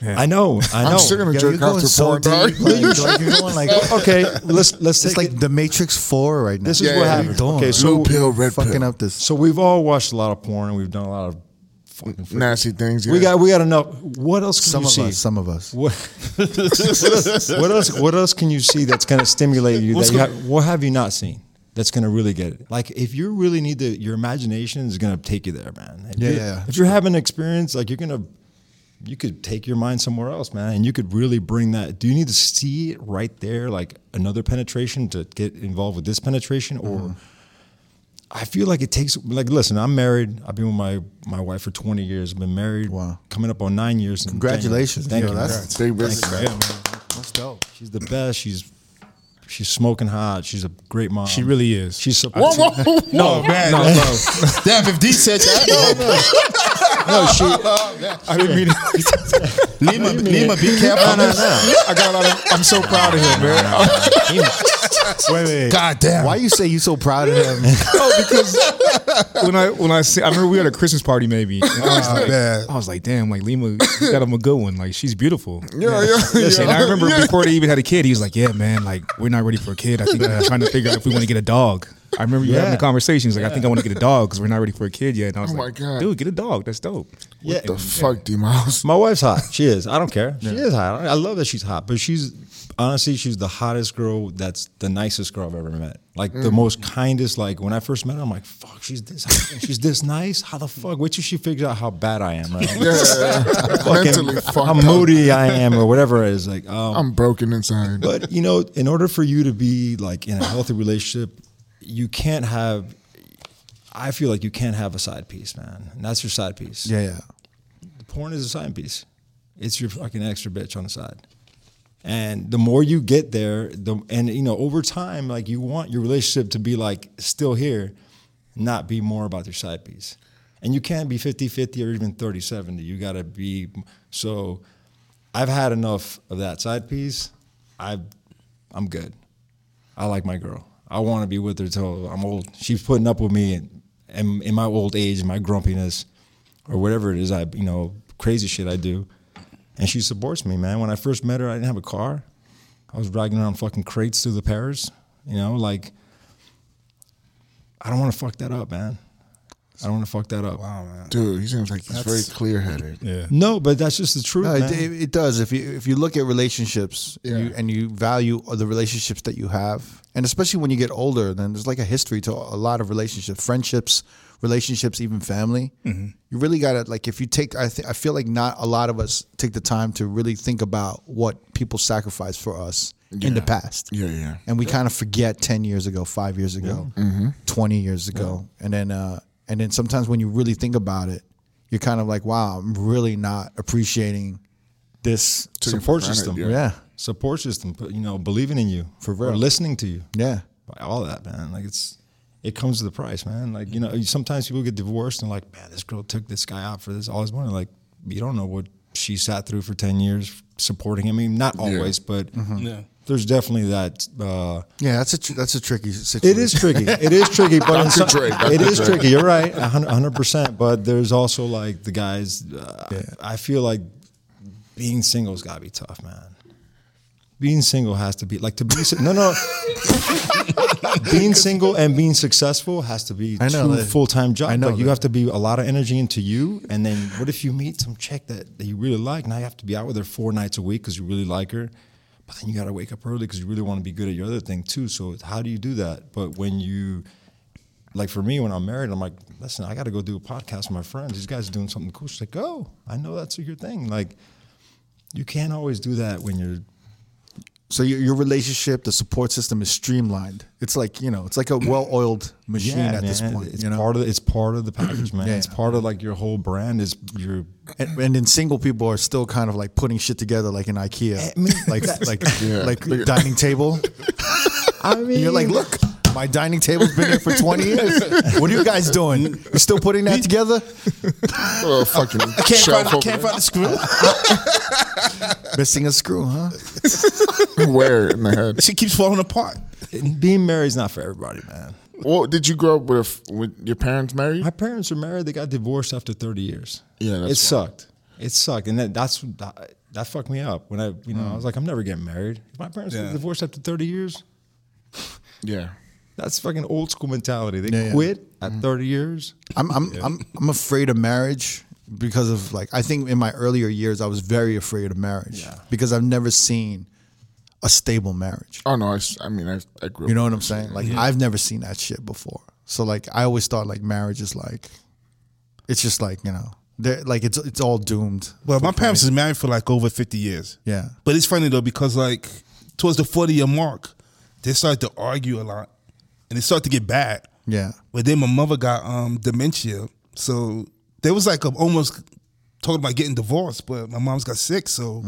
[SPEAKER 4] I know, I know.
[SPEAKER 5] I'm still gonna
[SPEAKER 1] Yo, you're
[SPEAKER 5] jerk
[SPEAKER 1] going
[SPEAKER 5] off to
[SPEAKER 1] so
[SPEAKER 5] porn, dog.
[SPEAKER 1] deep, man. Like, you're going like,
[SPEAKER 4] okay, let's let's take
[SPEAKER 1] it's like
[SPEAKER 4] it-
[SPEAKER 1] the Matrix 4 right now.
[SPEAKER 4] This is
[SPEAKER 5] Yeah, what yeah,
[SPEAKER 4] happened.
[SPEAKER 1] Doing,
[SPEAKER 4] Okay,
[SPEAKER 5] Blue
[SPEAKER 4] so-
[SPEAKER 5] pill, red
[SPEAKER 1] fucking
[SPEAKER 5] pill.
[SPEAKER 1] up this.
[SPEAKER 4] So we've all watched a lot of porn and we've done a lot of fucking. freak-
[SPEAKER 5] Nasty things. Yeah.
[SPEAKER 4] We got we got enough. What else can
[SPEAKER 1] Some
[SPEAKER 4] you
[SPEAKER 1] of
[SPEAKER 4] see?
[SPEAKER 1] us, some of us.
[SPEAKER 4] What, what else? What else can you see that's going to stimulate you? That you have, what have you not seen? That's going to really get it. Like if you really need to, your imagination is going to take you there, man. If
[SPEAKER 1] Yeah,
[SPEAKER 4] you-
[SPEAKER 1] yeah, yeah.
[SPEAKER 4] If you're having an experience, like you're going to. You could take your mind somewhere else, man, and you could really bring that. Do you need to see it right there, like another penetration to get involved with this penetration, or
[SPEAKER 1] Mm-hmm.
[SPEAKER 4] I feel like it takes like listen, I'm married. I've been with my my wife for 20 years. I've been married
[SPEAKER 1] Wow.
[SPEAKER 4] coming up on 9 years. in January.
[SPEAKER 1] Congratulations.
[SPEAKER 4] Thank
[SPEAKER 1] Yo,
[SPEAKER 4] you.
[SPEAKER 1] that's-
[SPEAKER 5] It's big business.
[SPEAKER 3] Yeah, man.
[SPEAKER 1] Let's go.
[SPEAKER 4] She's the best. She's she's smoking hot. She's a great mom.
[SPEAKER 3] She really is.
[SPEAKER 4] she's so
[SPEAKER 5] Whoa, whoa, whoa.
[SPEAKER 2] no, man. No, Damn, if D said that,
[SPEAKER 4] No, she
[SPEAKER 3] I didn't mean it.
[SPEAKER 2] Lima, Lima,
[SPEAKER 4] No,
[SPEAKER 2] be careful.
[SPEAKER 4] no, no.
[SPEAKER 3] I got a lot of. I'm so proud of him, man.
[SPEAKER 4] Wait, wait.
[SPEAKER 2] God damn.
[SPEAKER 1] Why you say you so proud of him?
[SPEAKER 3] No, because when I when I see, I remember we had a Christmas party maybe. And I, was
[SPEAKER 5] Oh,
[SPEAKER 3] like, I was like, damn, like Lima you got him a good one. Like she's beautiful.
[SPEAKER 5] Yeah, yeah,
[SPEAKER 3] Listen,
[SPEAKER 5] yeah.
[SPEAKER 3] I remember before they even had a kid, he was like, yeah, man, like we're not ready for a kid. I think we're trying to figure out if we want to get a dog. I remember you having
[SPEAKER 4] Yeah.
[SPEAKER 3] the conversations like, I think I want to get a dog because we're not ready for a kid yet. And I was
[SPEAKER 5] Oh my
[SPEAKER 3] like,
[SPEAKER 5] God.
[SPEAKER 3] dude, get a dog. That's dope.
[SPEAKER 4] Yeah.
[SPEAKER 5] The fuck, D Miles.
[SPEAKER 4] My wife's hot. She is. I don't care. She is hot. I love that she's hot, but she's honestly she's the hottest girl. That's the nicest girl I've ever met. Like the most kindest. Like when I first met her, I'm like, fuck, she's this. hot and she's this nice. How the fuck? Wait till she figures out how bad I am. Right?
[SPEAKER 5] Mentally fucked
[SPEAKER 4] how
[SPEAKER 5] up.
[SPEAKER 4] moody I am, or whatever it is. Like, um,
[SPEAKER 5] I'm broken inside.
[SPEAKER 4] but you know, in order for you to be like in a healthy relationship, you can't have. I feel like you can't have a side piece, man. And that's your side piece.
[SPEAKER 1] Yeah, yeah.
[SPEAKER 4] Porn is a side piece. It's your fucking extra bitch on the side. And the more you get there, the and you know, over time, like you want your relationship to be like still here, not be more about your side piece. And you can't be 50-50 or even 30-70. You gotta be so I've had enough of that side piece. I I'm good. I like my girl. I want to be with her till I'm old. She's putting up with me and, and in my old age, my grumpiness, or whatever it is I you know crazy shit I do, and she supports me, man. When I first met her, I didn't have a car. I was dragging around fucking crates through the Paris, you know, like. I don't want to fuck that up, man. I don't want to fuck that up. Wow, man.
[SPEAKER 5] Dude, he seems like he's very clear headed.
[SPEAKER 3] Yeah.
[SPEAKER 4] No, but that's just the truth,
[SPEAKER 1] No,
[SPEAKER 4] man.
[SPEAKER 1] it, it, it does. If you if you look at relationships
[SPEAKER 5] Yeah.
[SPEAKER 1] you, and you value the relationships that you have, and especially when you get older, then there's like a history to a lot of relationships, friendships, relationships, even family. You really gotta like if you take. I th- I feel like not a lot of us take the time to really think about what people sacrificed for us in the past.
[SPEAKER 5] Yeah, yeah.
[SPEAKER 1] and we kind of forget 10 years ago 5 Mm-hmm. years ago 20 years ago and then uh, and then sometimes when you really think about it you're kind of like, wow, I'm really not appreciating this.
[SPEAKER 4] support
[SPEAKER 5] granted,
[SPEAKER 4] system.
[SPEAKER 5] yeah.
[SPEAKER 1] Yeah,
[SPEAKER 4] Support system. but, You know, believing in you
[SPEAKER 1] For real.
[SPEAKER 4] or listening to you.
[SPEAKER 1] yeah,
[SPEAKER 4] all that, man. Like it's it comes to the price, man. Like you know, sometimes people get divorced and like, man, this girl took this guy out for this all his money. Like you don't know what she sat through for ten years supporting him. I mean, not always, but
[SPEAKER 2] Yeah.
[SPEAKER 4] there's definitely that. Uh,
[SPEAKER 1] yeah. That's a tr- that's a tricky situation.
[SPEAKER 4] it is tricky. It is tricky, but in some,
[SPEAKER 5] Dre, Dr.
[SPEAKER 4] it is
[SPEAKER 5] Dre.
[SPEAKER 4] tricky. You're right, a hundred a hundred percent. But there's also like the guys. Uh, I feel like being single's got to be tough, man. Being single has to be like to be si- no no. being single and being successful has to be
[SPEAKER 1] I know
[SPEAKER 4] two
[SPEAKER 1] that.
[SPEAKER 4] full time jobs.
[SPEAKER 1] I know
[SPEAKER 4] like you
[SPEAKER 1] that.
[SPEAKER 4] have to be a lot of energy into you, and then what if you meet some chick that, that you really like? Now you have to be out with her four nights a week because you really like her, but then you got to wake up early because you really want to be good at your other thing too. So how do you do that? But when you like for me, when I'm married, I'm like, listen, I got to go do a podcast with my friends. These guys are doing something cool. She's like, oh, I know that's your thing. Like, you can't always do that when you're
[SPEAKER 1] So your, your relationship, the support system is streamlined. It's like you know, it's like a well-oiled machine at this
[SPEAKER 4] man.
[SPEAKER 1] point.
[SPEAKER 4] It's
[SPEAKER 1] you know,
[SPEAKER 4] part of it's part of the package, man.
[SPEAKER 1] Yeah.
[SPEAKER 4] It's part of like your whole brand is your.
[SPEAKER 1] and, and then single people are still kind of like putting shit together, like in IKEA,
[SPEAKER 4] I mean,
[SPEAKER 1] like like
[SPEAKER 5] Yeah.
[SPEAKER 1] like dining table.
[SPEAKER 4] I mean,
[SPEAKER 1] And you're like, look, my dining table's been here for 20 years. What are you guys doing? You still putting that together?
[SPEAKER 5] Oh, fucking shelf over there.
[SPEAKER 4] the screw.
[SPEAKER 1] Missing a screw, huh?
[SPEAKER 5] Where in the head?
[SPEAKER 2] She keeps falling apart.
[SPEAKER 4] Being married is not for everybody, man.
[SPEAKER 5] Well, did you grow up with a f- with your parents married?
[SPEAKER 4] My parents were married. They got divorced after 30 years.
[SPEAKER 5] Yeah, that's
[SPEAKER 4] it sucked. It sucked, and that, that's that, that fucked me up. When I, you know, I was like, I'm never getting married. If my parents
[SPEAKER 2] Yeah.
[SPEAKER 4] got divorced after 30 years,
[SPEAKER 5] Yeah.
[SPEAKER 4] that's fucking old school mentality. They
[SPEAKER 1] Yeah, yeah.
[SPEAKER 4] quit at 30 years.
[SPEAKER 1] I'm I'm I'm I'm afraid of marriage because of like I think in my earlier years I was very afraid of marriage because I've never seen a stable marriage.
[SPEAKER 5] Oh no, I, s- I mean I, I grew up.
[SPEAKER 1] You know what I'm saying? Like I've never seen that shit before. So like I always thought like marriage is like it's just like, you know, they're- like it's it's all doomed.
[SPEAKER 2] Well, my parents is married for like over fifty years.
[SPEAKER 1] Yeah.
[SPEAKER 2] But it's funny though because like towards the forty year mark, they started to argue a lot, and it started to get bad.
[SPEAKER 1] Yeah.
[SPEAKER 2] But then my mother got um dementia, so there was like a, almost talking about getting divorced. But my mom's got sick, so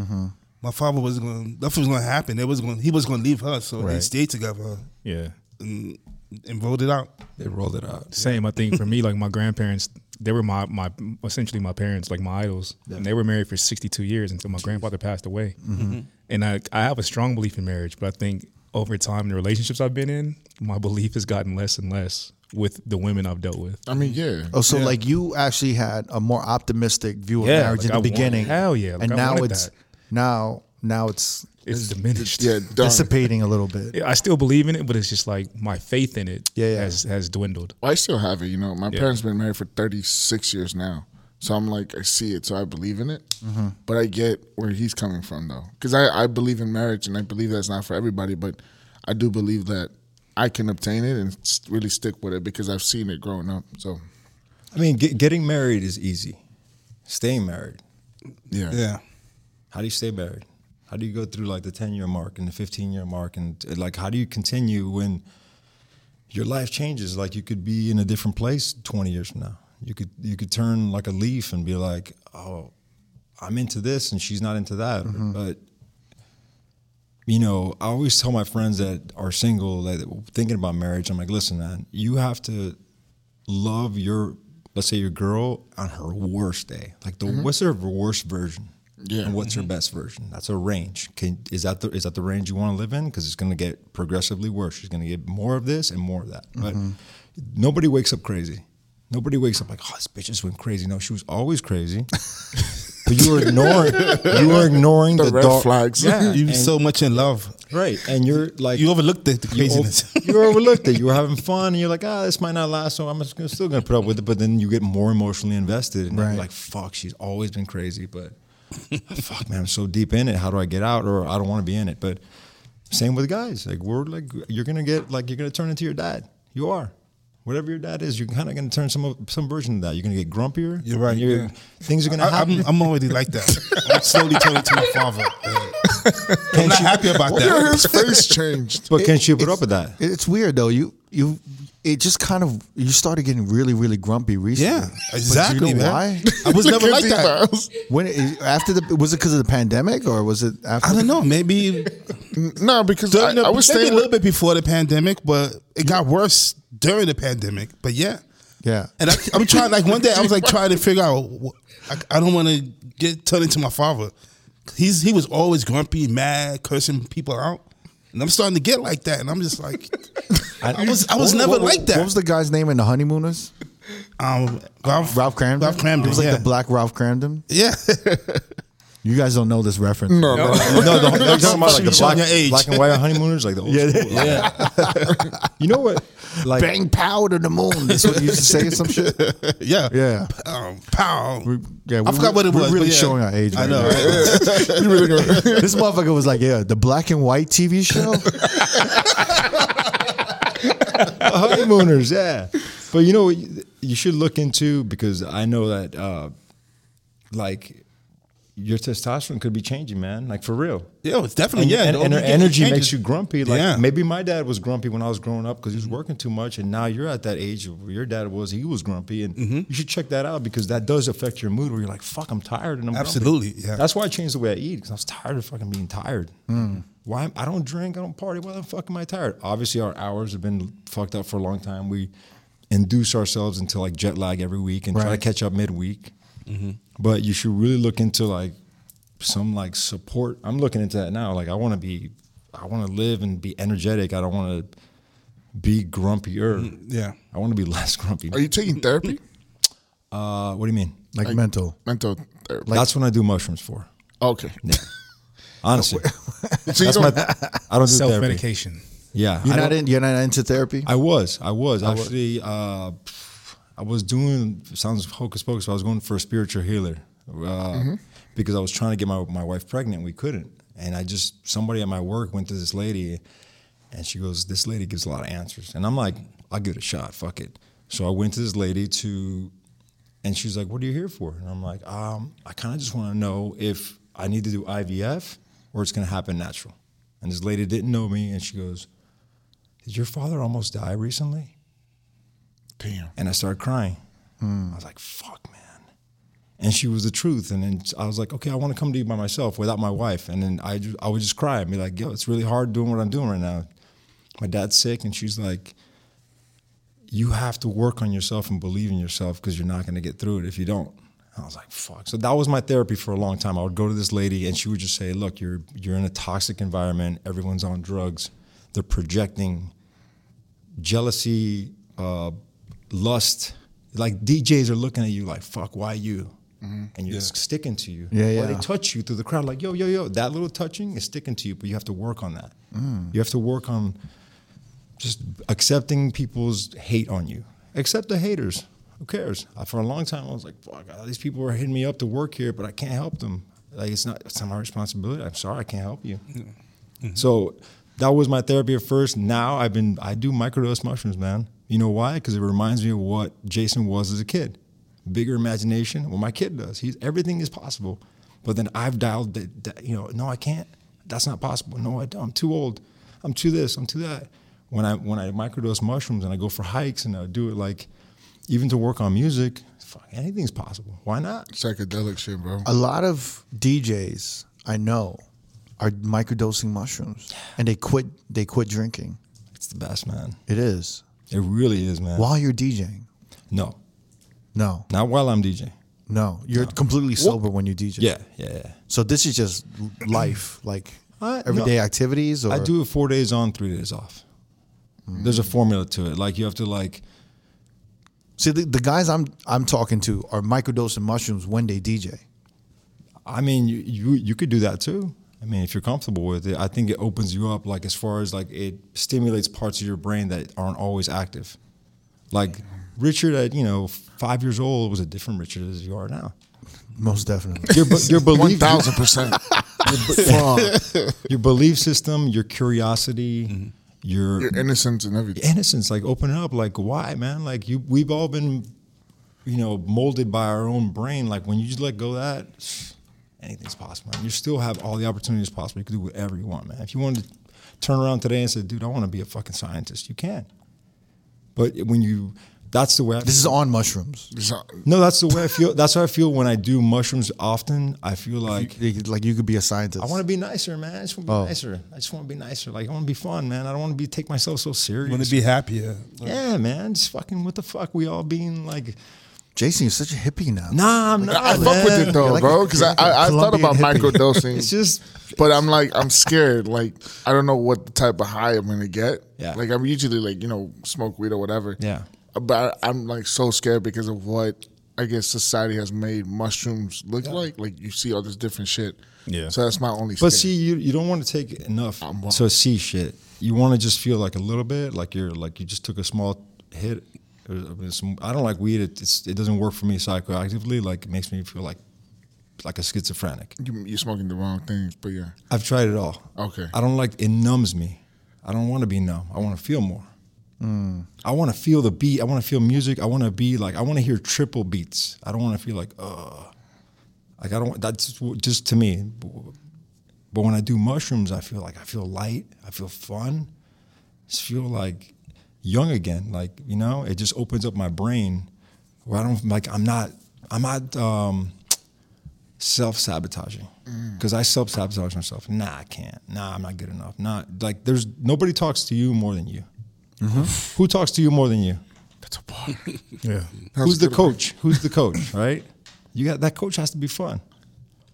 [SPEAKER 2] my father was going. Nothing was going to happen. They was going. He was going to leave her, so they
[SPEAKER 3] Right.
[SPEAKER 2] stayed together
[SPEAKER 3] Yeah.
[SPEAKER 2] and, and rolled it out.
[SPEAKER 4] They rolled it out.
[SPEAKER 3] Same. I think for me, like my grandparents, they were my my essentially my parents, like my idols, and they were married for 62 years until my grandfather passed away.
[SPEAKER 2] Mm-hmm.
[SPEAKER 3] And I I have a strong belief in marriage, but I think over time, the relationships I've been in, my belief has gotten less and less with the women I've dealt with.
[SPEAKER 5] I mean, yeah.
[SPEAKER 1] Oh, so like you actually had a more optimistic view of
[SPEAKER 3] Yeah,
[SPEAKER 1] marriage
[SPEAKER 3] like
[SPEAKER 1] in the
[SPEAKER 3] I wanted-
[SPEAKER 1] beginning.
[SPEAKER 3] hell yeah, like
[SPEAKER 1] and
[SPEAKER 3] I
[SPEAKER 1] now
[SPEAKER 3] wanted
[SPEAKER 1] it's
[SPEAKER 3] that.
[SPEAKER 1] now now it's
[SPEAKER 3] It's diminished.
[SPEAKER 5] Yeah, done.
[SPEAKER 1] dissipating a little bit.
[SPEAKER 3] I still believe in it, but it's just like my faith in it
[SPEAKER 1] Yeah, yeah.
[SPEAKER 3] has has dwindled.
[SPEAKER 5] Well, I still have it. You know, my parents been married for 36 years now. So I'm like, I see it. So I believe in it. But I get where he's coming from, though. Because I, I believe in marriage and I believe that's not for everybody. But I do believe that I can obtain it and s- really stick with it because I've seen it growing up. So,
[SPEAKER 4] I mean, get, getting married is easy. Staying married.
[SPEAKER 5] yeah.
[SPEAKER 4] How do you stay married? How do you go through like the 10 year mark and the 15 year mark? And uh, like, how do you continue when your life changes? Like, you could be in a different place 20 years from now. You could, you could turn like a leaf and be like, oh, I'm into this and she's not into that. But, you know, I always tell my friends that are single that thinking about marriage, I'm like, listen, man, you have to love your, let's say your girl on her worst day. Like, the what's her worst version?
[SPEAKER 5] Mm-hmm. Yeah. mm-hmm.
[SPEAKER 4] And what's your best version? That's a range. Can is that the is that the range you want to live in? Because it's going to get progressively worse. She's going to get more of this and more of that.
[SPEAKER 5] Mm-hmm.
[SPEAKER 4] But nobody wakes up crazy. Nobody wakes up like, oh, this bitch just went crazy. No, she was always crazy. but you were ignoring you were ignoring the,
[SPEAKER 5] The red
[SPEAKER 4] dark-
[SPEAKER 5] flags.
[SPEAKER 4] Yeah,
[SPEAKER 2] you
[SPEAKER 4] and-
[SPEAKER 2] so much in love.
[SPEAKER 4] right. And you're like
[SPEAKER 2] You overlooked the, the
[SPEAKER 4] you o-
[SPEAKER 2] craziness.
[SPEAKER 4] You, overlooked it. You were having fun, and you're like, ah, this might not last, so I'm just gonna, still going to put up with it. But then you get more emotionally invested, and then
[SPEAKER 1] Right.
[SPEAKER 4] you're like, fuck, she's always been crazy, but "Ah, fuck, man, I'm so deep in it. How do I get out? Or I don't want to be in it. But same with guys. Like we're like, you're gonna get like you're gonna turn into your dad. You are. Whatever your dad is, you're kind of going to turn some of- some version of that. You're going to get grumpier.
[SPEAKER 2] You're right,
[SPEAKER 4] and you're-
[SPEAKER 2] yeah.
[SPEAKER 4] Things are going to
[SPEAKER 2] I,
[SPEAKER 4] happen.
[SPEAKER 2] I'm, I'm already like that. I'm slowly turning to my father. I'm not happy about
[SPEAKER 5] Look at
[SPEAKER 2] that.
[SPEAKER 5] his face changed.
[SPEAKER 4] but can she put up with that?
[SPEAKER 1] It's weird though. You you it just kind of you started getting really really grumpy recently.
[SPEAKER 2] Yeah,
[SPEAKER 1] But
[SPEAKER 2] exactly.
[SPEAKER 1] Do you know
[SPEAKER 2] man.
[SPEAKER 1] why?
[SPEAKER 2] I was never like that.
[SPEAKER 1] When it, after the was it because of the pandemic or was it after?
[SPEAKER 2] I don't know. Maybe
[SPEAKER 5] No, because I,
[SPEAKER 2] during the,
[SPEAKER 5] I was
[SPEAKER 2] maybe
[SPEAKER 5] staying
[SPEAKER 2] a little
[SPEAKER 5] with.
[SPEAKER 2] bit before the pandemic, but it got worse during the pandemic. But yeah,
[SPEAKER 1] Yeah.
[SPEAKER 2] and I, I'm trying. Like one day, I was like trying to figure out. wh- I, I don't want to get turned into my father. He's he was always grumpy, mad, cursing people out, and I'm starting to get like that. And I'm just like, I was I was
[SPEAKER 1] What-
[SPEAKER 2] never
[SPEAKER 1] what-
[SPEAKER 2] like that.
[SPEAKER 1] What was the guy's name in the Honeymooners?
[SPEAKER 2] um, Ralph,
[SPEAKER 1] Ralph Cramden.
[SPEAKER 2] Ralph Cramden.
[SPEAKER 1] It was like
[SPEAKER 2] yeah.
[SPEAKER 1] the black Ralph Cramden.
[SPEAKER 2] Yeah,
[SPEAKER 1] You guys don't know this reference.
[SPEAKER 5] No, no, no.
[SPEAKER 4] No, the, they're talking about like the
[SPEAKER 2] You're showing
[SPEAKER 4] black,
[SPEAKER 2] your age.
[SPEAKER 4] black and white honeymooners, like the old
[SPEAKER 1] Yeah,
[SPEAKER 4] school. you know what? Like
[SPEAKER 1] Bang pow to the moon. That's what you used to say or some shit.
[SPEAKER 2] yeah,
[SPEAKER 1] Yeah.
[SPEAKER 2] Um, pow.
[SPEAKER 1] Yeah,
[SPEAKER 2] I forgot what it
[SPEAKER 1] we're
[SPEAKER 2] was.
[SPEAKER 1] Really
[SPEAKER 2] but yeah.
[SPEAKER 1] showing our age.
[SPEAKER 2] I
[SPEAKER 1] right
[SPEAKER 2] know.
[SPEAKER 1] now.
[SPEAKER 2] right?
[SPEAKER 1] this motherfucker was like, "Yeah, the black and white TV show."
[SPEAKER 4] honeymooners, yeah. But you know, what you you should look into because I know that, uh, like, your testosterone could be changing, man. Like for real.
[SPEAKER 2] Yeah, it's definitely
[SPEAKER 4] And,
[SPEAKER 2] yeah.
[SPEAKER 4] and,
[SPEAKER 2] the
[SPEAKER 4] and her
[SPEAKER 2] older you get,
[SPEAKER 4] energy
[SPEAKER 2] it
[SPEAKER 4] makes
[SPEAKER 2] changes.
[SPEAKER 4] you grumpy. Like
[SPEAKER 2] Yeah.
[SPEAKER 4] maybe my dad was grumpy when I was growing up because he was working too much, and now you're at that age where your dad was. He was grumpy, and you should check that out because that does affect your mood. Where you're like, "Fuck, I'm tired," and I'm grumpy."
[SPEAKER 2] Absolutely, yeah.
[SPEAKER 4] That's why I changed the way I eat because I was tired of fucking being tired. Why am- I don't drink, I don't party. Why the fuck am I tired? Obviously, our hours have been fucked up for a long time. We induce ourselves into like jet lag every week and try to
[SPEAKER 1] Right.
[SPEAKER 4] catch up midweek. But you should really look into like some like support. I'm looking into that now. Like I want to be, I want to live and be energetic. I don't want to be grumpier.
[SPEAKER 2] yeah.
[SPEAKER 4] I want to be less grumpy.
[SPEAKER 5] Are you taking therapy?
[SPEAKER 4] uh, what do you mean?
[SPEAKER 1] Like mental.
[SPEAKER 5] Mental therapy.
[SPEAKER 4] That's when I do mushrooms for.
[SPEAKER 5] okay.
[SPEAKER 4] Honestly,
[SPEAKER 5] So you
[SPEAKER 4] that's
[SPEAKER 5] don't,
[SPEAKER 4] my. I don't do
[SPEAKER 3] Self
[SPEAKER 4] therapy.
[SPEAKER 3] medication.
[SPEAKER 4] Yeah,
[SPEAKER 1] You're
[SPEAKER 4] I
[SPEAKER 1] not
[SPEAKER 4] don't-
[SPEAKER 1] in. You're not into therapy.
[SPEAKER 4] I was. I was actually. Uh, I was doing sounds hocus pocus. But I was going for a spiritual healer uh, because I was trying to get my my wife pregnant. We couldn't, and I just somebody at my work went to this lady, and she goes, "This lady gives a lot of answers," and I'm like, "I'll give it a shot. Fuck it." So I went to this lady to, and she's like, "What are you here for?" And I'm like, um, "I kind of just want to know if I need to do IVF or it's going to happen natural." And this lady didn't know me, and she goes, did your father almost die recently?
[SPEAKER 5] damn.
[SPEAKER 4] And I started crying. I was like, fuck, man. And she was the truth. And then I was like, okay, I want to come to you by myself without my wife. And then I, ju- I would just cry and be like, yo, it's really hard doing what I'm doing right now. My dad's sick. And she's like, you have to work on yourself and believe in yourself because you're not going to get through it if you don't. I was like, fuck. So that was my therapy for a long time. I would go to this lady and she would just say, look, you're, you're in a toxic environment. Everyone's on drugs. They're projecting jealousy, uh, lust. Like DJs are looking at you like, fuck, why you? And you're sticking to you.
[SPEAKER 1] Mm-hmm. Yeah,
[SPEAKER 4] Or they
[SPEAKER 1] yeah.
[SPEAKER 4] touch you through the crowd, like, yo, yo, yo. That little touching is sticking to you, but you have to work on that.
[SPEAKER 1] Mm.
[SPEAKER 4] You have to work on just accepting people's hate on you. Accept the haters. Who cares? I, for a long time, I was like, fuck, all these people are hitting me up to work here, but I can't help them. Like, it's not, it's not my responsibility. I'm sorry, I can't help you. So that was my therapy at first. Now I've been, I do microdose mushrooms, man. You know why? Because it reminds me of what Jason was as a kid. Bigger imagination. Well, my kid does. He's everything is possible. But then I've dialed that, that you know, no, I can't. That's not possible. No, I don't. I'm too old. I'm too this. I'm too that. When I when I microdose mushrooms and I go for hikes and I do it like, even to work on music, fuck, anything's possible. Why not?
[SPEAKER 5] Psychedelic shit, bro.
[SPEAKER 1] A lot of DJs I know are microdosing mushrooms, and they quit. They quit drinking.
[SPEAKER 4] It's the best, man.
[SPEAKER 1] It is
[SPEAKER 4] It really is, man.
[SPEAKER 1] while you're DJing.
[SPEAKER 4] No,
[SPEAKER 1] No,
[SPEAKER 4] not while I'm DJing.
[SPEAKER 1] no, you're completely sober when you DJ.
[SPEAKER 4] Yeah, yeah, yeah.
[SPEAKER 1] So this is just life, like
[SPEAKER 4] I-
[SPEAKER 1] everyday
[SPEAKER 4] Uh, no.
[SPEAKER 1] activities. Or
[SPEAKER 4] I do it four days on, three days off. There's
[SPEAKER 5] Mm.
[SPEAKER 4] a formula to it. Like you have to like
[SPEAKER 1] See, the, the guys I'm I'm talking to are microdosing mushrooms when they DJ.
[SPEAKER 4] I mean, you, you you could do that too. I mean, if you're comfortable with it, I think it opens you up. Like as far as like it stimulates parts of your brain that aren't always active. Like Richard at you know five years old was a different Richard as you are now.
[SPEAKER 1] Most definitely.
[SPEAKER 4] Your be- your
[SPEAKER 5] One
[SPEAKER 4] belief
[SPEAKER 5] thousand percent.
[SPEAKER 1] Fuck.
[SPEAKER 4] your belief system, your curiosity,
[SPEAKER 5] Mm-hmm.
[SPEAKER 4] your
[SPEAKER 5] Your innocence and everything.
[SPEAKER 4] innocence like open up like why man like you we've all been you know molded by our own brain like when you just let go of that anything's possible man. you still have all the opportunities possible you can do whatever you want man if you wanted to turn around today and say dude i want to be a fucking scientist you can But when you, that's the way. I
[SPEAKER 1] This is on mushrooms.
[SPEAKER 5] It's not-
[SPEAKER 4] no, that's the way I feel. That's how I feel when I do mushrooms. Often, I feel like
[SPEAKER 1] Like, like you could be a scientist.
[SPEAKER 4] I want to be nicer, man. I just want to be
[SPEAKER 1] Oh.
[SPEAKER 4] nicer. I just want to be nicer. Like I want to be fun, man. I don't want to be take myself so serious.
[SPEAKER 2] Want to be happier?
[SPEAKER 4] yeah, man. Just fucking what the fuck? We all being like,
[SPEAKER 1] Jason, you're such a hippie now.
[SPEAKER 4] nah, I'm not.
[SPEAKER 5] I fuck with
[SPEAKER 4] man.
[SPEAKER 5] it though,
[SPEAKER 1] like
[SPEAKER 5] bro,
[SPEAKER 1] a-
[SPEAKER 5] because I,
[SPEAKER 1] like a
[SPEAKER 5] I, I thought
[SPEAKER 1] Colombian
[SPEAKER 5] about
[SPEAKER 1] hippie.
[SPEAKER 5] microdosing.
[SPEAKER 4] It's just
[SPEAKER 5] but I'm like, I'm scared. Like, I don't know what the type of high I'm gonna get.
[SPEAKER 4] Yeah.
[SPEAKER 5] Like, I'm usually like, you know, smoke weed or whatever.
[SPEAKER 4] Yeah.
[SPEAKER 5] But I, I'm like so scared because of what I guess society has made mushrooms look like. Like, you see all this different shit.
[SPEAKER 3] Yeah.
[SPEAKER 5] So that's my only.
[SPEAKER 4] But see,
[SPEAKER 5] scare.
[SPEAKER 4] you, you don't want to take enough
[SPEAKER 5] I'm wa-
[SPEAKER 4] to see shit. You want to just feel like a little bit, like you're like you just took a small hit. Or, I, mean, some, I don't like weed. It, it's, it doesn't work for me psychoactively. Like it makes me feel like like a schizophrenic.
[SPEAKER 5] you, you're smoking the wrong things. But yeah.
[SPEAKER 4] I've tried it all.
[SPEAKER 5] Okay.
[SPEAKER 4] I don't like it numbs me. I don't want to be numb. I want to feel more. I want to feel the beat. I want to feel music. I want to be like I want to hear triple beats. I don't want to feel like uh like I don't want that's just- just to me. But when I do mushrooms, I feel like I feel light. I feel fun. just feel like young again. Like you know, it just opens up my brain where I don't like I'm not I'm not um, self sabotaging because I self sabotage myself. Nah, I can't. Nah, I'm not good enough. Nah, like there's nobody talks to you more than you. Who talks to you more than you?
[SPEAKER 5] That's a bar.
[SPEAKER 3] Yeah.
[SPEAKER 4] Who's the coach? Who's the coach? Right? You got that coach has to be fun.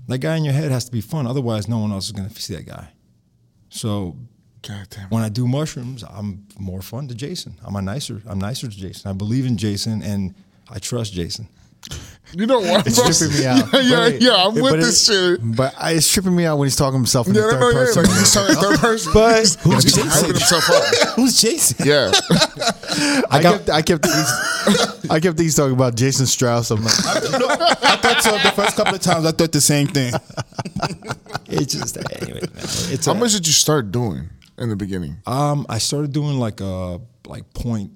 [SPEAKER 4] That guy in your head has to be fun. Otherwise, no one else is gonna see that guy. So
[SPEAKER 5] God damn.
[SPEAKER 4] when I do mushrooms, I'm more fun to Jason. I'm a nicer. I'm nicer to Jason. I believe in Jason and I trust Jason.
[SPEAKER 5] You know what? It's
[SPEAKER 1] tripping me out.
[SPEAKER 5] Yeah, yeah,
[SPEAKER 1] But-
[SPEAKER 5] yeah, I'm
[SPEAKER 1] but
[SPEAKER 5] with
[SPEAKER 1] it-
[SPEAKER 5] this shit.
[SPEAKER 1] But I, it's tripping me out when he's talking himself in
[SPEAKER 5] Yeah,
[SPEAKER 1] the
[SPEAKER 5] no,
[SPEAKER 1] third
[SPEAKER 5] no, yeah.
[SPEAKER 1] person.
[SPEAKER 5] Like, he's talking third person.
[SPEAKER 4] But
[SPEAKER 5] He's just hyping himself up.
[SPEAKER 4] who's Jason?
[SPEAKER 5] Yeah.
[SPEAKER 1] I,
[SPEAKER 4] got-
[SPEAKER 1] kept, I kept, these, I kept these talking about Jason Strauss. I'm like,
[SPEAKER 2] I thought so. The first couple of times, I thought the same thing.
[SPEAKER 4] It's just anyway. man, It's
[SPEAKER 5] How
[SPEAKER 4] a,
[SPEAKER 5] much did you start doing in the beginning?
[SPEAKER 4] um. I started doing like a like point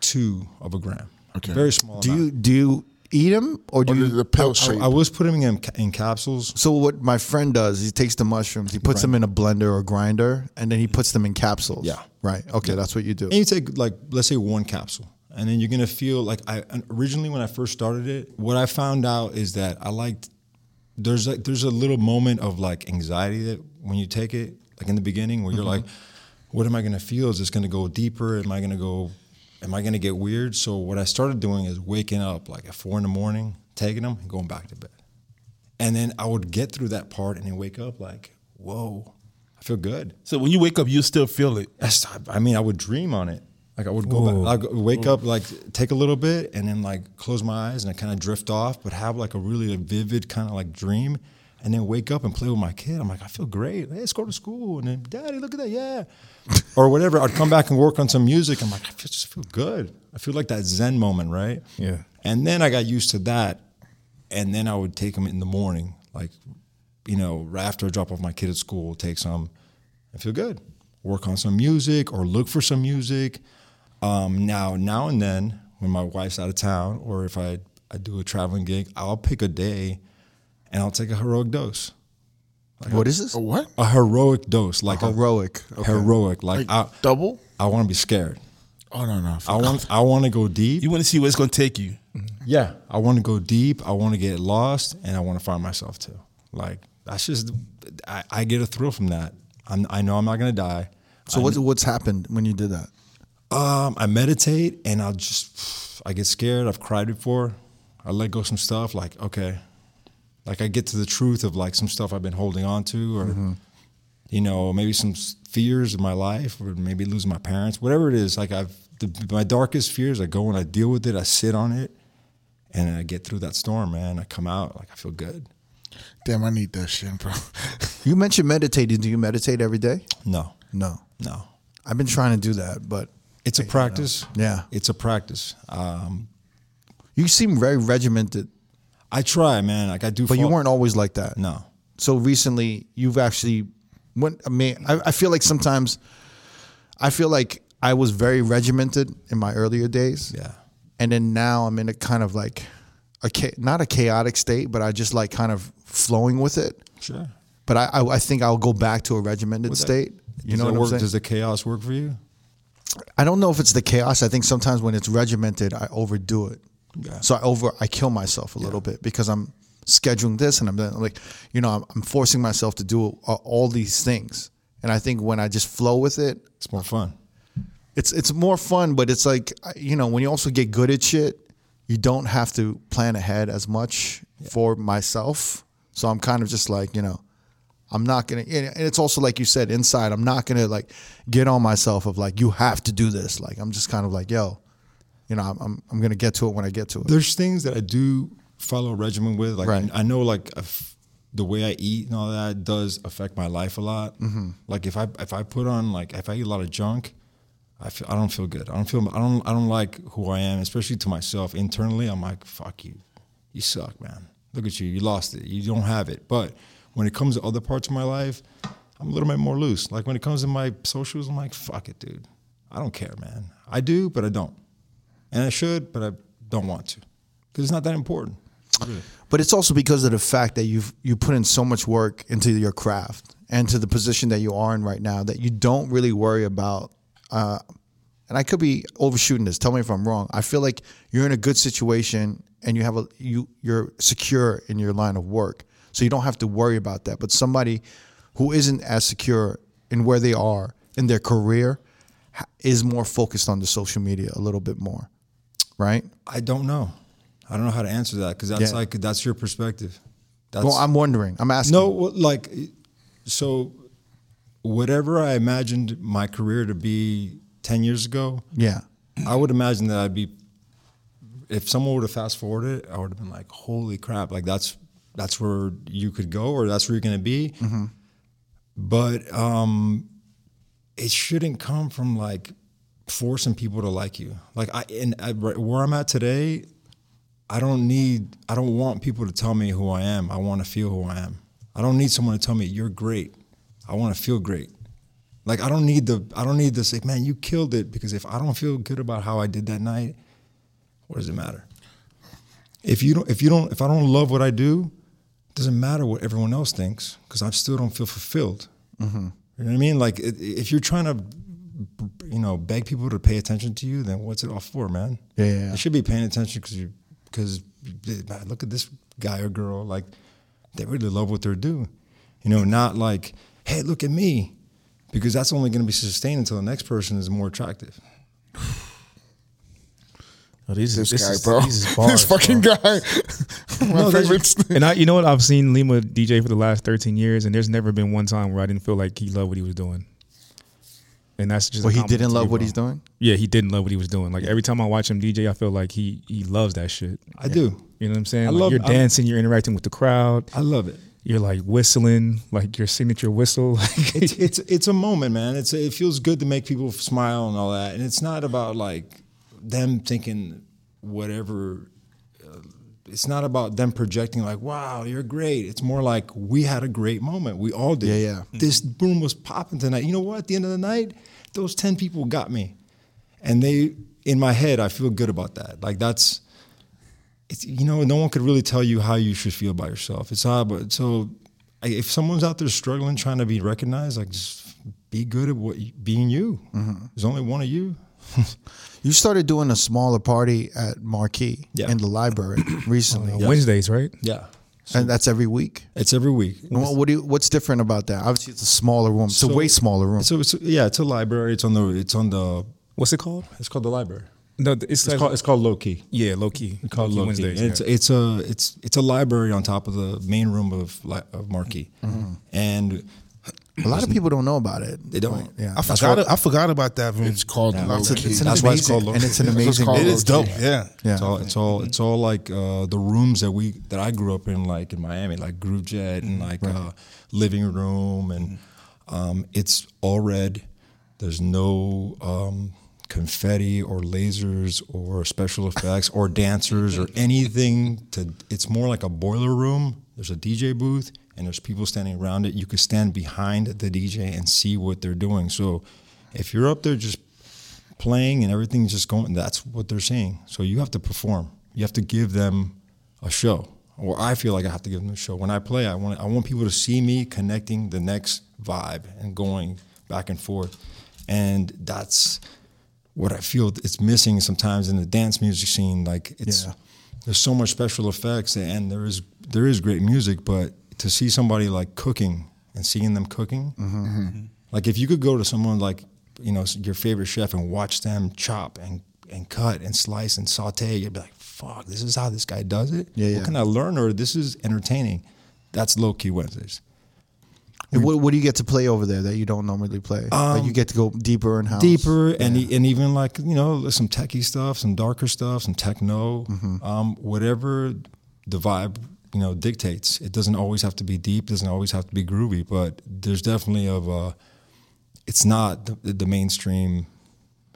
[SPEAKER 4] two of a gram.
[SPEAKER 5] Okay.
[SPEAKER 4] Very small.
[SPEAKER 1] do you do you eat them or do
[SPEAKER 5] Or
[SPEAKER 1] you?
[SPEAKER 5] the, the pill
[SPEAKER 4] I,
[SPEAKER 5] shape?
[SPEAKER 4] I was putting them in, ca- in capsules.
[SPEAKER 1] so what my friend does, he takes the mushrooms, he puts them in a blender or grinder, and then he puts them in capsules.
[SPEAKER 4] Yeah.
[SPEAKER 1] Right. Okay, that's what you do.
[SPEAKER 4] And you take like let's say one capsule, and then you're gonna feel like I and originally when I first started it, what I found out is that I liked there's like there's a little moment of like anxiety that when you take it, like in the beginning, where you're like, what am I gonna feel? Is this gonna go deeper? Am I gonna go? Am I gonna get weird? So what I started doing is waking up like at four in the morning, taking them, and going back to bed. And then I would get through that part and then wake up like, whoa, I feel good.
[SPEAKER 2] So when you wake up, you still feel it.
[SPEAKER 4] That's, I mean, I would dream on it. Like I would go back, I'd go- wake up, like take a little bit, and then like close my eyes and I kind of drift off, but have like a really vivid kind of like dream, and then wake up and play with my kid. I'm like, I feel great. Let's go to school, and then Daddy, look at that, yeah, or whatever. I'd come back and work on some music. I'm like, I feel, just feel good. I feel like that Zen moment, right?
[SPEAKER 3] Yeah.
[SPEAKER 4] And then I got used to that, and then I would take them in the morning, like you know, right after I drop off my kid at school, take some and feel good. Work on some music or look for some music. Um, now, now and then, when my wife's out of town or if I, I do a traveling gig, I'll pick a day and I'll take a heroic dose.
[SPEAKER 1] what is this?
[SPEAKER 5] A what?
[SPEAKER 4] A heroic dose, like a
[SPEAKER 1] Heroic.
[SPEAKER 4] heroic. Like, I,
[SPEAKER 5] Double?
[SPEAKER 4] I want to be scared.
[SPEAKER 5] Oh no no.
[SPEAKER 4] I want, I want to go deep.
[SPEAKER 2] You want to see where it's going to take you.
[SPEAKER 4] Yeah, I want to go deep. I want to get lost, and I want to find myself too. Like that's just, I, I get a thrill from that. I'm, I know I'm not gonna die.
[SPEAKER 1] So what's what's happened when you did that?
[SPEAKER 4] Um, I meditate and I'll just I get scared. I've cried before. I let go some stuff. Like okay, like I get to the truth of like some stuff I've been holding on to, or
[SPEAKER 1] Mm-hmm.
[SPEAKER 4] you know maybe some s- fears of my life, or maybe losing my parents, whatever it is. Like I've the, my darkest fears. I go and I deal with it. I sit on it, and I get through that storm. Man, I come out like I feel good.
[SPEAKER 5] Damn, I need that shit, bro.
[SPEAKER 1] You mentioned meditating. Do you meditate every day?
[SPEAKER 4] No,
[SPEAKER 1] No.
[SPEAKER 4] no,
[SPEAKER 1] I've been trying to do that, but
[SPEAKER 4] it's a practice.
[SPEAKER 1] Yeah.
[SPEAKER 4] it's a practice. Um,
[SPEAKER 1] you seem very regimented,
[SPEAKER 4] I try, man. Like I do,
[SPEAKER 1] but you
[SPEAKER 4] fall-
[SPEAKER 1] weren't always like that.
[SPEAKER 4] No,
[SPEAKER 1] so recently you've actually went i mean I, I feel like sometimes i feel like i was very regimented in my earlier days
[SPEAKER 4] Yeah.
[SPEAKER 1] and then now i'm in a kind of like a cha- not a chaotic state but i just like kind of flowing with it
[SPEAKER 4] sure.
[SPEAKER 1] but i i, I think i'll go back to a regimented
[SPEAKER 4] that-
[SPEAKER 1] state you know
[SPEAKER 4] does that
[SPEAKER 1] what
[SPEAKER 4] work,
[SPEAKER 1] i'm saying
[SPEAKER 4] Does the chaos work for you?
[SPEAKER 1] I don't know if it's the chaos. I think sometimes when it's regimented, I overdo it. So I over I kill myself a little bit because I'm scheduling this and I'm then, like, you know, I'm, I'm forcing myself to do uh, all these things. And I think when I just flow with it,
[SPEAKER 4] It's more fun.
[SPEAKER 1] it's it's more fun. But it's like I- you know when you also get good at shit, you don't have to plan ahead as much for myself. So I'm kind of just like you know, I'm not gonna. And and it's also like you said, inside, I'm not gonna like get on myself of like you have to do this. Like I'm just kind of like yo, you know, I'm I'm, I'm gonna get to it when I get to it.
[SPEAKER 4] There's things that I do follow a regimen with. Like
[SPEAKER 1] Right.
[SPEAKER 4] I know like if the way I eat and all that does affect my life a lot. Like if I if I put on like if I eat a lot of junk, I feel I don't feel good. I don't feel I don't I don't like who I am, especially to myself internally. I'm like fuck you, you suck, man. Look at you, you lost it. You don't have it. But when it comes to other parts of my life, I'm a little bit more loose. Like when it comes to my socials, I'm like fuck it, dude. I don't care, man. I do, but I don't, and I should, but I don't want to, because it's not that important.
[SPEAKER 1] But it's also because of the fact that you've you put in so much work into your craft and to the position that you are in right now that you don't really worry about. Uh, and I could be overshooting this. Tell me if I'm wrong. I feel like you're in a good situation and you have a you you're secure in your line of work, so you don't have to worry about that. But somebody who isn't as secure in where they are in their career ha- is more focused on the social media a little bit more, right?
[SPEAKER 4] I don't know. I don't know how to answer that because that's
[SPEAKER 1] Yeah.
[SPEAKER 4] like that's your perspective. That's,
[SPEAKER 1] well, I'm wondering. I'm asking.
[SPEAKER 4] No, well, like, so whatever I imagined my career to be 10 years ago,
[SPEAKER 1] Yeah.
[SPEAKER 4] I would imagine that I'd be, if someone would have fast forwarded it, I would have been like, holy crap, like that's, that's where you could go or that's where you're going to be. But um, it shouldn't come from like forcing people to like you. Like I, and I, right where I'm at today, I don't need, I don't want people to tell me who I am. I want to feel who I am. I don't need someone to tell me you're great. I want to feel great. Like I don't need the, I don't need to say, man, you killed it. Because if I don't feel good about how I did that night, what does it matter? If you don't, if you don't, if I don't love what I do, it doesn't matter what everyone else thinks because I still don't feel fulfilled.
[SPEAKER 1] Mm-hmm.
[SPEAKER 4] You know what I mean? Like i- if you're trying to, you know, beg people to pay attention to you, then what's it all for, man?
[SPEAKER 1] Yeah, yeah, yeah.
[SPEAKER 4] They should be paying attention because you, because look at this guy or girl, like they really love what they're doing. You know, not like, hey, look at me, because that's only going to be sustained until the next person is more attractive.
[SPEAKER 3] Oh, these,
[SPEAKER 5] This,
[SPEAKER 3] this
[SPEAKER 5] guy,
[SPEAKER 3] is-
[SPEAKER 5] bro.
[SPEAKER 3] these is bars,
[SPEAKER 5] this fucking
[SPEAKER 3] bro.
[SPEAKER 5] guy. My
[SPEAKER 4] No, that's-
[SPEAKER 5] favorite. st-
[SPEAKER 3] And I, you know what? I've seen Lima DJ for the last 13 years, and there's never been one time where I didn't feel like he loved what he was doing. And that's just a
[SPEAKER 1] Well, he
[SPEAKER 3] compliment
[SPEAKER 1] didn't
[SPEAKER 3] to
[SPEAKER 1] love
[SPEAKER 3] you,
[SPEAKER 1] what
[SPEAKER 3] bro.
[SPEAKER 1] he's doing.
[SPEAKER 3] Yeah, he didn't love what he was doing. Like every time I watch him DJ, I feel like he he loves that shit.
[SPEAKER 4] I do.
[SPEAKER 3] You know what I'm saying?
[SPEAKER 4] I
[SPEAKER 3] like
[SPEAKER 4] love-
[SPEAKER 3] you're
[SPEAKER 4] I-
[SPEAKER 3] dancing, you're interacting with the crowd,
[SPEAKER 4] I love it.
[SPEAKER 3] you're like whistling, like your signature whistle. Like
[SPEAKER 4] it's it's it's a moment, man. It's it feels good to make people smile and all that, and it's not about like them thinking whatever. uh, It's not about them projecting like, "Wow, you're great." It's more like we had a great moment. We all did. Mm-hmm.
[SPEAKER 1] Yeah, yeah.
[SPEAKER 4] This room was popping tonight. You know what? At the end of the night, those ten people got me, and they in my head, I feel good about that. Like that's it's, you know, no one could really tell you how you should feel about yourself. It's all about so. I, if someone's out there struggling, trying to be recognized, like just be good at what you, being you. There's only one of you.
[SPEAKER 1] You started doing a smaller party at Marquee
[SPEAKER 4] Yeah. Oh,
[SPEAKER 1] in the library recently,
[SPEAKER 3] Wednesdays, right?
[SPEAKER 4] Yeah,
[SPEAKER 1] and that's every week.
[SPEAKER 4] it's every week.
[SPEAKER 1] And What, what do you, what's different about that? Obviously, it's a smaller room. It's a way smaller room.
[SPEAKER 4] So it's yeah, it's a library. It's on the it's on the
[SPEAKER 3] What's it called?
[SPEAKER 4] it's called the library.
[SPEAKER 3] No, it's,
[SPEAKER 4] It's called it's called low key.
[SPEAKER 3] yeah, low key.
[SPEAKER 4] It's called low key.
[SPEAKER 3] Wednesdays.
[SPEAKER 4] It's
[SPEAKER 3] yeah.
[SPEAKER 4] it's a it's it's a library on top of the main room of li- of Marquee, and
[SPEAKER 1] a lot of people don't know about it.
[SPEAKER 4] they don't.
[SPEAKER 1] Yeah,
[SPEAKER 2] I forgot. I forgot about that. room.
[SPEAKER 5] It's called
[SPEAKER 4] Yeah.
[SPEAKER 5] Low
[SPEAKER 1] It's a-
[SPEAKER 5] Key.
[SPEAKER 1] it's an
[SPEAKER 4] That's why it's
[SPEAKER 1] amazing,
[SPEAKER 4] called
[SPEAKER 1] and it's an
[SPEAKER 5] That's what's
[SPEAKER 1] amazing.
[SPEAKER 5] called
[SPEAKER 2] It is
[SPEAKER 5] Low
[SPEAKER 2] dope.
[SPEAKER 5] key.
[SPEAKER 2] Yeah.
[SPEAKER 1] Yeah.
[SPEAKER 4] It's all it's all it's all like uh, the rooms that we that I grew up in, like in Miami, like Groove Jet and like uh, living room, and um, it's all red. There's no um, confetti or lasers or special effects or dancers or anything. To it's more like a boiler room. There's a DJ booth and there's people standing around it. You could stand behind the DJ and see what they're doing. So if you're up there, just playing and everything's just going that's what they're saying so you have to perform you have to give them a show or i feel like i have to give them a show when i play i want i want people to see me connecting the next vibe and going back and forth and that's what I feel it's missing sometimes in the dance music scene. Like it's
[SPEAKER 1] Yeah.
[SPEAKER 4] there's so much special effects and there is there is great music, but to see somebody like cooking and seeing them cooking, like if you could go to someone like you know your favorite chef and watch them chop and and cut and slice and saute, you'd be like, "Fuck, this is how this guy does it."
[SPEAKER 1] Yeah,
[SPEAKER 4] what
[SPEAKER 1] yeah.
[SPEAKER 4] can I learn? Or this is entertaining. That's low key Wednesdays.
[SPEAKER 1] And what, what do you get to play over there that you don't normally play? like you get to go deeper in house.
[SPEAKER 4] Um, deeper and e- and even like you know some techie stuff, some darker stuff, some techno,
[SPEAKER 1] Mm-hmm.
[SPEAKER 4] um, whatever the vibe you know dictates. It doesn't always have to be deep, doesn't always have to be groovy, but there's definitely of uh, it's not the, the mainstream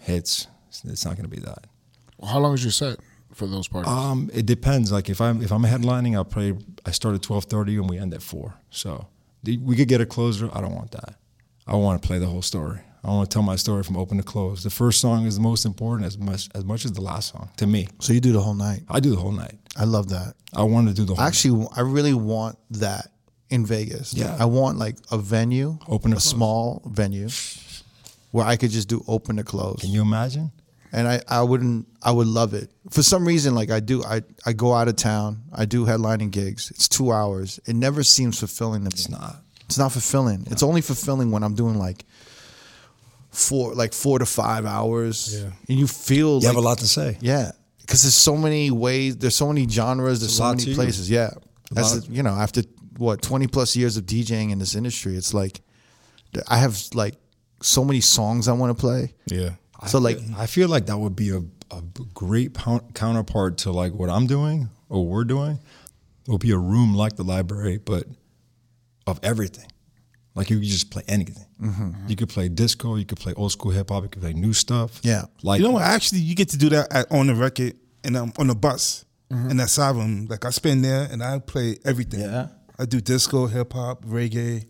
[SPEAKER 4] hits. It's- It's not going to be that.
[SPEAKER 5] How long is your set for those parties?
[SPEAKER 4] Um, it depends. Like if I'm if I'm headlining, I'll play. I start at twelve thirty and we end at four. So the- we could get a closer. I don't want that. I want to play the whole story. I want to tell my story from open to close. The first song is the most important as much as much as the last song to me.
[SPEAKER 1] So you do the whole night.
[SPEAKER 4] I do the whole night.
[SPEAKER 1] I love that.
[SPEAKER 4] I want to do the whole
[SPEAKER 1] Actually, I really want that in Vegas.
[SPEAKER 4] Yeah.
[SPEAKER 1] I want like a venue,
[SPEAKER 4] Open to
[SPEAKER 1] a
[SPEAKER 4] close.
[SPEAKER 1] small venue, where I could just do open to close.
[SPEAKER 4] Can you imagine?
[SPEAKER 1] and I, I wouldn't I would love it. For some reason, like I do, I, I go out of town. I do headlining gigs. It's two hours. It never seems fulfilling to me.
[SPEAKER 4] It's not.
[SPEAKER 1] It's not fulfilling. It's only fulfilling when I'm doing like four like four to five hours.
[SPEAKER 3] Yeah.
[SPEAKER 1] And you feel
[SPEAKER 4] You
[SPEAKER 1] like
[SPEAKER 4] have a lot to say.
[SPEAKER 1] Yeah. Because there's so many ways, there's so many genres, there's
[SPEAKER 4] a
[SPEAKER 1] so
[SPEAKER 4] lot to
[SPEAKER 1] many
[SPEAKER 4] you.
[SPEAKER 1] places. Yeah. That's
[SPEAKER 4] lot.
[SPEAKER 1] the- you know, after what, twenty plus years of DJing in this industry, it's like I have like so many songs I want to play.
[SPEAKER 3] Yeah.
[SPEAKER 1] So like
[SPEAKER 4] I feel like that would be a, a great pound, counterpart to like what I'm doing or we're doing. It would be a room like the library, but of everything. Like you could just play anything.
[SPEAKER 1] Mm-hmm.
[SPEAKER 4] You could play disco, you could play old school hip hop, you could play new stuff.
[SPEAKER 1] Yeah.
[SPEAKER 4] like
[SPEAKER 2] You know what? Actually, you get to do that at, on the record and um, on the bus and that side room. Like I spin there and I play everything.
[SPEAKER 4] Yeah.
[SPEAKER 2] I do disco, hip hop, reggae,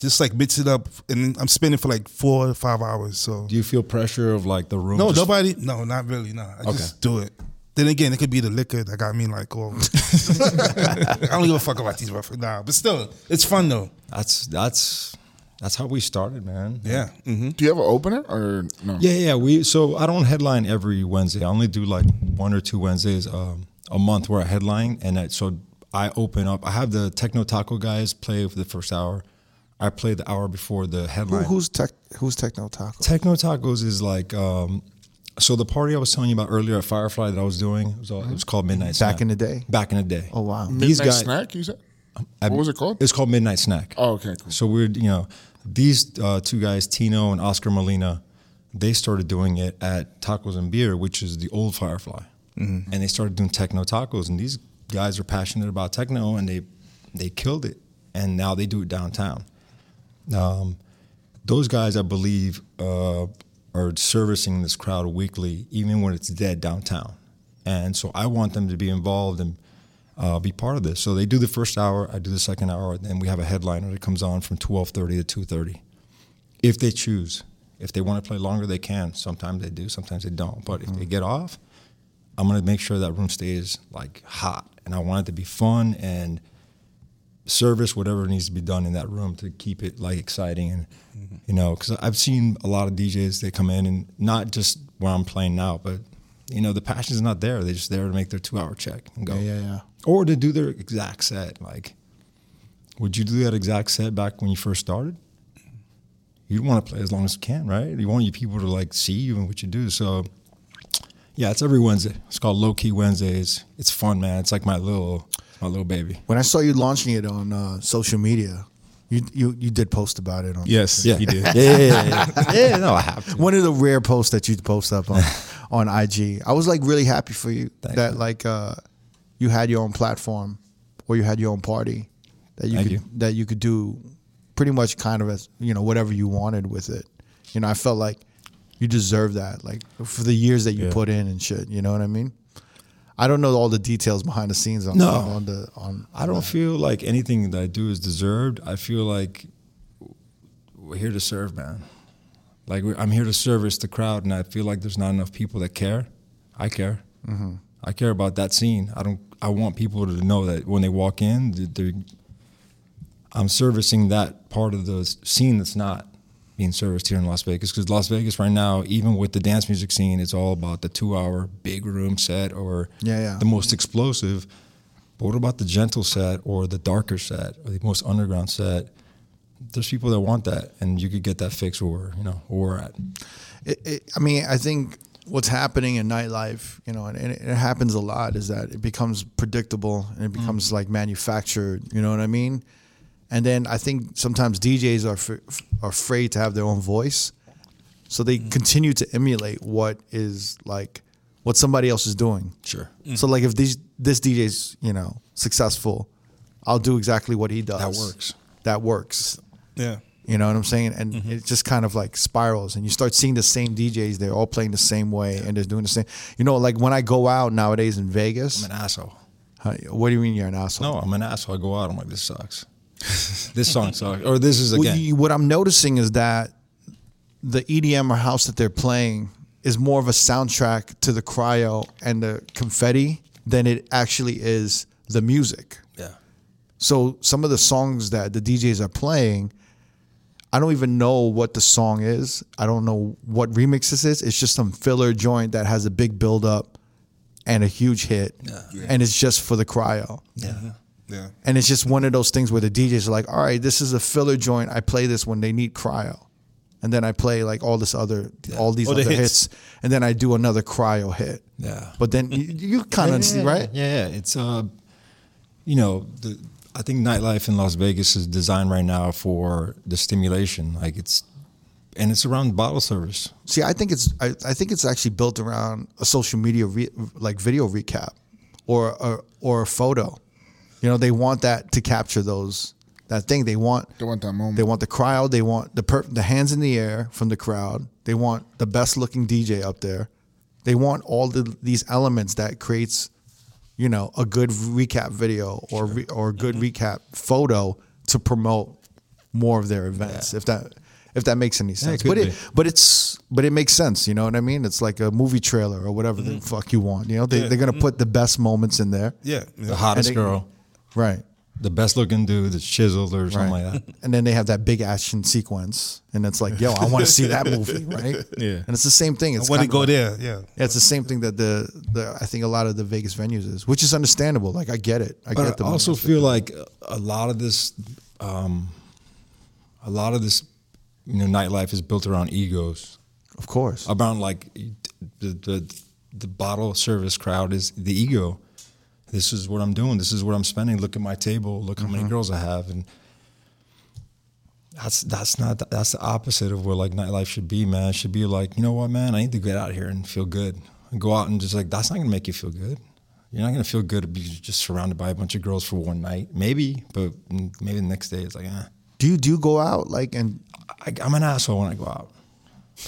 [SPEAKER 2] just like mix it up. And I'm spinning for like four or five hours. So
[SPEAKER 4] Do you feel pressure of like the room?
[SPEAKER 2] no,
[SPEAKER 4] just-
[SPEAKER 2] nobody. No, not really. No, I just do it. Then again, it could be the liquor that got me like, oh, I don't give a fuck about these rough. Nah, but still, it's fun though.
[SPEAKER 4] That's that's that's how we started, man.
[SPEAKER 2] Yeah. hmm
[SPEAKER 5] Do you have an opener or no?
[SPEAKER 4] Yeah, yeah. We so I don't headline every Wednesday. I only do like one or two Wednesdays um, a month where I headline, and that, so I open up. I have the Techno Taco guys play for the first hour. I play the hour before the
[SPEAKER 1] Who,
[SPEAKER 4] headline.
[SPEAKER 1] who's tech? Who's techno taco?
[SPEAKER 4] Techno Tacos is like um, so the party I was telling you about earlier at Firefly that I was doing. It was, all, it was called Midnight.
[SPEAKER 1] Mm-hmm. Back
[SPEAKER 4] Snack.
[SPEAKER 1] in the day?
[SPEAKER 4] Back in the day.
[SPEAKER 1] Oh wow!
[SPEAKER 5] Midnight
[SPEAKER 4] These guys-
[SPEAKER 5] snack. You said.
[SPEAKER 4] I-
[SPEAKER 5] What was it called?
[SPEAKER 4] It's called Midnight Snack.
[SPEAKER 5] Oh, okay, cool.
[SPEAKER 4] So we're you know these uh, two guys, Tino and Oscar Molina, they started doing it at Tacos and Beer, which is the old Firefly, and they started doing techno tacos. And these guys are passionate about techno, and they they killed it. And now they do it downtown. Um, those guys, I believe, uh, are servicing this crowd weekly, even when it's dead downtown. And so I want them to be involved and uh, be part of this. So they do the first hour, I do the second hour, and then we have a headliner that comes on from twelve thirty to two thirty, if they choose. If they want to play longer, they can. Sometimes they do, sometimes they don't. But if they
[SPEAKER 1] Mm-hmm.
[SPEAKER 4] get off, I'm gonna make sure that room stays like hot, and I want it to be fun and service whatever needs to be done in that room to keep it like exciting and
[SPEAKER 1] Mm-hmm.
[SPEAKER 4] you know because i've seen a lot of djs they come in and not just where i'm playing now but you know the passion's not there they're just there to make their two hour check and go
[SPEAKER 1] Yeah, yeah, yeah.
[SPEAKER 4] or to do their exact set like would you do that exact set back when you first started you want to play as long as you can right you want your people to like see you and what you do so yeah it's every wednesday it's called low key wednesdays it's fun man it's like my little my little baby
[SPEAKER 1] When I saw you launching it on uh, social media, you, you you did post about it on.
[SPEAKER 3] Yes.
[SPEAKER 4] Yeah,
[SPEAKER 3] He did.
[SPEAKER 4] Yeah, yeah, yeah, yeah. yeah no, I have to.
[SPEAKER 1] One of the rare posts that you post up on on IG. I was like really happy for you
[SPEAKER 4] Thank
[SPEAKER 1] that
[SPEAKER 4] you.
[SPEAKER 1] like uh, you had your own platform or you had your own party that you
[SPEAKER 4] Thank
[SPEAKER 1] could
[SPEAKER 4] you.
[SPEAKER 1] that you could do pretty much kind of as you know whatever you wanted with it. You know, I felt like you deserve that like for the years that you
[SPEAKER 3] Yeah.
[SPEAKER 1] put in and shit. You know what I mean? I don't know all the details behind the scenes on,
[SPEAKER 4] No.
[SPEAKER 1] on the on
[SPEAKER 4] I don't feel like anything that I do is deserved. I feel like we're here to serve, man. Like we're, I'm here to service the crowd, and I feel like there's not enough people that care. I care. I care about that scene. I don't. I want people to know that when they walk in, that they're, I'm servicing that part of the scene that's not. being serviced here in Las Vegas because Las Vegas right now, even with the dance music scene, it's all about the two-hour big room set or
[SPEAKER 1] Yeah, yeah.
[SPEAKER 4] the most explosive. But what about the gentle set or the darker set or the most underground set? There's people that want that, and you could get that fixed where you know where we're at.
[SPEAKER 1] it, it, I mean, I think what's happening in nightlife, you know, and, and it happens a lot, is that it becomes predictable and
[SPEAKER 4] Mm.
[SPEAKER 1] it becomes like manufactured. You know what I mean? And then I think sometimes DJs are f- are afraid to have their own voice, so they
[SPEAKER 4] Mm.
[SPEAKER 1] continue to emulate what is like what somebody else is doing.
[SPEAKER 4] Sure. Mm.
[SPEAKER 1] So like if these this DJ's you know successful, I'll do exactly what he does.
[SPEAKER 4] That works.
[SPEAKER 1] That works.
[SPEAKER 2] Yeah.
[SPEAKER 1] You know what I'm saying? And
[SPEAKER 4] Mm-hmm.
[SPEAKER 1] it just kind of like spirals, and you start seeing the same DJs. They're all playing the same way, and they're doing the same. You know, like when I go out nowadays in Vegas.
[SPEAKER 4] I'm an asshole.
[SPEAKER 1] huh, what do you mean you're an asshole?
[SPEAKER 4] No, I'm an asshole. I go out. I'm like, this sucks. this song sucks. Or this is
[SPEAKER 1] What,
[SPEAKER 4] again.
[SPEAKER 1] you, what I'm noticing is that the EDM or house that they're playing is more of a soundtrack to the cryo and the confetti than it actually is the music.
[SPEAKER 4] yeah.
[SPEAKER 1] So some of the songs that the DJs are playing, I don't even know what the song is. I don't know what remix this is. It's just some filler joint that has a big build up and a huge hit. And it's just for the cryo.
[SPEAKER 4] Yeah.
[SPEAKER 2] Yeah.
[SPEAKER 1] And it's just one of those things where the DJs are like, all right, this is a filler joint. I play this when they need cryo. And then I play like all this other, all these
[SPEAKER 2] All the
[SPEAKER 1] other hits.
[SPEAKER 2] hits.
[SPEAKER 1] And then I do another cryo hit.
[SPEAKER 4] Yeah.
[SPEAKER 1] But then you, you kind of,
[SPEAKER 4] yeah,
[SPEAKER 1] right?
[SPEAKER 4] Yeah, yeah. It's uh, you know, the, I think nightlife in Las Vegas is designed right now for the stimulation. Like it's, and it's around bottle service.
[SPEAKER 1] See, I think it's I, I think it's actually built around a social media re, like video recap or a, or a photo. You know, they want that to capture those that thing. They want
[SPEAKER 5] They want that moment.
[SPEAKER 1] they want the crowd. They want the per, the hands in the air from the crowd. They want the best looking DJ up there. They want all the, these elements that creates, you know, a good recap video or re, or a good recap photo to promote more of their events. If that if that makes any sense,
[SPEAKER 4] could
[SPEAKER 1] but
[SPEAKER 4] be.
[SPEAKER 1] it but it's but it makes sense. You know what I mean? It's like a movie trailer or whatever the fuck you want. You know, they, they're gonna put the best moments in there,
[SPEAKER 2] Yeah.
[SPEAKER 4] The
[SPEAKER 2] Yeah.
[SPEAKER 4] hottest
[SPEAKER 1] And they-
[SPEAKER 4] girl,
[SPEAKER 1] right?
[SPEAKER 4] the best looking dude, that's chiseled or something like that.
[SPEAKER 1] and then they have that big action sequence, and it's like, yo, I want to see that movie, right?
[SPEAKER 3] Yeah.
[SPEAKER 1] And it's the same thing. It's
[SPEAKER 2] When they
[SPEAKER 1] kind of
[SPEAKER 2] go
[SPEAKER 1] like-
[SPEAKER 2] there, yeah.
[SPEAKER 1] Yeah, it's the same thing that the, the I think a lot of the Vegas venues is, which is understandable. Like I get it. I get
[SPEAKER 4] But
[SPEAKER 1] the
[SPEAKER 4] I also
[SPEAKER 1] benefit.
[SPEAKER 4] feel like a lot of this, um, a lot of this, you know, nightlife is built around egos.
[SPEAKER 1] of course.
[SPEAKER 4] about like the, the the bottle service crowd is the ego. This is what I'm doing. This is what I'm spending. Look at my table. Look how many
[SPEAKER 1] Mm-hmm.
[SPEAKER 4] girls I have, and that's that's not that's the opposite of what like nightlife should be, man. It should be like you know what, man. I need to get out here and feel good. And go out and just like that's not gonna make you feel good. You're not gonna feel good to be just surrounded by a bunch of girls for one night, maybe, but maybe the next day it's like, eh.
[SPEAKER 1] do you do go out like and
[SPEAKER 4] I, I'm an asshole when I go out.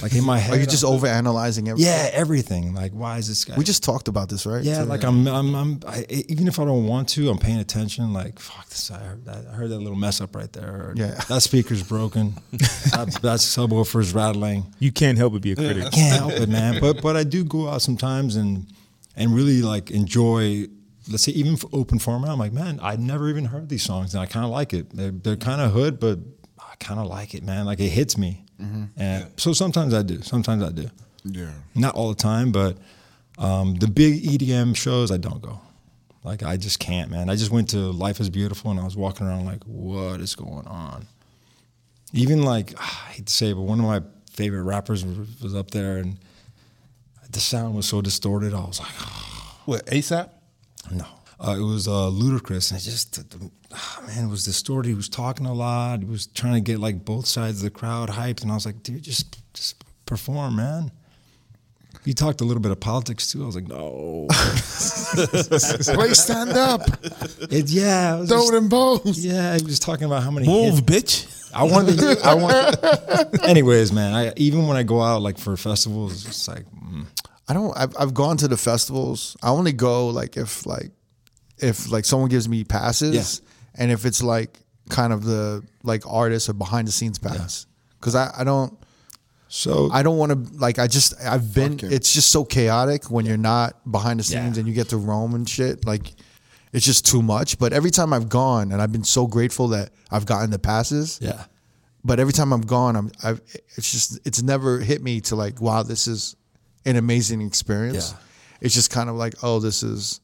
[SPEAKER 4] Like in my head,
[SPEAKER 1] are you just
[SPEAKER 4] I'm-
[SPEAKER 1] overanalyzing everything?
[SPEAKER 4] Oh, yeah, everything. Like, why is this guy?
[SPEAKER 1] We just talked about this, right?
[SPEAKER 4] yeah,
[SPEAKER 1] So-
[SPEAKER 4] like I'm, I'm, I'm. I, e, even if I don't want to, I'm paying attention. Like, fuck this. I heard that, I heard that little mess up right there. Or,
[SPEAKER 1] Yeah.
[SPEAKER 4] that speaker's broken. that, that subwoofer's rattling.
[SPEAKER 3] You can't help but be a critic.
[SPEAKER 4] Can't help it, man. But but I do go out sometimes and and really like enjoy. Let's say even for open format, I'm like, man, I never even heard these songs, and I kind of like it. They're, they're kind of hood, but I kind of like it, man. Like it hits me, and so sometimes I do. Sometimes I do.
[SPEAKER 5] Yeah.
[SPEAKER 4] Not all the time, but um, the big EDM shows I don't go. Like I just can't, man. I just went to Life is Beautiful, and I was walking around like, what is going on? even like I hate to say, it, but one of my favorite rappers was was up there, and the sound was so distorted. I was like,
[SPEAKER 2] What ASAP?
[SPEAKER 4] no. Uh, it was uh, ludicrous, and it just the- the- ah, man it was distorted. He was talking a lot. He was trying to get like both sides of the crowd hyped, and I was like, dude, just just perform, man. He talked a little bit of politics too. I was like, no,
[SPEAKER 5] Play stand up.
[SPEAKER 4] it, yeah, it was
[SPEAKER 5] Throw
[SPEAKER 4] just,
[SPEAKER 5] them both.
[SPEAKER 4] yeah. He was talking about how many hits-
[SPEAKER 2] Move, bitch.
[SPEAKER 4] I wanted to. I want. anyways, man, I even when I go out like for festivals, it's just like. mm,
[SPEAKER 1] I don't. I've, I've gone to the festivals. I only go like if like if like someone gives me passes, and if it's like kind of the like artist or behind the scenes pass, because I I don't
[SPEAKER 4] So
[SPEAKER 1] I don't want to like I just I've been.
[SPEAKER 5] Fuck it.
[SPEAKER 1] It's just so chaotic when you're not behind the scenes
[SPEAKER 4] Yeah.
[SPEAKER 1] and you get to roam and shit. Like it's just too much. But every time I've gone and I've been so grateful that I've gotten the passes.
[SPEAKER 4] yeah,
[SPEAKER 1] But every time I'm gone, I'm I've, it's just it's never hit me to like wow, this is an amazing experience.
[SPEAKER 4] Yeah.
[SPEAKER 1] It's just kind of like oh, this is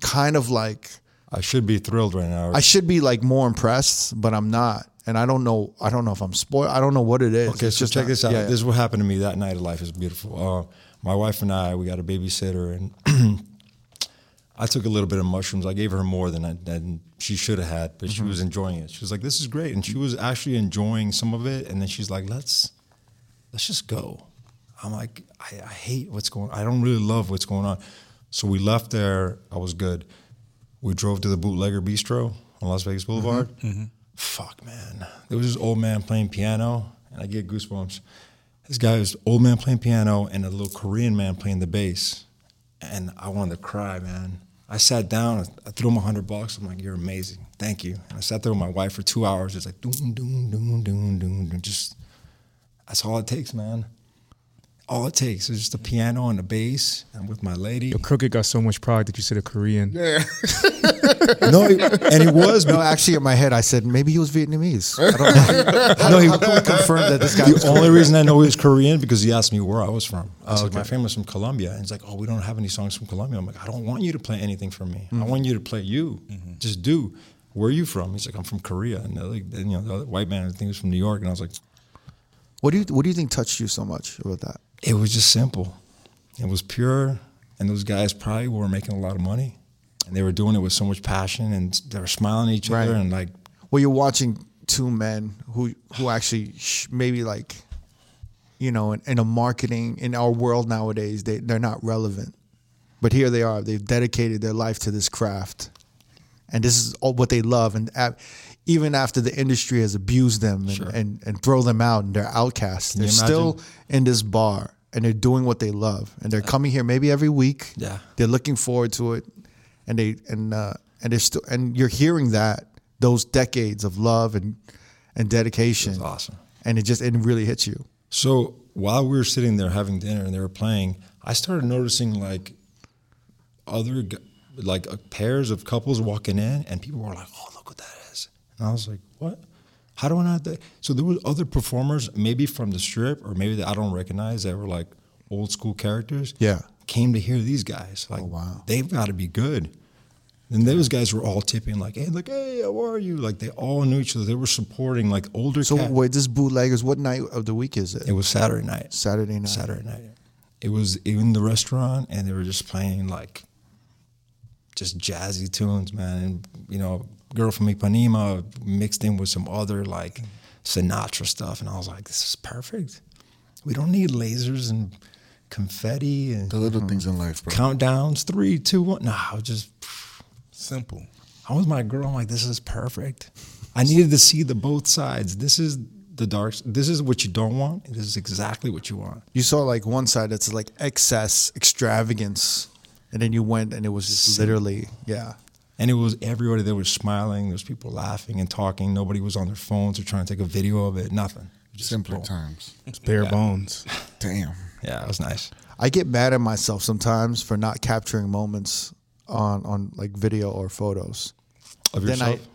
[SPEAKER 1] kind of like
[SPEAKER 4] I should be thrilled right now.
[SPEAKER 1] I should be like more impressed, but I'm not, and I don't know. I don't know if I'm spoiled. I don't know what it is.
[SPEAKER 4] Okay,
[SPEAKER 1] It's
[SPEAKER 4] so check
[SPEAKER 1] not-
[SPEAKER 4] this out.
[SPEAKER 1] yeah,
[SPEAKER 4] This is what happened to me that night of Life is Beautiful. Uh, my wife and I, we got a babysitter, and I took a little bit of mushrooms. I gave her more than, I, than she should have had, but she was enjoying it. She was like, "This is great," and she was actually enjoying some of it. And then she's like, "Let's let's just go." I'm like, I, I hate what's going. I don't really love what's going on. So we left there. I was good. We drove to the Bootlegger Bistro on Las Vegas Boulevard. Fuck, man. There was this old man playing piano, and I get goosebumps. This guy was old man playing piano and a little Korean man playing the bass and I wanted to cry, man. I sat down, I threw him a hundred bucks. I'm like, "You're amazing, thank you." And I sat there with my wife for two hours, just like doom, doom, doom, doom, doom, doom. Just that's all it takes, man. All it takes is just a piano and a bass, and with my lady.
[SPEAKER 3] Yo, Crooked got so much pride that you said a Korean.
[SPEAKER 4] no, it- and it was
[SPEAKER 1] No, actually, in my head, I said maybe he was Vietnamese. I don't know. no, he confirmed that this guy.
[SPEAKER 4] the only reason I know he was Korean because he asked me where I was from. I
[SPEAKER 1] Oh,
[SPEAKER 4] said, my family's from Colombia. And he's like, oh, we don't have any songs from Colombia. I'm like, I don't want you to play anything from me.
[SPEAKER 1] Mm-hmm.
[SPEAKER 4] I want you to play you. Just do. Where are you from? He's like, I'm from Korea. And the, other- and, you know, the other white man, I think he was from New York. And I was like,
[SPEAKER 1] What do you What do you think touched you so much about that?
[SPEAKER 4] it was just simple. It was pure. And those guys probably were making a lot of money. And they were doing it with so much passion. And they were smiling at each other.
[SPEAKER 1] Right.
[SPEAKER 4] And like,
[SPEAKER 1] Well, you're watching two men who who actually sh- maybe like, you know, in, in a marketing in our world nowadays, they they're not relevant, but here they are. They've dedicated their life to this craft, and this is all what they love. And a even after the industry has abused them and, and, and throw them out and they're outcasts, they're
[SPEAKER 4] you
[SPEAKER 1] still in this bar and they're doing what they love and they're coming here maybe every week.
[SPEAKER 4] Yeah.
[SPEAKER 1] they're looking forward to it, and they and uh, and they're still and you're hearing that those decades of love and and dedication.
[SPEAKER 4] That's awesome.
[SPEAKER 1] And it just it really hits you.
[SPEAKER 4] So while we were sitting there having dinner and they were playing, I started noticing like other g- like uh, pairs of couples walking in, and people were like, "Oh, look what that is!" And I was like, "What? How do I not?" That? So there were other performers, maybe from the strip or maybe that I don't recognize, that were like old school characters.
[SPEAKER 1] Yeah. Oh,
[SPEAKER 4] came to hear these guys. Like,
[SPEAKER 1] wow.
[SPEAKER 4] they've got to be good. And those guys were all tipping like, "Hey, like, hey, how are you?" Like they all knew each other. They were supporting like older.
[SPEAKER 1] So
[SPEAKER 4] cat-
[SPEAKER 1] wait, this bootleggers. What night of the week is it?
[SPEAKER 4] It was Saturday night.
[SPEAKER 1] Saturday night.
[SPEAKER 4] Saturday night. It was in the restaurant, and they were just playing like just jazzy tunes, man. And you know, girl from Ipanema mixed in with some other like Sinatra stuff, and I was like, this is perfect. We don't need lasers and confetti and
[SPEAKER 5] The little things in life, bro.
[SPEAKER 4] countdowns. Three, two, one. Nah, I was just
[SPEAKER 2] Simple.
[SPEAKER 4] I was my girl. I'm like, this is perfect. I needed to see the both sides. This is the dark. This is what you don't want. and This is exactly what you want.
[SPEAKER 1] You saw like one side that's like excess, extravagance, and then you went and it was just literally, yeah.
[SPEAKER 4] And it was everybody that was smiling. There's people laughing and talking. Nobody was on their phones or trying to take a video of it. Nothing. Just
[SPEAKER 5] Simpler
[SPEAKER 4] boom.
[SPEAKER 5] times.
[SPEAKER 3] It's bare bones.
[SPEAKER 5] Damn.
[SPEAKER 4] Yeah, it was nice.
[SPEAKER 1] I get mad at myself sometimes for not capturing moments on on like video or photos.
[SPEAKER 4] Of
[SPEAKER 1] then I,
[SPEAKER 4] yourself.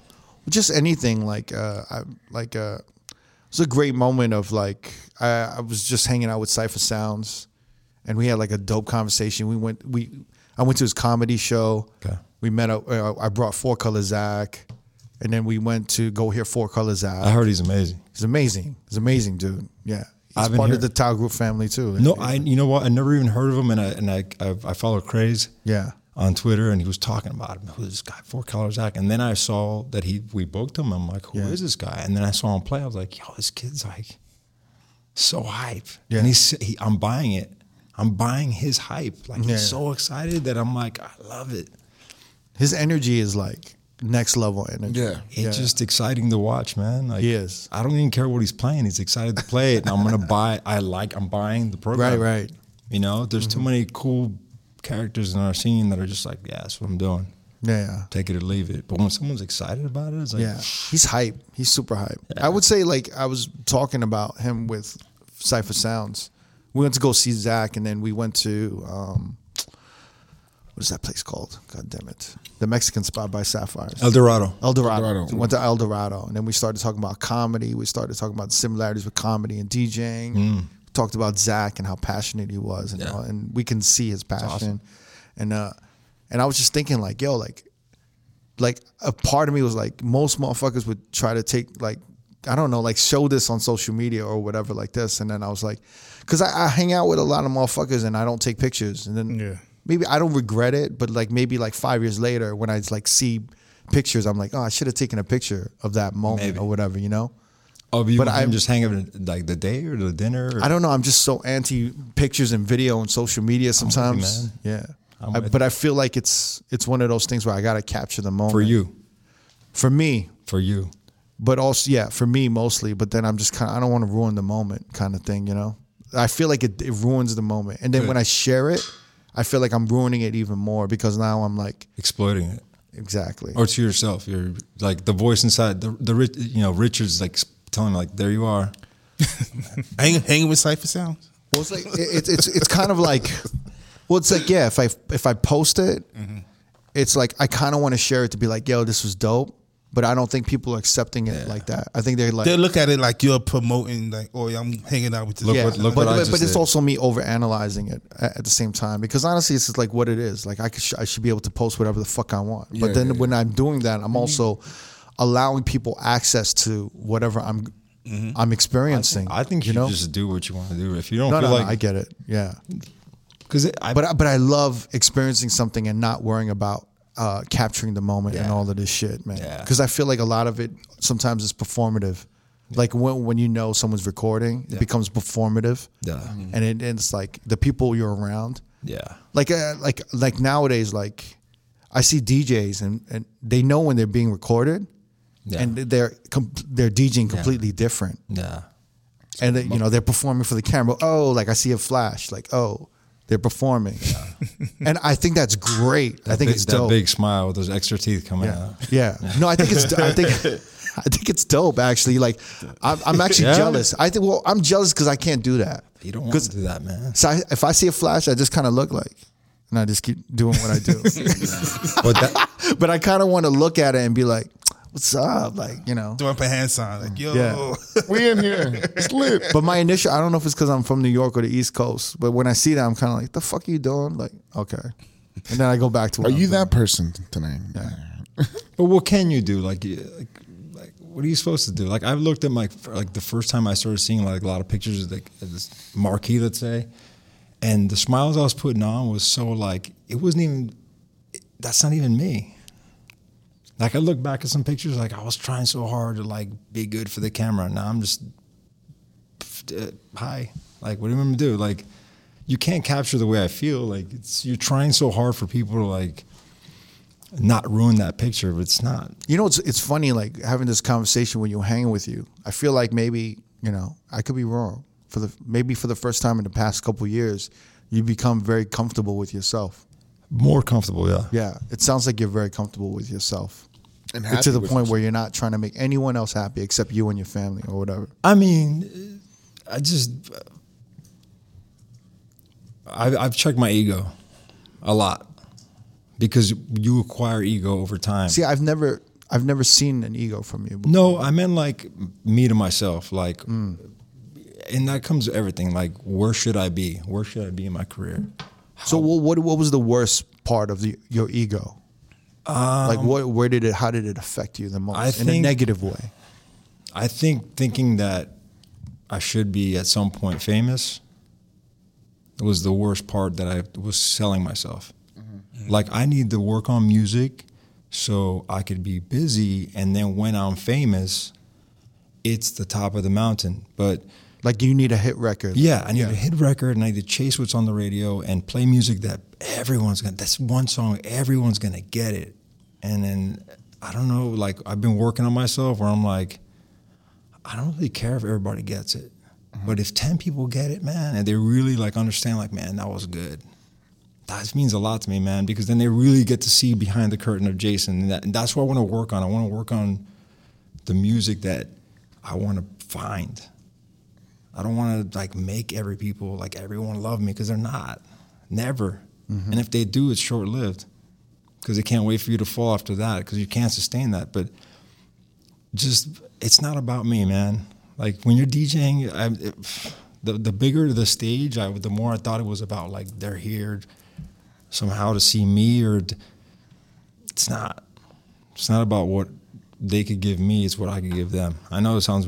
[SPEAKER 1] just anything like uh, I like uh, it was a great moment of like I, I was just hanging out with Cipher Sounds, and we had like a dope conversation. We went we I went to his comedy show.
[SPEAKER 4] Okay.
[SPEAKER 1] We met up. Uh, I brought Four Color Zach, and then we went to go hear Four Color Zach.
[SPEAKER 4] I, heard he's amazing.
[SPEAKER 1] He's amazing. He's amazing, dude. Yeah. He's
[SPEAKER 4] I've been
[SPEAKER 1] part of the
[SPEAKER 4] hearing-
[SPEAKER 1] Tao Group family too.
[SPEAKER 4] No, I. You know what? I never even heard of him, and I and I I, I follow Craze.
[SPEAKER 1] Yeah.
[SPEAKER 4] On Twitter, and he was talking about him. Who's this guy? Four Color Zach. And then I saw that he we booked him. I'm like, who is this guy? And then I saw him play. I was like, yo, this kid's like so hype.
[SPEAKER 1] Yeah.
[SPEAKER 4] And he's he, I'm buying it. I'm buying his hype. Like
[SPEAKER 1] Yeah.
[SPEAKER 4] he's so excited that I'm like, I love it.
[SPEAKER 1] His energy is like next level energy.
[SPEAKER 5] Yeah.
[SPEAKER 4] It's just exciting to watch, man. Like,
[SPEAKER 1] He is.
[SPEAKER 4] I don't even care what he's playing. He's excited to play it, and I'm gonna buy. it. I like. I'm buying the program.
[SPEAKER 1] Right, Mm-hmm. right.
[SPEAKER 4] You know, there's too many cool characters in our scene that are just like, yeah, that's what I'm doing.
[SPEAKER 1] Yeah.
[SPEAKER 4] Take it or leave it. But when someone's excited about it, it's like,
[SPEAKER 1] Yeah. He's hype. He's super hype. I would say like I was talking about him with Cypher Sounds. We went to go see Zach and then we went to um what is that place called? God damn it. The Mexican spot by Sapphires.
[SPEAKER 2] El Dorado.
[SPEAKER 1] El Dorado.
[SPEAKER 5] El Dorado.
[SPEAKER 1] We went to El Dorado, and then we started talking about comedy. We started talking about similarities with comedy and DJing. We talked about Zach and how passionate he was, and, all- and we can see his passion. And uh, and I was just thinking, like, yo, like, like a part of me was like, most motherfuckers would try to take like, I don't know, like show this on social media or whatever like this. And then I was like, because I, I hang out with a lot of motherfuckers and I don't take pictures, and then
[SPEAKER 3] Yeah.
[SPEAKER 1] maybe I don't regret it, but like maybe like five years later when I like see pictures, I'm like, oh, I should have taken a picture of that moment
[SPEAKER 4] Maybe.
[SPEAKER 1] or whatever, you know?
[SPEAKER 4] Oh, you
[SPEAKER 1] But
[SPEAKER 4] but I'm
[SPEAKER 1] I'm-
[SPEAKER 4] just hanging like the day or the dinner. Or,
[SPEAKER 1] I don't know. I'm just so anti pictures and video and social media sometimes.
[SPEAKER 4] man.
[SPEAKER 1] Yeah.
[SPEAKER 4] I'm
[SPEAKER 1] I,
[SPEAKER 4] with
[SPEAKER 1] but I feel like it's it's one of those things where I gotta capture the moment
[SPEAKER 4] for you,
[SPEAKER 1] for me,
[SPEAKER 4] for you.
[SPEAKER 1] but also yeah, for me mostly. But then I'm just kind of I don't want to ruin the moment kind of thing, you know. I feel like it, it ruins the moment, and then when I share it, I feel like I'm ruining it even more because now I'm like
[SPEAKER 4] exploiting it
[SPEAKER 1] exactly
[SPEAKER 4] or to yourself you're like the voice inside the, the Rich- you know richard's like telling like there you are
[SPEAKER 2] Hang, hanging with Cypher Sounds.
[SPEAKER 1] Well, it's like it, it's it's it's kind of like, well, it's like yeah, if I if I post it, it's like I kind of want to share it to be like, yo, this was dope, but I don't think people are accepting it like that. I think they're like,
[SPEAKER 2] They look at it like you're promoting, like, oh, yeah, I'm hanging out with this.
[SPEAKER 4] Look
[SPEAKER 1] yeah,
[SPEAKER 4] what- look
[SPEAKER 1] but
[SPEAKER 4] what I
[SPEAKER 1] but,
[SPEAKER 4] just
[SPEAKER 1] but it's
[SPEAKER 4] did.
[SPEAKER 1] also me overanalyzing it at, at the same time because honestly, it's just like what it is. Like I could sh- I should be able to post whatever the fuck I want, but
[SPEAKER 5] Yeah,
[SPEAKER 1] then
[SPEAKER 5] yeah,
[SPEAKER 1] when I'm doing that, I'm
[SPEAKER 4] Mm-hmm.
[SPEAKER 1] also allowing people access to whatever I'm I'm experiencing.
[SPEAKER 4] Mm-hmm. i think you,
[SPEAKER 1] you know.
[SPEAKER 4] just do what you want to do if you don't
[SPEAKER 1] no,
[SPEAKER 4] feel
[SPEAKER 1] no, no, I
[SPEAKER 4] like
[SPEAKER 1] get it. Yeah.
[SPEAKER 4] because I,
[SPEAKER 1] but I, but I love experiencing something and not worrying about uh, capturing the moment and
[SPEAKER 4] Yeah.
[SPEAKER 1] all of this shit, man.
[SPEAKER 4] Yeah.
[SPEAKER 1] Because I feel like a lot of it sometimes is performative. Like when when you know someone's recording, it becomes performative. Mm-hmm.
[SPEAKER 4] Yeah.
[SPEAKER 1] and it, and it's like the people you're around.
[SPEAKER 4] yeah
[SPEAKER 1] Like uh, like like nowadays, like I see DJs and and they know when they're being recorded,
[SPEAKER 4] Yeah.
[SPEAKER 1] and they're com- they're DJing completely different
[SPEAKER 4] yeah
[SPEAKER 1] and they, you know they're performing for the camera. Oh, like I see a flash. Like oh, they're performing, and I think that's great. I think
[SPEAKER 4] Big-
[SPEAKER 1] it's
[SPEAKER 4] that
[SPEAKER 1] dope.
[SPEAKER 4] big smile with those extra teeth coming
[SPEAKER 1] yeah.
[SPEAKER 4] out
[SPEAKER 1] yeah, no, I think it's. I think. I think it's dope. Actually, like I'm, I'm actually
[SPEAKER 4] Yeah.
[SPEAKER 1] jealous. I think. Well, I'm jealous because I can't do that.
[SPEAKER 4] you don't want
[SPEAKER 1] 'Cause-
[SPEAKER 4] to do that man
[SPEAKER 1] So I, if I see a flash, I just kind of look like, and I just keep doing what I do.
[SPEAKER 4] but that
[SPEAKER 1] but I kind of want to look at it and be like, "What's up?" Like you know.
[SPEAKER 2] Throw up a hand sign, like, yo.
[SPEAKER 1] Yeah.
[SPEAKER 5] We in here. It's lit.
[SPEAKER 1] But my initial, I don't know if it's because I'm from New York or the East Coast, but when I see that, I'm kind of like, the fuck you doing? Like, okay. And then I go back to
[SPEAKER 5] Are
[SPEAKER 1] what I'm
[SPEAKER 5] you
[SPEAKER 1] doing.
[SPEAKER 5] that person tonight?
[SPEAKER 4] but what can you do like, you- like like what are you supposed to do? Like I've looked at my for, like the first time I started seeing like a lot of pictures of like of this marquee, let's say, and the smiles I was putting on was so like it wasn't even. it- That's not even me. Like I look back at some pictures, like I was trying so hard to like be good for the camera. Now I'm just uh, hi. Like what do you want me to do? Like you can't capture the way I feel. Like it's you're trying so hard for people to like not ruin that picture, but it's not.
[SPEAKER 1] You know, it's, it's funny, like having this conversation when you're hanging with you. I feel like maybe, you know, I could be wrong. For the Maybe for the first time in the past couple years, you become very comfortable with yourself.
[SPEAKER 4] More comfortable, yeah.
[SPEAKER 1] Yeah. It sounds like you're very comfortable with yourself.
[SPEAKER 5] And
[SPEAKER 1] But
[SPEAKER 5] happy
[SPEAKER 1] to the
[SPEAKER 5] with
[SPEAKER 1] point where you're not trying to make anyone else happy except you and your family or whatever.
[SPEAKER 4] I mean, I just I, I've checked my ego a lot because you acquire ego over time.
[SPEAKER 1] See, I've never I've never seen an ego from you. before.
[SPEAKER 4] no, I meant like me to myself, like, and that comes with everything. Like, where should I be? Where should I be in my career?
[SPEAKER 1] So what, what what was the worst part of the, your ego? like what where did it how did it affect you the most
[SPEAKER 4] Um, I
[SPEAKER 1] in a
[SPEAKER 4] think-
[SPEAKER 1] negative way?
[SPEAKER 4] I think thinking that I should be at some point famous was the worst part that I was selling myself. Like I need to work on music so I could be busy and then when I'm famous it's the top of the mountain. But
[SPEAKER 1] Like you need a hit record.
[SPEAKER 4] yeah, I need to hit record and I need to chase what's on the radio and play music that everyone's gonna that's one song everyone's gonna get it. And then I don't know, like I've been working on myself where I'm like, I don't really care if everybody gets it. But if ten people get it, man, and they really like understand, like, man, that was good. That means a lot to me, man, because then they really get to see behind the curtain of Jason. And, that, and that's what I want to work on. I want to work on the music that I want to find. I don't want to like make every people like everyone love me because they're not. Never. And if they do, it's short lived because they can't wait for you to fall after that because you can't sustain that. But just it's not about me, man. Like when you're DJing, I, it, the the bigger the stage, I the more I thought it was about like they're here somehow to see me or t- it's not. It's not about what they could give me. It's what I could give them. I know it sounds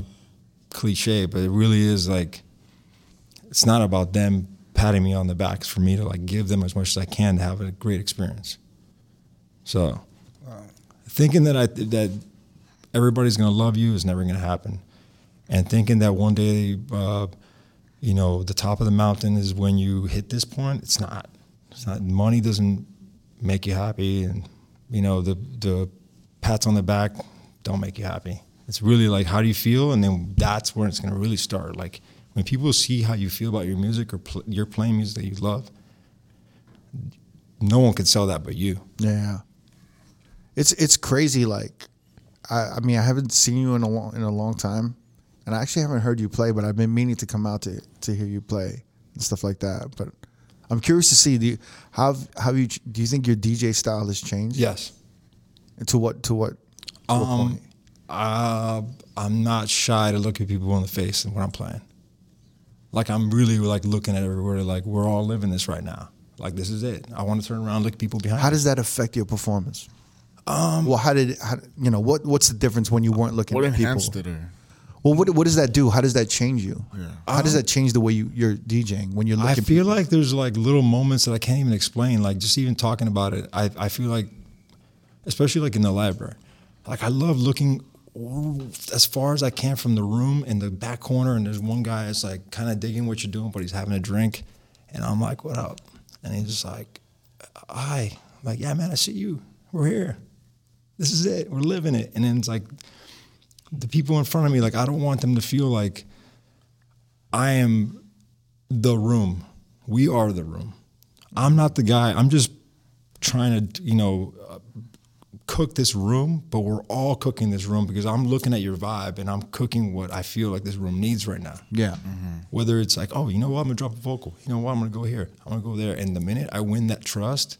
[SPEAKER 4] cliche, but it really is like it's not about them patting me on the back. It's for me to like give them as much as I can to have a great experience. So thinking that I that everybody's gonna love you is never gonna happen, and thinking that one day, uh, you know, the top of the mountain is when you hit this point. It's not. It's not. Money doesn't make you happy, and you know the the pats on the back don't make you happy. It's really like how do you feel, and then that's where it's gonna really start. Like when people see how you feel about your music or pl- you're playing music that you love, no one can sell that but you.
[SPEAKER 1] Yeah. It's it's crazy. Like, I, I mean, I haven't seen you in a long, in a long time, and I actually haven't heard you play. But I've been meaning to come out to to hear you play and stuff like that. But I'm curious to see do you, how have- have you ch- do you think your DJ style has changed?
[SPEAKER 4] Yes.
[SPEAKER 1] To what to what? To what
[SPEAKER 4] Um,
[SPEAKER 1] point?
[SPEAKER 4] uh, I'm not shy to look at people in the face when I'm playing. Like I'm really like looking at everywhere. Like we're all living this right now. Like this is it. I want to turn around, look at people behind.
[SPEAKER 1] How
[SPEAKER 4] me.
[SPEAKER 1] does that affect your performance? Um, well, how did how, you know what? What's the difference when you weren't looking
[SPEAKER 5] What
[SPEAKER 1] at people?
[SPEAKER 5] enhanced it or
[SPEAKER 1] Well, what what does that do? How does that change you? How does that change the way you, you're DJing when you're
[SPEAKER 4] I
[SPEAKER 1] looking?
[SPEAKER 4] feel like there's like little moments that I can't even explain. Like just even talking about it, I, I feel like, especially like in the library, like I love looking as far as I can from the room in the back corner, and there's one guy that's like kind of digging what you're doing, but he's having a drink, and I'm like, "What up?" And he's just like, "Hi," I'm like, "Yeah, man, I see you. We're here. This is it. We're living it." And then it's like the people in front of me, like I don't want them to feel like I am the room. We are the room. I'm not the guy. I'm just trying to, you know, uh, cook this room, but we're all cooking this room because I'm looking at your vibe and I'm cooking what I feel like this room needs right now.
[SPEAKER 1] yeah,
[SPEAKER 4] Whether it's like, oh, you know what, I'm gonna drop a vocal. You know what, I'm gonna go here. I'm gonna go there. And the minute I win that trust,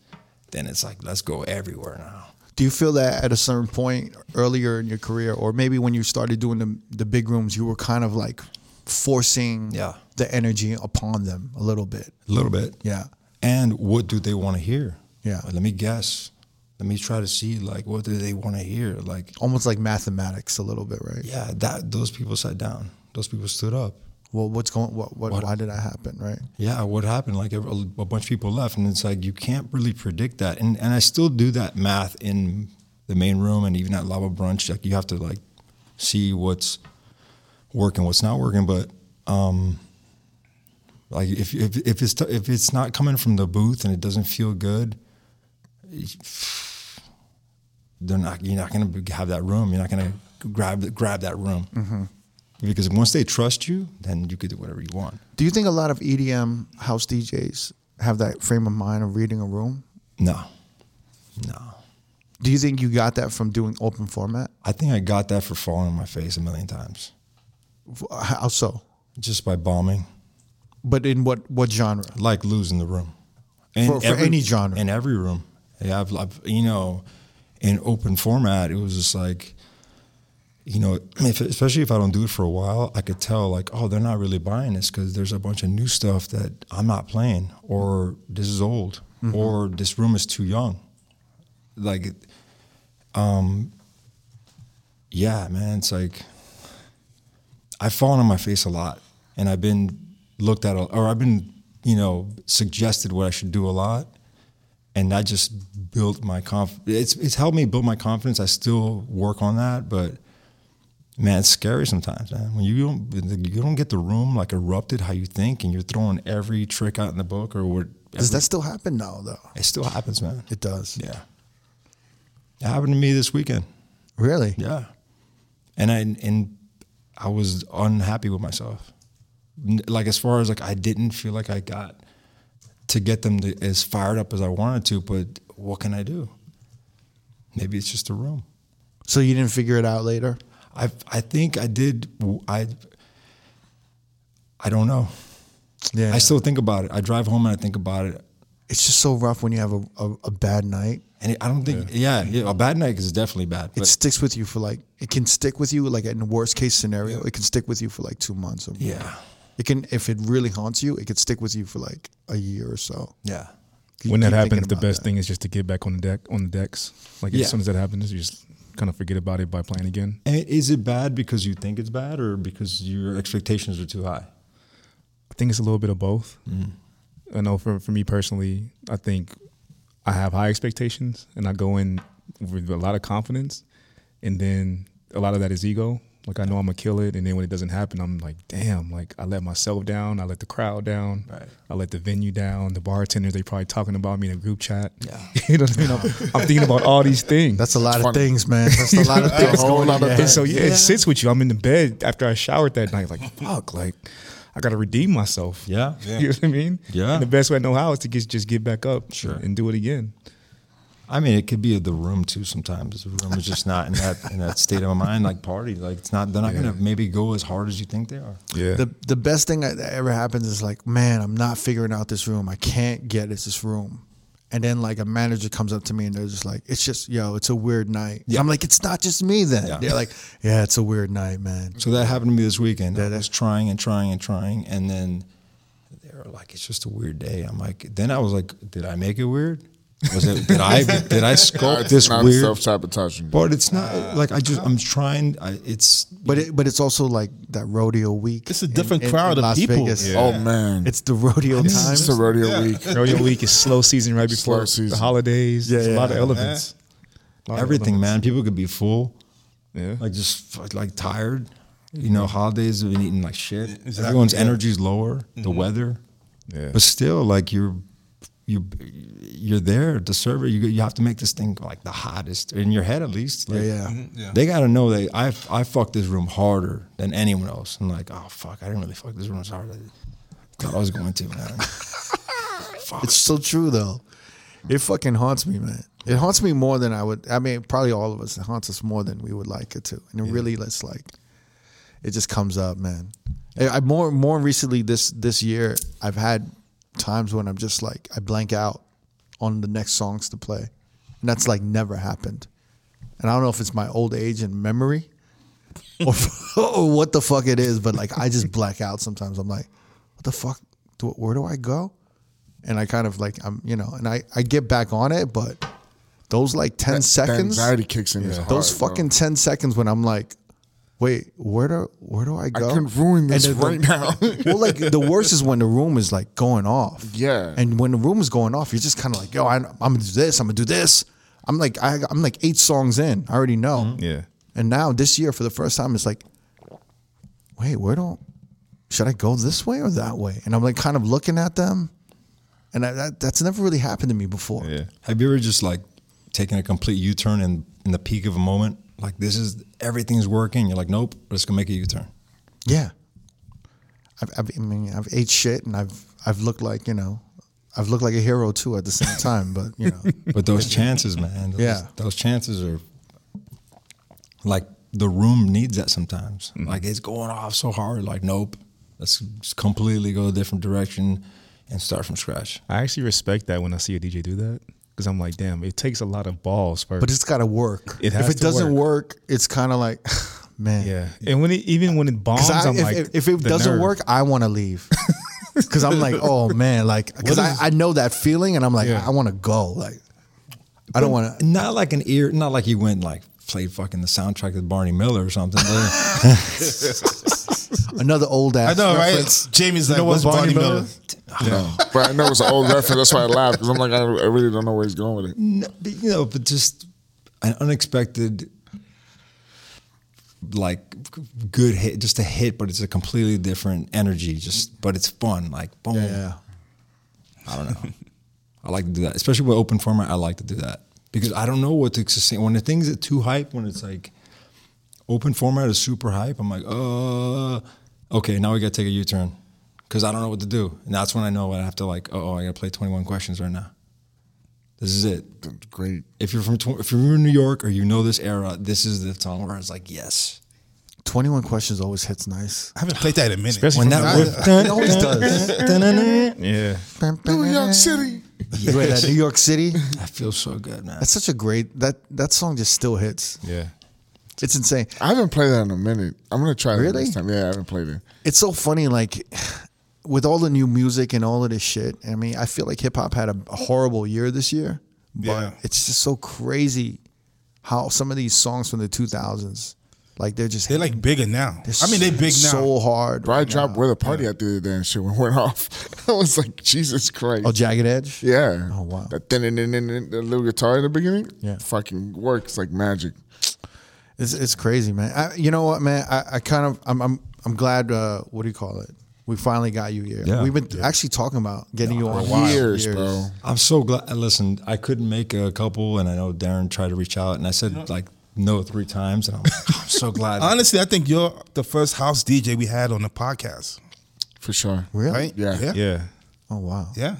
[SPEAKER 4] then it's like, let's go everywhere now.
[SPEAKER 1] Do you feel that at a certain point earlier in your career, or maybe when you started doing the the big rooms, you were kind of like forcing
[SPEAKER 4] Yeah.
[SPEAKER 1] the energy upon them a little bit?
[SPEAKER 4] A little bit.
[SPEAKER 1] Yeah,
[SPEAKER 4] And what do they want to hear?
[SPEAKER 1] Yeah.
[SPEAKER 4] Let me guess. Let me try to see like what do they want to hear? Like
[SPEAKER 1] almost like mathematics a little bit, right?
[SPEAKER 4] yeah, that those people sat down. Those people stood up.
[SPEAKER 1] Well, what's going? What, what? Why did that happen? Right?
[SPEAKER 4] Yeah, what happened? Like a, a bunch of people left, and it's like you can't really predict that. And and I still do that math in the main room, and even at lava brunch, like you have to like see what's working, what's not working. But um, like if if if it's if it's not coming from the booth and it doesn't feel good, they're not you're not going to have that room. You're not going to grab grab that room because once they trust you, then you could do whatever you want.
[SPEAKER 1] Do you think a lot of EDM house DJs have that frame of mind of reading a room?
[SPEAKER 4] No, no.
[SPEAKER 1] Do you think you got that from doing open format?
[SPEAKER 4] I think I got that for falling on my face a million times
[SPEAKER 1] How so?
[SPEAKER 4] just by bombing,
[SPEAKER 1] But in what what genre?
[SPEAKER 4] like losing the room. And
[SPEAKER 1] For- for any genre.
[SPEAKER 4] In every room. Yeah, I've, I've, you know, in open format, it was just like, you know, if, especially if I don't do it for a while, I could tell like, oh, they're not really buying this because there's a bunch of new stuff that I'm not playing, or this is old,
[SPEAKER 1] Mm-hmm.
[SPEAKER 4] or this room is too young. Like, um, yeah, man, it's like I've fallen on my face a lot, and I've been looked at, a, or I've been, you know, suggested what I should do a lot, and that just built my conf. It's it's helped me build my confidence. I still work on that, but man, it's scary sometimes, man. When you don't you don't get the room like erupted how you think, and you're throwing every trick out in the book or what.
[SPEAKER 1] Does that still happen now though?
[SPEAKER 4] It still happens, man.
[SPEAKER 1] It does.
[SPEAKER 4] Yeah, it happened to me this weekend.
[SPEAKER 1] Really?
[SPEAKER 4] Yeah, and I and I was unhappy with myself. N- Like as far as like I didn't feel like I got to get them to, as fired up as I wanted to. But what can I do? Maybe it's just a room.
[SPEAKER 1] So you didn't figure it out later?
[SPEAKER 4] I I think I did. w- I I don't know.
[SPEAKER 1] Yeah.
[SPEAKER 4] I still think about it. I drive home and I think about it.
[SPEAKER 1] it's just so rough when you have a, a, a bad night.
[SPEAKER 4] And I don't think, yeah, yeah, a bad night is definitely bad.
[SPEAKER 1] It
[SPEAKER 4] But
[SPEAKER 1] sticks with you for like it can stick with you like in the worst case scenario, it can stick with you for like two months or more.
[SPEAKER 4] yeah,
[SPEAKER 1] It can if it really haunts you, it could stick with you for like a year or so.
[SPEAKER 4] yeah,
[SPEAKER 1] You
[SPEAKER 3] when that
[SPEAKER 1] keep
[SPEAKER 3] happens,
[SPEAKER 1] thinking
[SPEAKER 3] the
[SPEAKER 1] about
[SPEAKER 3] best
[SPEAKER 1] that.
[SPEAKER 3] thing is just to get back on the deck on the decks. Like
[SPEAKER 4] Yeah.
[SPEAKER 3] as soon as that happens, you just kind of forget about it by playing again.
[SPEAKER 4] And is it bad because you think it's bad, or because your expectations are too high?
[SPEAKER 3] I think it's a little bit of both.
[SPEAKER 1] Mm.
[SPEAKER 3] I know for for me personally, I think I have high expectations and I go in with a lot of confidence, and then a lot of that is ego. Like I know I'm gonna kill it, and then when it doesn't happen, I'm like, damn! Like I let myself down, I let the crowd down,
[SPEAKER 4] Right.
[SPEAKER 3] I let the venue down. The bartenders they probably talking about me in a group chat. Yeah, you know what I mean? I'm, I'm thinking about all these things.
[SPEAKER 1] That's a lot of
[SPEAKER 5] funny.
[SPEAKER 1] things, man. That's a lot of
[SPEAKER 5] A
[SPEAKER 1] things.
[SPEAKER 5] whole
[SPEAKER 1] going
[SPEAKER 5] lot
[SPEAKER 1] on.
[SPEAKER 5] of
[SPEAKER 3] And
[SPEAKER 5] things.
[SPEAKER 3] so yeah, it sits with you. I'm in the bed after I showered that night, like fuck, like I gotta redeem myself.
[SPEAKER 4] Yeah.
[SPEAKER 3] You know what I mean?
[SPEAKER 4] Yeah.
[SPEAKER 3] And the best way I know how is to just just get back up sure. and do it again.
[SPEAKER 4] I mean, it could be the room too. Sometimes the room is just not in that in that state of mind, like party. Like it's not. They're not gonna maybe go as hard as you think they are.
[SPEAKER 3] Yeah.
[SPEAKER 1] The the best thing that ever happens is like, man, I'm not figuring out this room. I can't get it's this room. And then like a manager comes up to me and they're just like, it's just yo, it's a weird night. I'm like, it's not just me then.
[SPEAKER 4] Yeah.
[SPEAKER 1] They're like, yeah, it's a weird night, man.
[SPEAKER 4] So that happened to me this weekend.
[SPEAKER 1] That-
[SPEAKER 4] I was trying and trying and trying, and then they were like, "It's just a weird day." I'm like, then I was like, "Did I make it weird? Was it? Did I? Did I
[SPEAKER 5] Nah,
[SPEAKER 4] sculpt
[SPEAKER 5] it's
[SPEAKER 4] this
[SPEAKER 5] not
[SPEAKER 4] weird?"
[SPEAKER 5] self sabotaging.
[SPEAKER 4] but it's not like I just I'm trying. I, it's
[SPEAKER 1] But it, but it's also like that rodeo week.
[SPEAKER 2] It's a different crowd of people.
[SPEAKER 5] Oh man,
[SPEAKER 1] It's the rodeo time.
[SPEAKER 5] it's a rodeo week.
[SPEAKER 3] Rodeo week is slow season right
[SPEAKER 5] Slow
[SPEAKER 3] before the
[SPEAKER 5] season.
[SPEAKER 3] holidays. Yeah, There's a lot of elements. A lot of
[SPEAKER 4] everything, man. People could be full,
[SPEAKER 3] elements. Yeah.
[SPEAKER 4] like just f- like tired. You know, holidays have been eating like shit. Everyone's energy's lower. The weather,
[SPEAKER 3] Yeah.
[SPEAKER 4] but still, like you're you you're there to serve it. You you have to make this thing like the hottest in your head at least. Like,
[SPEAKER 1] yeah.
[SPEAKER 3] Mm-hmm.
[SPEAKER 2] Yeah.
[SPEAKER 4] They got to know that I I fucked this room harder than anyone else. And like, oh fuck, I didn't really fuck this room as hard as I thought I was going to. Man. fuck.
[SPEAKER 1] It's so true though. It fucking haunts me, man. It haunts me more than I would. I mean, probably all of us. It haunts us more than we would like it to. And it really, it's like, it just comes up, man. I I- more more recently this this year, I've had times when I'm just like I blank out on the next songs to play, and that's like never happened. And I don't know if it's my old age and memory, or, or what the fuck it is, but like I just black out sometimes. I'm like, what the fuck? Do, where do I go? And I kind of like I'm you know, and I I get back on it, but those like ten
[SPEAKER 5] The
[SPEAKER 1] seconds,
[SPEAKER 5] anxiety kicks in. is hard,
[SPEAKER 1] those
[SPEAKER 5] bro.
[SPEAKER 1] fucking ten seconds when I'm like, wait, where do where do I go?
[SPEAKER 5] I can ruin this
[SPEAKER 1] then the-
[SPEAKER 5] right now.
[SPEAKER 1] well, like the worst is when the room is like going off.
[SPEAKER 5] Yeah.
[SPEAKER 1] And when the room is going off, you're just kind of like, yo, I, I'm gonna do this. I'm gonna do this. I'm like, I, I'm like eight songs in. I already know.
[SPEAKER 3] Yeah.
[SPEAKER 1] And now this year, for the first time, it's like, wait, where don't should I go this way or that way? And I'm like, kind of looking at them, and I, that, that's never really happened to me before.
[SPEAKER 3] Yeah.
[SPEAKER 4] Have you ever just like taken a complete U turn in in the peak of a moment? Like this is everything's working. You're like, nope, let's go make a U turn.
[SPEAKER 1] Yeah. I've, I've, I mean, I've ate shit, and I've I've looked like you know, I've looked like a hero too at the same time. But you know,
[SPEAKER 4] But those chances, man. Those,
[SPEAKER 1] Yeah.
[SPEAKER 4] Those chances are like the room needs that sometimes. Like it's going off so hard. Like, nope, let's just completely go a different direction and start from scratch.
[SPEAKER 3] I actually respect that when I see a DJ do that. Because I'm like, damn, it takes a lot of balls first.
[SPEAKER 1] but it's got to work.
[SPEAKER 3] It has
[SPEAKER 1] if it
[SPEAKER 3] to
[SPEAKER 1] doesn't work, it's kind of like, man,
[SPEAKER 3] yeah. And when it even when it bombs,
[SPEAKER 1] Because
[SPEAKER 3] I, am
[SPEAKER 1] if,
[SPEAKER 3] like,
[SPEAKER 1] if, if it
[SPEAKER 3] the
[SPEAKER 1] doesn't
[SPEAKER 3] nerve.
[SPEAKER 1] work, I want to leave. Because I'm like, oh man, like, because I, I know that feeling, and I'm like, I want to go. Like, I don't want to.
[SPEAKER 4] Not like an ear, not like he went like played fucking the soundtrack of Barney Miller or something. but-
[SPEAKER 1] Another old ass.
[SPEAKER 2] I know,
[SPEAKER 1] reference.
[SPEAKER 2] right? Jamie's like, what's Barney Miller?
[SPEAKER 5] But I know it's an old reference. That's why I laughed because I'm like, I, I really don't know where he's going
[SPEAKER 1] Mm.
[SPEAKER 5] with it.
[SPEAKER 4] No, but, you know, but just an unexpected, like g- good hit, just a hit, but it's a completely different energy. Just, but it's fun. Like, boom.
[SPEAKER 1] Yeah,
[SPEAKER 4] I don't know. I like to do that, especially with open format. I like to do that because I don't know what to sustain. When the things are too hype, when it's like open format is super hype, I'm like, uh, okay, now we got to take a U turn because I don't know what to do. And that's when I know I have to, like, oh, I got to play 21 questions right now. This is it.
[SPEAKER 5] Great.
[SPEAKER 4] If you're from tw- if you're in New York or you know this era, this is the song where it's like, yes.
[SPEAKER 1] Twenty One Questions always hits nice.
[SPEAKER 2] I haven't played that in a minute.
[SPEAKER 3] Especially
[SPEAKER 4] When
[SPEAKER 3] from
[SPEAKER 4] that
[SPEAKER 3] the-
[SPEAKER 4] riff, it always does.
[SPEAKER 3] yeah.
[SPEAKER 5] New York City.
[SPEAKER 1] You were at New York City.
[SPEAKER 4] I feel so good, man.
[SPEAKER 1] That's such a great that that song just still hits.
[SPEAKER 3] Yeah.
[SPEAKER 1] It's insane.
[SPEAKER 5] I haven't played that in a minute. I'm gonna try that
[SPEAKER 1] Really?
[SPEAKER 5] next time. Yeah, I haven't played it.
[SPEAKER 1] It's so funny, like with all the new music and all of this shit. I mean, I feel like hip hop had a horrible year this year, but
[SPEAKER 2] Yeah.
[SPEAKER 1] it's just so crazy how some of these songs from the 2000s, like they're just
[SPEAKER 2] They're like bigger now. I mean, they big now.
[SPEAKER 1] so hard.
[SPEAKER 5] Bro, I dropped where the party at the other day and shit when it went off. I was like, Jesus Christ.
[SPEAKER 1] Oh, Jagged Edge.
[SPEAKER 5] Yeah.
[SPEAKER 1] Oh, wow.
[SPEAKER 5] That thin the little guitar in the beginning.
[SPEAKER 1] Yeah.
[SPEAKER 5] Fucking works like magic.
[SPEAKER 1] It's, it's crazy, man. I, you know what, man? I, I kind of I'm I'm I'm glad. Uh, what do you call it? We finally got you here.
[SPEAKER 4] Yeah.
[SPEAKER 1] We've been actually talking about getting you on
[SPEAKER 5] Years, bro.
[SPEAKER 4] I'm so glad. Listen, I couldn't make a couple, and I know Darren tried to reach out, and I said like no three times, and I'm, I'm so glad.
[SPEAKER 2] Honestly, I think you're the first house DJ we had on the podcast.
[SPEAKER 5] For sure.
[SPEAKER 1] Really?
[SPEAKER 2] Right?
[SPEAKER 5] Yeah.
[SPEAKER 2] Yeah.
[SPEAKER 3] Yeah.
[SPEAKER 1] Oh wow.
[SPEAKER 2] Yeah.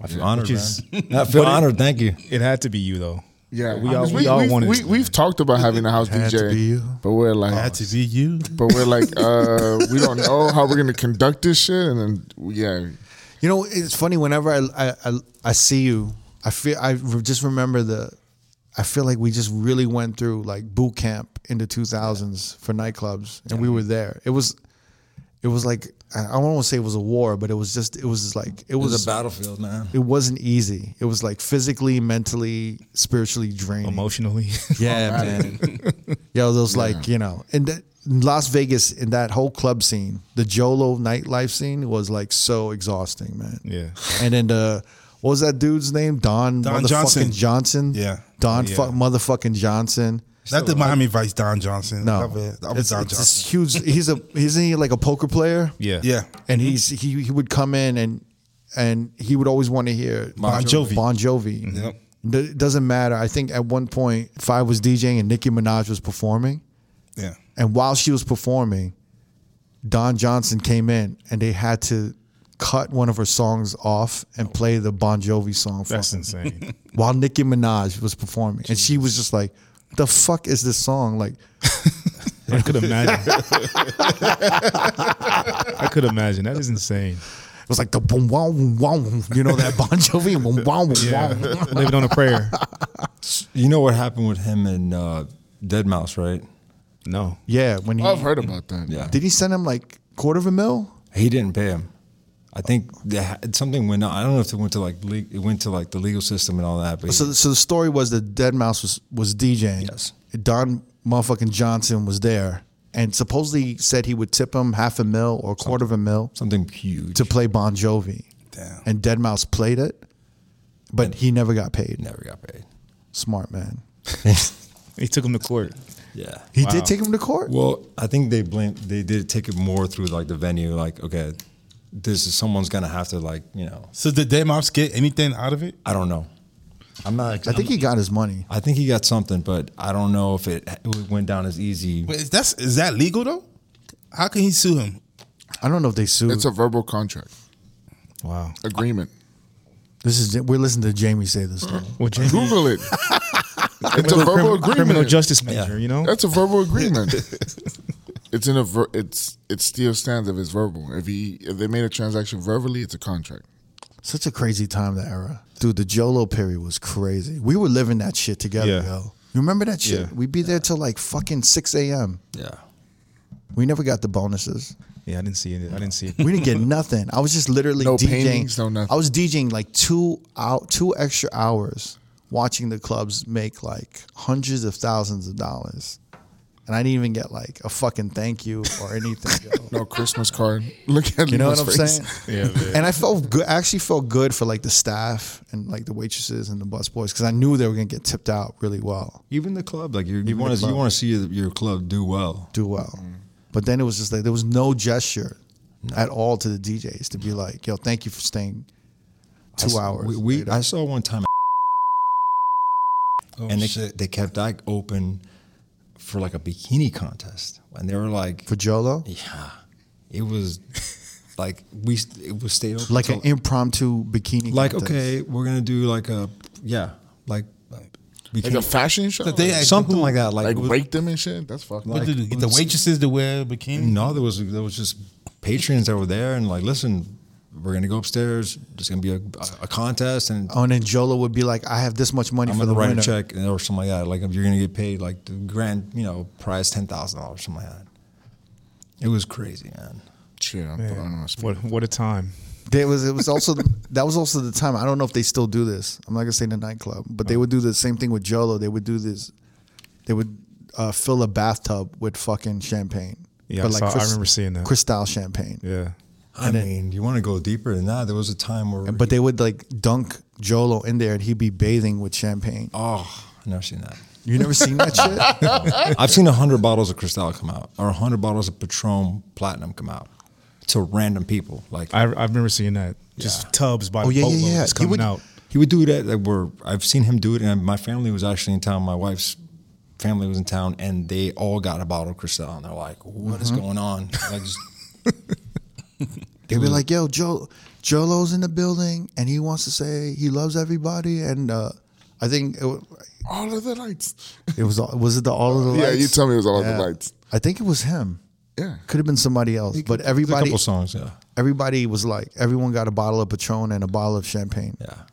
[SPEAKER 4] I feel honored,
[SPEAKER 3] Which is-
[SPEAKER 4] man. I feel honored. thank you.
[SPEAKER 3] It had to be you though.
[SPEAKER 5] Yeah.
[SPEAKER 3] We all-
[SPEAKER 5] Because
[SPEAKER 3] we all
[SPEAKER 5] we've,
[SPEAKER 3] wanted
[SPEAKER 5] we,
[SPEAKER 3] to-
[SPEAKER 5] we've talked about having a house
[SPEAKER 1] Had to
[SPEAKER 5] DJ.
[SPEAKER 1] be you.
[SPEAKER 5] But we're like
[SPEAKER 2] Had to be you.
[SPEAKER 5] but we're like, uh, we don't know how we're gonna conduct this shit and then yeah.
[SPEAKER 1] You know, it's funny. Whenever I I, I, I see you, I feel I re- just remember the. I feel like we just really went through like boot camp in the 2000s for nightclubs, and we were there. It was, it was like I I don't want to say it was a war, but it was just it was just like it
[SPEAKER 4] It
[SPEAKER 1] was,
[SPEAKER 4] was a battlefield, man.
[SPEAKER 1] it wasn't easy. It was like physically, mentally, spiritually draining.
[SPEAKER 3] Emotionally.
[SPEAKER 1] Yeah, man. Yo, those like you know, and that, Las Vegas in that whole club scene, the Jolo nightlife scene was like so exhausting, man.
[SPEAKER 3] Yeah.
[SPEAKER 1] And then the what was that dude's name? Don,
[SPEAKER 2] Don
[SPEAKER 1] motherfucking
[SPEAKER 2] Johnson.
[SPEAKER 1] Johnson.
[SPEAKER 2] Yeah.
[SPEAKER 1] Don
[SPEAKER 3] Yeah.
[SPEAKER 1] Fuck motherfucking Johnson.
[SPEAKER 2] Not the Miami Vice Don Johnson.
[SPEAKER 1] No,
[SPEAKER 2] That was- that was
[SPEAKER 1] it's,
[SPEAKER 2] Don
[SPEAKER 1] it's
[SPEAKER 2] Johnson.
[SPEAKER 1] this huge. He's a isn't he like a poker player?
[SPEAKER 3] yeah.
[SPEAKER 2] Yeah.
[SPEAKER 1] And he's he he would come in and and he would always want to hear
[SPEAKER 2] Bon Jovi. Mm-hmm.
[SPEAKER 1] Bon Jovi.
[SPEAKER 2] Yep.
[SPEAKER 1] D- It doesn't matter. I think at one point Five was DJing and Nicki Minaj was performing.
[SPEAKER 2] Yeah.
[SPEAKER 1] And while she was performing, Don Johnson came in and they had to cut one of her songs off and play the Bon Jovi song for
[SPEAKER 3] That's insane.
[SPEAKER 1] while Nicki Minaj was performing. And she was just like, the fuck is this song? Like,
[SPEAKER 3] I could imagine. I could imagine. That is insane.
[SPEAKER 1] it was like the boom, wow, boom, wow, boom. you know, that Bon Jovi, boom, wow, boom,
[SPEAKER 3] Yeah.
[SPEAKER 1] wow.
[SPEAKER 3] Living on a prayer.
[SPEAKER 4] You know what happened with him and uh, Dead Mouse, right?
[SPEAKER 3] No.
[SPEAKER 1] Yeah, when he,
[SPEAKER 5] I've heard about that.
[SPEAKER 4] Yeah.
[SPEAKER 1] did he send him like quarter of a mil?
[SPEAKER 4] He didn't pay him. I think they had, something went. on. I don't know if it went to like le- it went to like the legal system and all that. But
[SPEAKER 1] So, so the story was that Dead Mouse was was DJing.
[SPEAKER 4] Yes.
[SPEAKER 1] Don motherfucking Johnson was there, and supposedly said he would tip him half a mil or a quarter of a mil
[SPEAKER 4] something huge.
[SPEAKER 1] to play Bon Jovi.
[SPEAKER 2] Damn.
[SPEAKER 1] And Dead Mouse played it, but he never got paid.
[SPEAKER 4] never got paid.
[SPEAKER 1] Smart man.
[SPEAKER 3] He took him to court.
[SPEAKER 4] Yeah.
[SPEAKER 1] He did take him to court.
[SPEAKER 4] Well, I think they blame they did take it more through like the venue. Like, okay, this is someone's gonna have to like you know.
[SPEAKER 2] So did Dead Mouse get anything out of it?
[SPEAKER 4] I don't know. I'm not.
[SPEAKER 1] I think he got his money.
[SPEAKER 4] I think he got something, but I don't know if it, it went down as easy.
[SPEAKER 2] Wait, is that's is that legal though? How can he sue him?
[SPEAKER 1] I don't know if they sued.
[SPEAKER 5] It's a verbal contract.
[SPEAKER 3] Wow.
[SPEAKER 5] Agreement.
[SPEAKER 1] this is we're listening to Jamie say this. Story.
[SPEAKER 3] Well, Jamie,
[SPEAKER 5] Google it. it's a
[SPEAKER 3] criminal,
[SPEAKER 5] verbal
[SPEAKER 3] criminal- criminal
[SPEAKER 5] agreement.
[SPEAKER 3] justice major, you know?
[SPEAKER 5] That's a verbal agreement. it's in a ver- it's it still stands if it's verbal. If he if they made a transaction verbally, it's a contract.
[SPEAKER 1] Such a crazy time that era, dude. The Jolo period was crazy. We were living that shit together,
[SPEAKER 3] Yeah.
[SPEAKER 1] yo. You remember that shit?
[SPEAKER 3] Yeah.
[SPEAKER 1] We'd be there till like fucking six a.m.
[SPEAKER 4] Yeah.
[SPEAKER 1] We never got the bonuses.
[SPEAKER 3] Yeah, I didn't see it. I didn't see it.
[SPEAKER 1] We didn't get nothing. I was just literally
[SPEAKER 5] No
[SPEAKER 1] DJing.
[SPEAKER 5] paintings, no nothing.
[SPEAKER 1] I was DJing like two out two extra hours watching the clubs make like hundreds of thousands of dollars. And I didn't even get like a fucking thank you or anything. yo.
[SPEAKER 5] No Christmas card. Look at
[SPEAKER 1] You know what I'm
[SPEAKER 5] Lemo's face.
[SPEAKER 1] saying? And I felt good. I actually felt good for like the staff and like the waitresses and the busboys because I knew they were gonna get tipped out really well,
[SPEAKER 4] Even the club, like you, you want to you want to see your- your club do well.
[SPEAKER 1] do well. But then it was just like there was no gesture at all to the DJs to be like, "Yo, thank you for staying
[SPEAKER 4] I
[SPEAKER 1] two
[SPEAKER 4] s-
[SPEAKER 1] hours."
[SPEAKER 4] We, we
[SPEAKER 1] later."
[SPEAKER 4] I saw one time,
[SPEAKER 2] Oh,
[SPEAKER 4] and they,
[SPEAKER 2] shit.
[SPEAKER 4] they kept that open for like a bikini contest, and they were like,
[SPEAKER 1] for Jolo,
[SPEAKER 4] yeah, it was like we st- it was stayed open
[SPEAKER 1] like
[SPEAKER 4] till-
[SPEAKER 1] an impromptu bikini.
[SPEAKER 4] like
[SPEAKER 1] contest.
[SPEAKER 4] okay, we're gonna do like a yeah, like
[SPEAKER 5] Like
[SPEAKER 4] bikini,
[SPEAKER 5] a fashion show.
[SPEAKER 2] But they
[SPEAKER 5] like,
[SPEAKER 2] had-
[SPEAKER 4] something like that, like,
[SPEAKER 5] like
[SPEAKER 4] it was-
[SPEAKER 5] rake them and shit. That's fucked.
[SPEAKER 2] What
[SPEAKER 5] Like,
[SPEAKER 2] did it- the waitresses to wear bikinis?
[SPEAKER 4] no, there was there was just patrons that were there, and like listen, We're gonna go upstairs. There's gonna be a, a contest, and
[SPEAKER 1] Oh, and then Jolo would be like, I have this much money
[SPEAKER 4] I'm
[SPEAKER 1] for
[SPEAKER 4] gonna
[SPEAKER 1] the
[SPEAKER 4] write
[SPEAKER 1] winner.
[SPEAKER 4] a check or something like that. Like if you're gonna get paid like the grand, you know, prize ten thousand dollars, something like that. It was crazy, man.
[SPEAKER 5] Shit, I'm putting on my speed.
[SPEAKER 3] What what a time.
[SPEAKER 1] There was it was also that was also the time. I don't know if they still do this. I'm not gonna say the nightclub, but they would do the same thing with Jolo. They would do this. They would uh, fill a bathtub with fucking champagne.
[SPEAKER 3] Yeah, I saw- I remember seeing that.
[SPEAKER 1] Cristal champagne.
[SPEAKER 3] Yeah.
[SPEAKER 4] I mean, you want to go deeper than that? There was a time where,
[SPEAKER 1] But they would like dunk Jolo in there, and he'd be bathing with champagne.
[SPEAKER 4] oh, I've never seen that.
[SPEAKER 1] You never seen that shit?
[SPEAKER 4] I've seen hundred bottles of Cristal come out, or hundred bottles of Patron Platinum come out to random people. Like
[SPEAKER 3] I I remember seeing that. Just tubs by
[SPEAKER 1] Oh
[SPEAKER 3] the
[SPEAKER 1] yeah,
[SPEAKER 3] boatload
[SPEAKER 1] yeah, yeah.
[SPEAKER 3] just
[SPEAKER 1] He
[SPEAKER 3] coming
[SPEAKER 1] would-
[SPEAKER 3] out.
[SPEAKER 4] He would do that. Like where I've seen him do it, and my family was actually in town. My wife's family was in town, and they all got a bottle of Cristal, and they're like, "What is going on?" Like, just-
[SPEAKER 1] They'd be like, "Yo, Joe, Jolo's in the building, and he wants to say he loves everybody." And uh, I think it, wa-
[SPEAKER 5] All of the lights.
[SPEAKER 1] it was was it the all of the
[SPEAKER 5] Yeah,
[SPEAKER 1] lights?
[SPEAKER 5] you tell me it was all of the
[SPEAKER 1] Yeah.
[SPEAKER 5] lights.
[SPEAKER 1] I think it was him.
[SPEAKER 5] Yeah.
[SPEAKER 1] Could have been somebody else, but
[SPEAKER 4] a
[SPEAKER 1] everybody
[SPEAKER 4] couple songs, yeah,
[SPEAKER 1] everybody was like everyone got a bottle of Patron and a bottle of champagne.
[SPEAKER 4] yeah.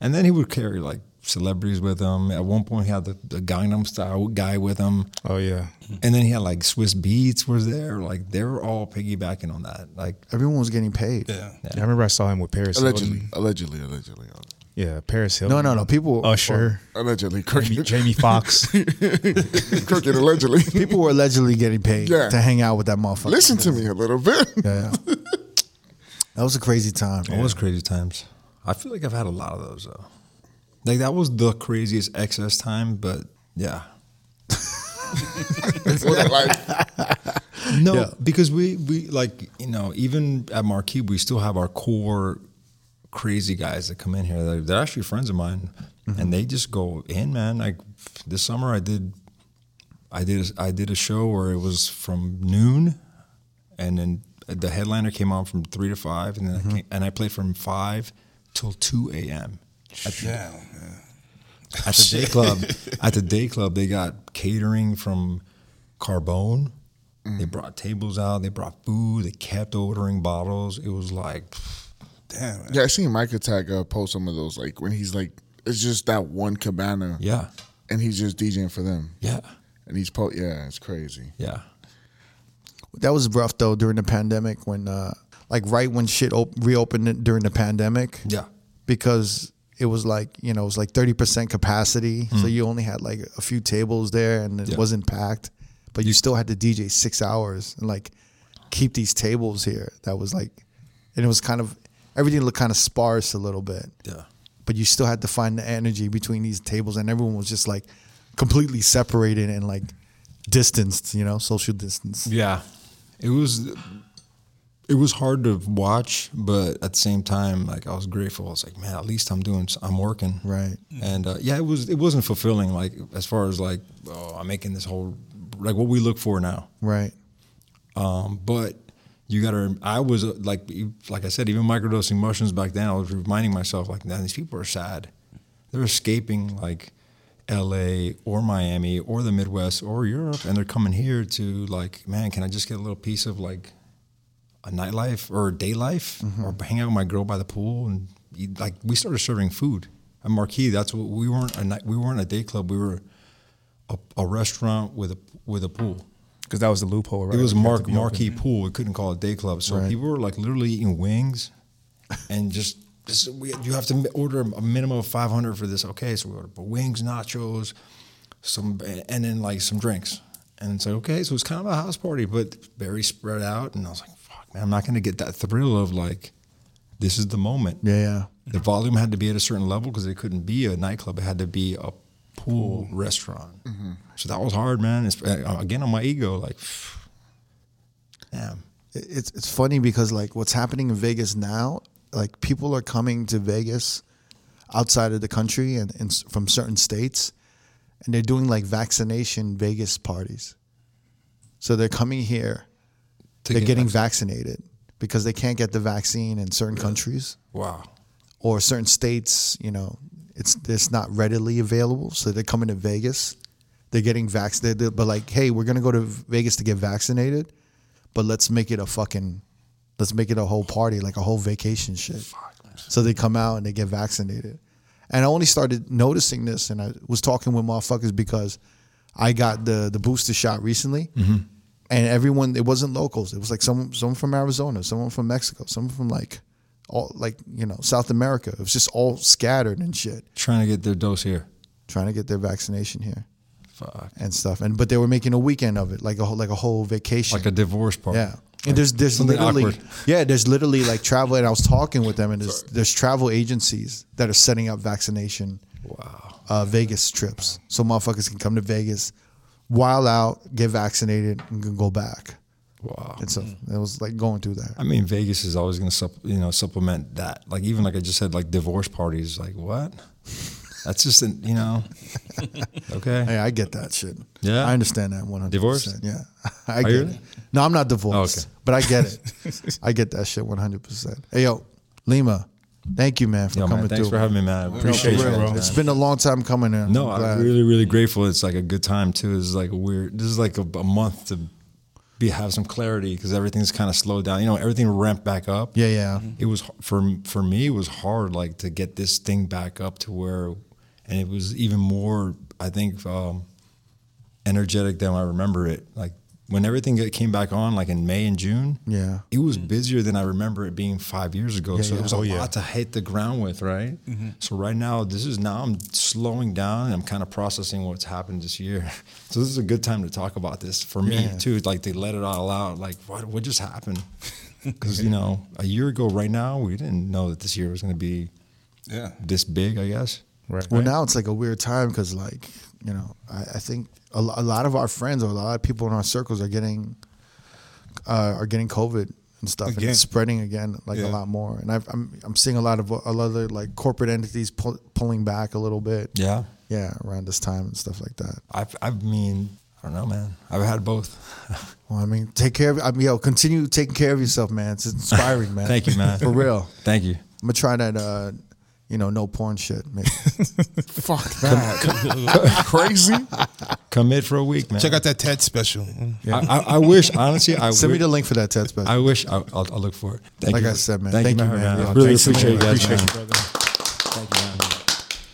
[SPEAKER 4] And then he would carry like celebrities with him. At one point, he had the, the Gangnam Style guy with him,
[SPEAKER 3] Oh yeah.
[SPEAKER 4] and then he had like Swiss Beats was there. Like they were all piggybacking on that. Like
[SPEAKER 1] Everyone was getting paid.
[SPEAKER 2] Yeah.
[SPEAKER 3] I remember I saw him with Paris
[SPEAKER 5] Allegedly,
[SPEAKER 3] Hilton.
[SPEAKER 5] allegedly, allegedly, uh,
[SPEAKER 3] Yeah, Paris Hilton.
[SPEAKER 1] No, no, no. People
[SPEAKER 3] Usher, Jamie,
[SPEAKER 5] allegedly, crooked,
[SPEAKER 3] Jamie Fox.
[SPEAKER 5] crooked, allegedly.
[SPEAKER 1] people were allegedly getting paid
[SPEAKER 5] Yeah.
[SPEAKER 1] to hang out with that motherfucker.
[SPEAKER 5] Listen to me a little bit.
[SPEAKER 1] Yeah, yeah. that was a crazy time.
[SPEAKER 4] It was crazy times. I feel like I've had a lot of those though. Like that was the craziest excess time, but yeah.
[SPEAKER 5] For that life.
[SPEAKER 4] No,
[SPEAKER 1] Yeah.
[SPEAKER 4] because we we like you know even at Marquee we still have our core crazy guys that come in here. They're, they're actually friends of mine, and they just go in, man. Like this summer, I did, I did, I did a show where it was from noon, and then the headliner came on from three to five, and then I came, and I played from five till two a.m. at the
[SPEAKER 2] Yeah, man.
[SPEAKER 4] at the day club at the day club they got catering from carbone they brought tables out they brought food they kept ordering bottles it was like
[SPEAKER 2] Damn, man.
[SPEAKER 5] Yeah, I seen Mike Attack uh, post some of those, like when he's like, it's just that one cabana,
[SPEAKER 4] yeah
[SPEAKER 5] and he's just DJing for them,
[SPEAKER 4] yeah
[SPEAKER 5] and he's po- yeah, it's crazy.
[SPEAKER 4] yeah
[SPEAKER 1] That was rough though during the pandemic when, uh, like, right when shit op- reopened it during the pandemic.
[SPEAKER 4] Yeah.
[SPEAKER 1] because it was like you know it was like thirty percent capacity, so you only had like a few tables there and it
[SPEAKER 4] Hmm. Yeah.
[SPEAKER 1] wasn't packed, but you still had to DJ six hours and like keep these tables here. That was like, and it was kind of everything looked kind of sparse a little bit.
[SPEAKER 4] yeah
[SPEAKER 1] but you still had to find the energy between these tables and everyone was just like completely separated and like distanced you know social distance
[SPEAKER 4] yeah it was it was hard to watch but at the same time like i was grateful i was like man at least i'm doing s- i'm working
[SPEAKER 1] Right.
[SPEAKER 4] and uh, yeah it was it wasn't fulfilling like as far as like oh i'm making this whole like what we look for now
[SPEAKER 1] right
[SPEAKER 4] Um, but you gotta. I was uh, like, like I said, even microdosing mushrooms back then. I was reminding myself like, man, these people are sad. They're escaping like L.A. or Miami or the Midwest or Europe, and they're coming here to like, man, can I just get a little piece of like a nightlife or day life, or hang out with my girl by the pool and eat, like we started serving food at Marquee. That's what we weren't a night, we weren't a day club. We were a, a restaurant with a with a pool.
[SPEAKER 3] Because that was the loophole, right?
[SPEAKER 4] It was
[SPEAKER 3] You had to
[SPEAKER 4] mark,
[SPEAKER 3] be open.
[SPEAKER 4] marquee pool. We couldn't call it day club. So people were like literally eating wings, and just, just we, you have to mi- order a minimum of five hundred for this. Okay, so we ordered wings, nachos, some, and then like some drinks. And it's like okay, so it's kind of a house party, but very spread out. And I was like, fuck, man, I'm not gonna get that thrill of like, this is the moment.
[SPEAKER 1] yeah yeah
[SPEAKER 4] The volume had to be at a certain level because it couldn't be a nightclub. It had to be a pool restaurant.
[SPEAKER 3] Mm-hmm.
[SPEAKER 4] So that was hard, man. It's, uh, again, on my ego, like, damn.
[SPEAKER 1] It- it's it's funny because like what's happening in Vegas now like people are coming to Vegas outside of the country and, and s- from certain states and they're doing like vaccination Vegas parties so they're coming here
[SPEAKER 4] To
[SPEAKER 1] they're
[SPEAKER 4] get
[SPEAKER 1] getting vaccinated because they can't get the vaccine in certain countries
[SPEAKER 4] Wow.
[SPEAKER 1] or certain states, you know, it's it's not readily available. So they're coming to Vegas, they're getting vaccinated, but like, hey, we're gonna go to Vegas to get vaccinated, but let's make it a fucking Let's make it a whole party, like a whole vacation shit. So they come out and they get vaccinated. And I only started noticing this, and I was talking with motherfuckers because I got the the booster shot recently, and everyone it wasn't locals. It was like some someone from Arizona, someone from Mexico, someone from like all like you know South America. It was just all scattered and shit,
[SPEAKER 4] Trying to get their dose here.
[SPEAKER 1] trying to get their vaccination here
[SPEAKER 4] Fuck.
[SPEAKER 1] and stuff. And but they were making a weekend of it, like a whole, like a whole vacation,
[SPEAKER 4] Like a divorce party.
[SPEAKER 1] yeah. And there's there's
[SPEAKER 4] Something
[SPEAKER 1] literally
[SPEAKER 4] awkward.
[SPEAKER 1] yeah there's literally like travel and I was talking with them and there's there's travel agencies that are setting up vaccination wow uh, Vegas trips so motherfuckers can come to Vegas, while out, get vaccinated and can go back.
[SPEAKER 4] Wow.
[SPEAKER 1] And so
[SPEAKER 4] Mm.
[SPEAKER 1] it was like going through that.
[SPEAKER 4] I mean, Vegas is always going to sup- you know supplement that. Like even like I just said, like divorce parties. Like what? That's just an you know. Okay.
[SPEAKER 1] Hey, I get that shit.
[SPEAKER 4] Yeah?
[SPEAKER 1] I understand that one hundred.
[SPEAKER 4] Divorced?
[SPEAKER 1] Yeah, I
[SPEAKER 4] Are
[SPEAKER 1] get
[SPEAKER 4] you
[SPEAKER 1] it.
[SPEAKER 4] really? Oh,
[SPEAKER 1] No, I'm not divorced,
[SPEAKER 4] Okay.
[SPEAKER 1] but I get it. I get that shit one hundred percent. Hey yo, Lima, thank you man for
[SPEAKER 4] Yo,
[SPEAKER 1] coming
[SPEAKER 4] man, thanks
[SPEAKER 1] through.
[SPEAKER 4] for having me, man. I
[SPEAKER 3] Appreciate
[SPEAKER 4] appreciate
[SPEAKER 3] you,
[SPEAKER 4] it,
[SPEAKER 3] bro.
[SPEAKER 4] man.
[SPEAKER 1] It's been a long time coming in.
[SPEAKER 4] No,
[SPEAKER 1] I'm
[SPEAKER 4] I'm,
[SPEAKER 1] glad.
[SPEAKER 4] really, really grateful. It's like a good time too. This is like a weird. This is like a, a month to be have some clarity because everything's kind of slowed down. You know, everything ramped back up.
[SPEAKER 1] Yeah, yeah.
[SPEAKER 4] It was h- for for me. It was hard like to get this thing back up to where, and it was even more. I think um, energetic than I remember it. Like when everything get- came back on, like in May and June.
[SPEAKER 1] Yeah.
[SPEAKER 4] It was busier than I remember it being five years ago. so
[SPEAKER 1] yeah.
[SPEAKER 4] it was a
[SPEAKER 1] Oh,
[SPEAKER 4] lot
[SPEAKER 1] yeah.
[SPEAKER 4] uh, to hit the ground with, right? So right now, this is now I'm slowing down and I'm kind of processing what's happened this year. So this is a good time to talk about this for me
[SPEAKER 1] Yeah.
[SPEAKER 4] too. Like they let it all out. Like what what just happened? Because you know, a year ago, right now, we didn't know that this year was going to be
[SPEAKER 2] Yeah.
[SPEAKER 4] this big. I guess.
[SPEAKER 3] Right.
[SPEAKER 1] Well, now it's like a weird time because, like, you know, I, I think a, lo- a lot of our friends or a lot of people in our circles are getting uh, are getting COVID and stuff, and
[SPEAKER 2] Again.
[SPEAKER 1] it's spreading again like
[SPEAKER 2] Yeah.
[SPEAKER 1] a lot more. And I've, I'm I'm seeing a lot of a lot of like corporate entities pull, pulling back a little bit.
[SPEAKER 4] Yeah.
[SPEAKER 1] yeah, around this time and stuff like that.
[SPEAKER 4] I I mean, I don't know, man. I've had both.
[SPEAKER 1] Well, I mean, take care of I mean, yo, continue taking care of yourself, man. It's inspiring, man.
[SPEAKER 4] Thank you, man.
[SPEAKER 1] For real.
[SPEAKER 4] Thank you.
[SPEAKER 1] I'm gonna try that. Uh, you know, no porn shit. Maybe.
[SPEAKER 6] Fuck that. Crazy.
[SPEAKER 4] Commit for a week, man.
[SPEAKER 2] Check out that TED special.
[SPEAKER 4] I, I, I wish, honestly, I
[SPEAKER 1] Send me
[SPEAKER 4] wish,
[SPEAKER 1] the link for that test, but
[SPEAKER 4] I wish I, I'll, I'll look for it. Thank
[SPEAKER 1] Like
[SPEAKER 4] you.
[SPEAKER 1] I said, man, thank
[SPEAKER 4] Thank, you,
[SPEAKER 1] you,
[SPEAKER 4] man.
[SPEAKER 1] man.
[SPEAKER 4] I
[SPEAKER 1] Yeah,
[SPEAKER 4] really
[SPEAKER 1] thanks so
[SPEAKER 4] appreciate you
[SPEAKER 1] much.
[SPEAKER 4] guys,
[SPEAKER 1] Appreciate
[SPEAKER 4] man.
[SPEAKER 1] you,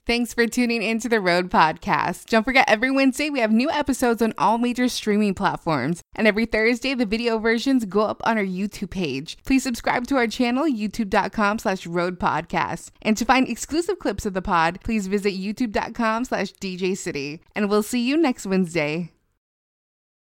[SPEAKER 7] Thanks for tuning into the Road Podcast. Don't forget, every Wednesday we have new episodes on all major streaming platforms. And every Thursday, the video versions go up on our YouTube page. Please subscribe to our channel, youtube.com slash road podcast. And to find exclusive clips of the pod, please visit youtube.com slash DJ City. And we'll see you next Wednesday.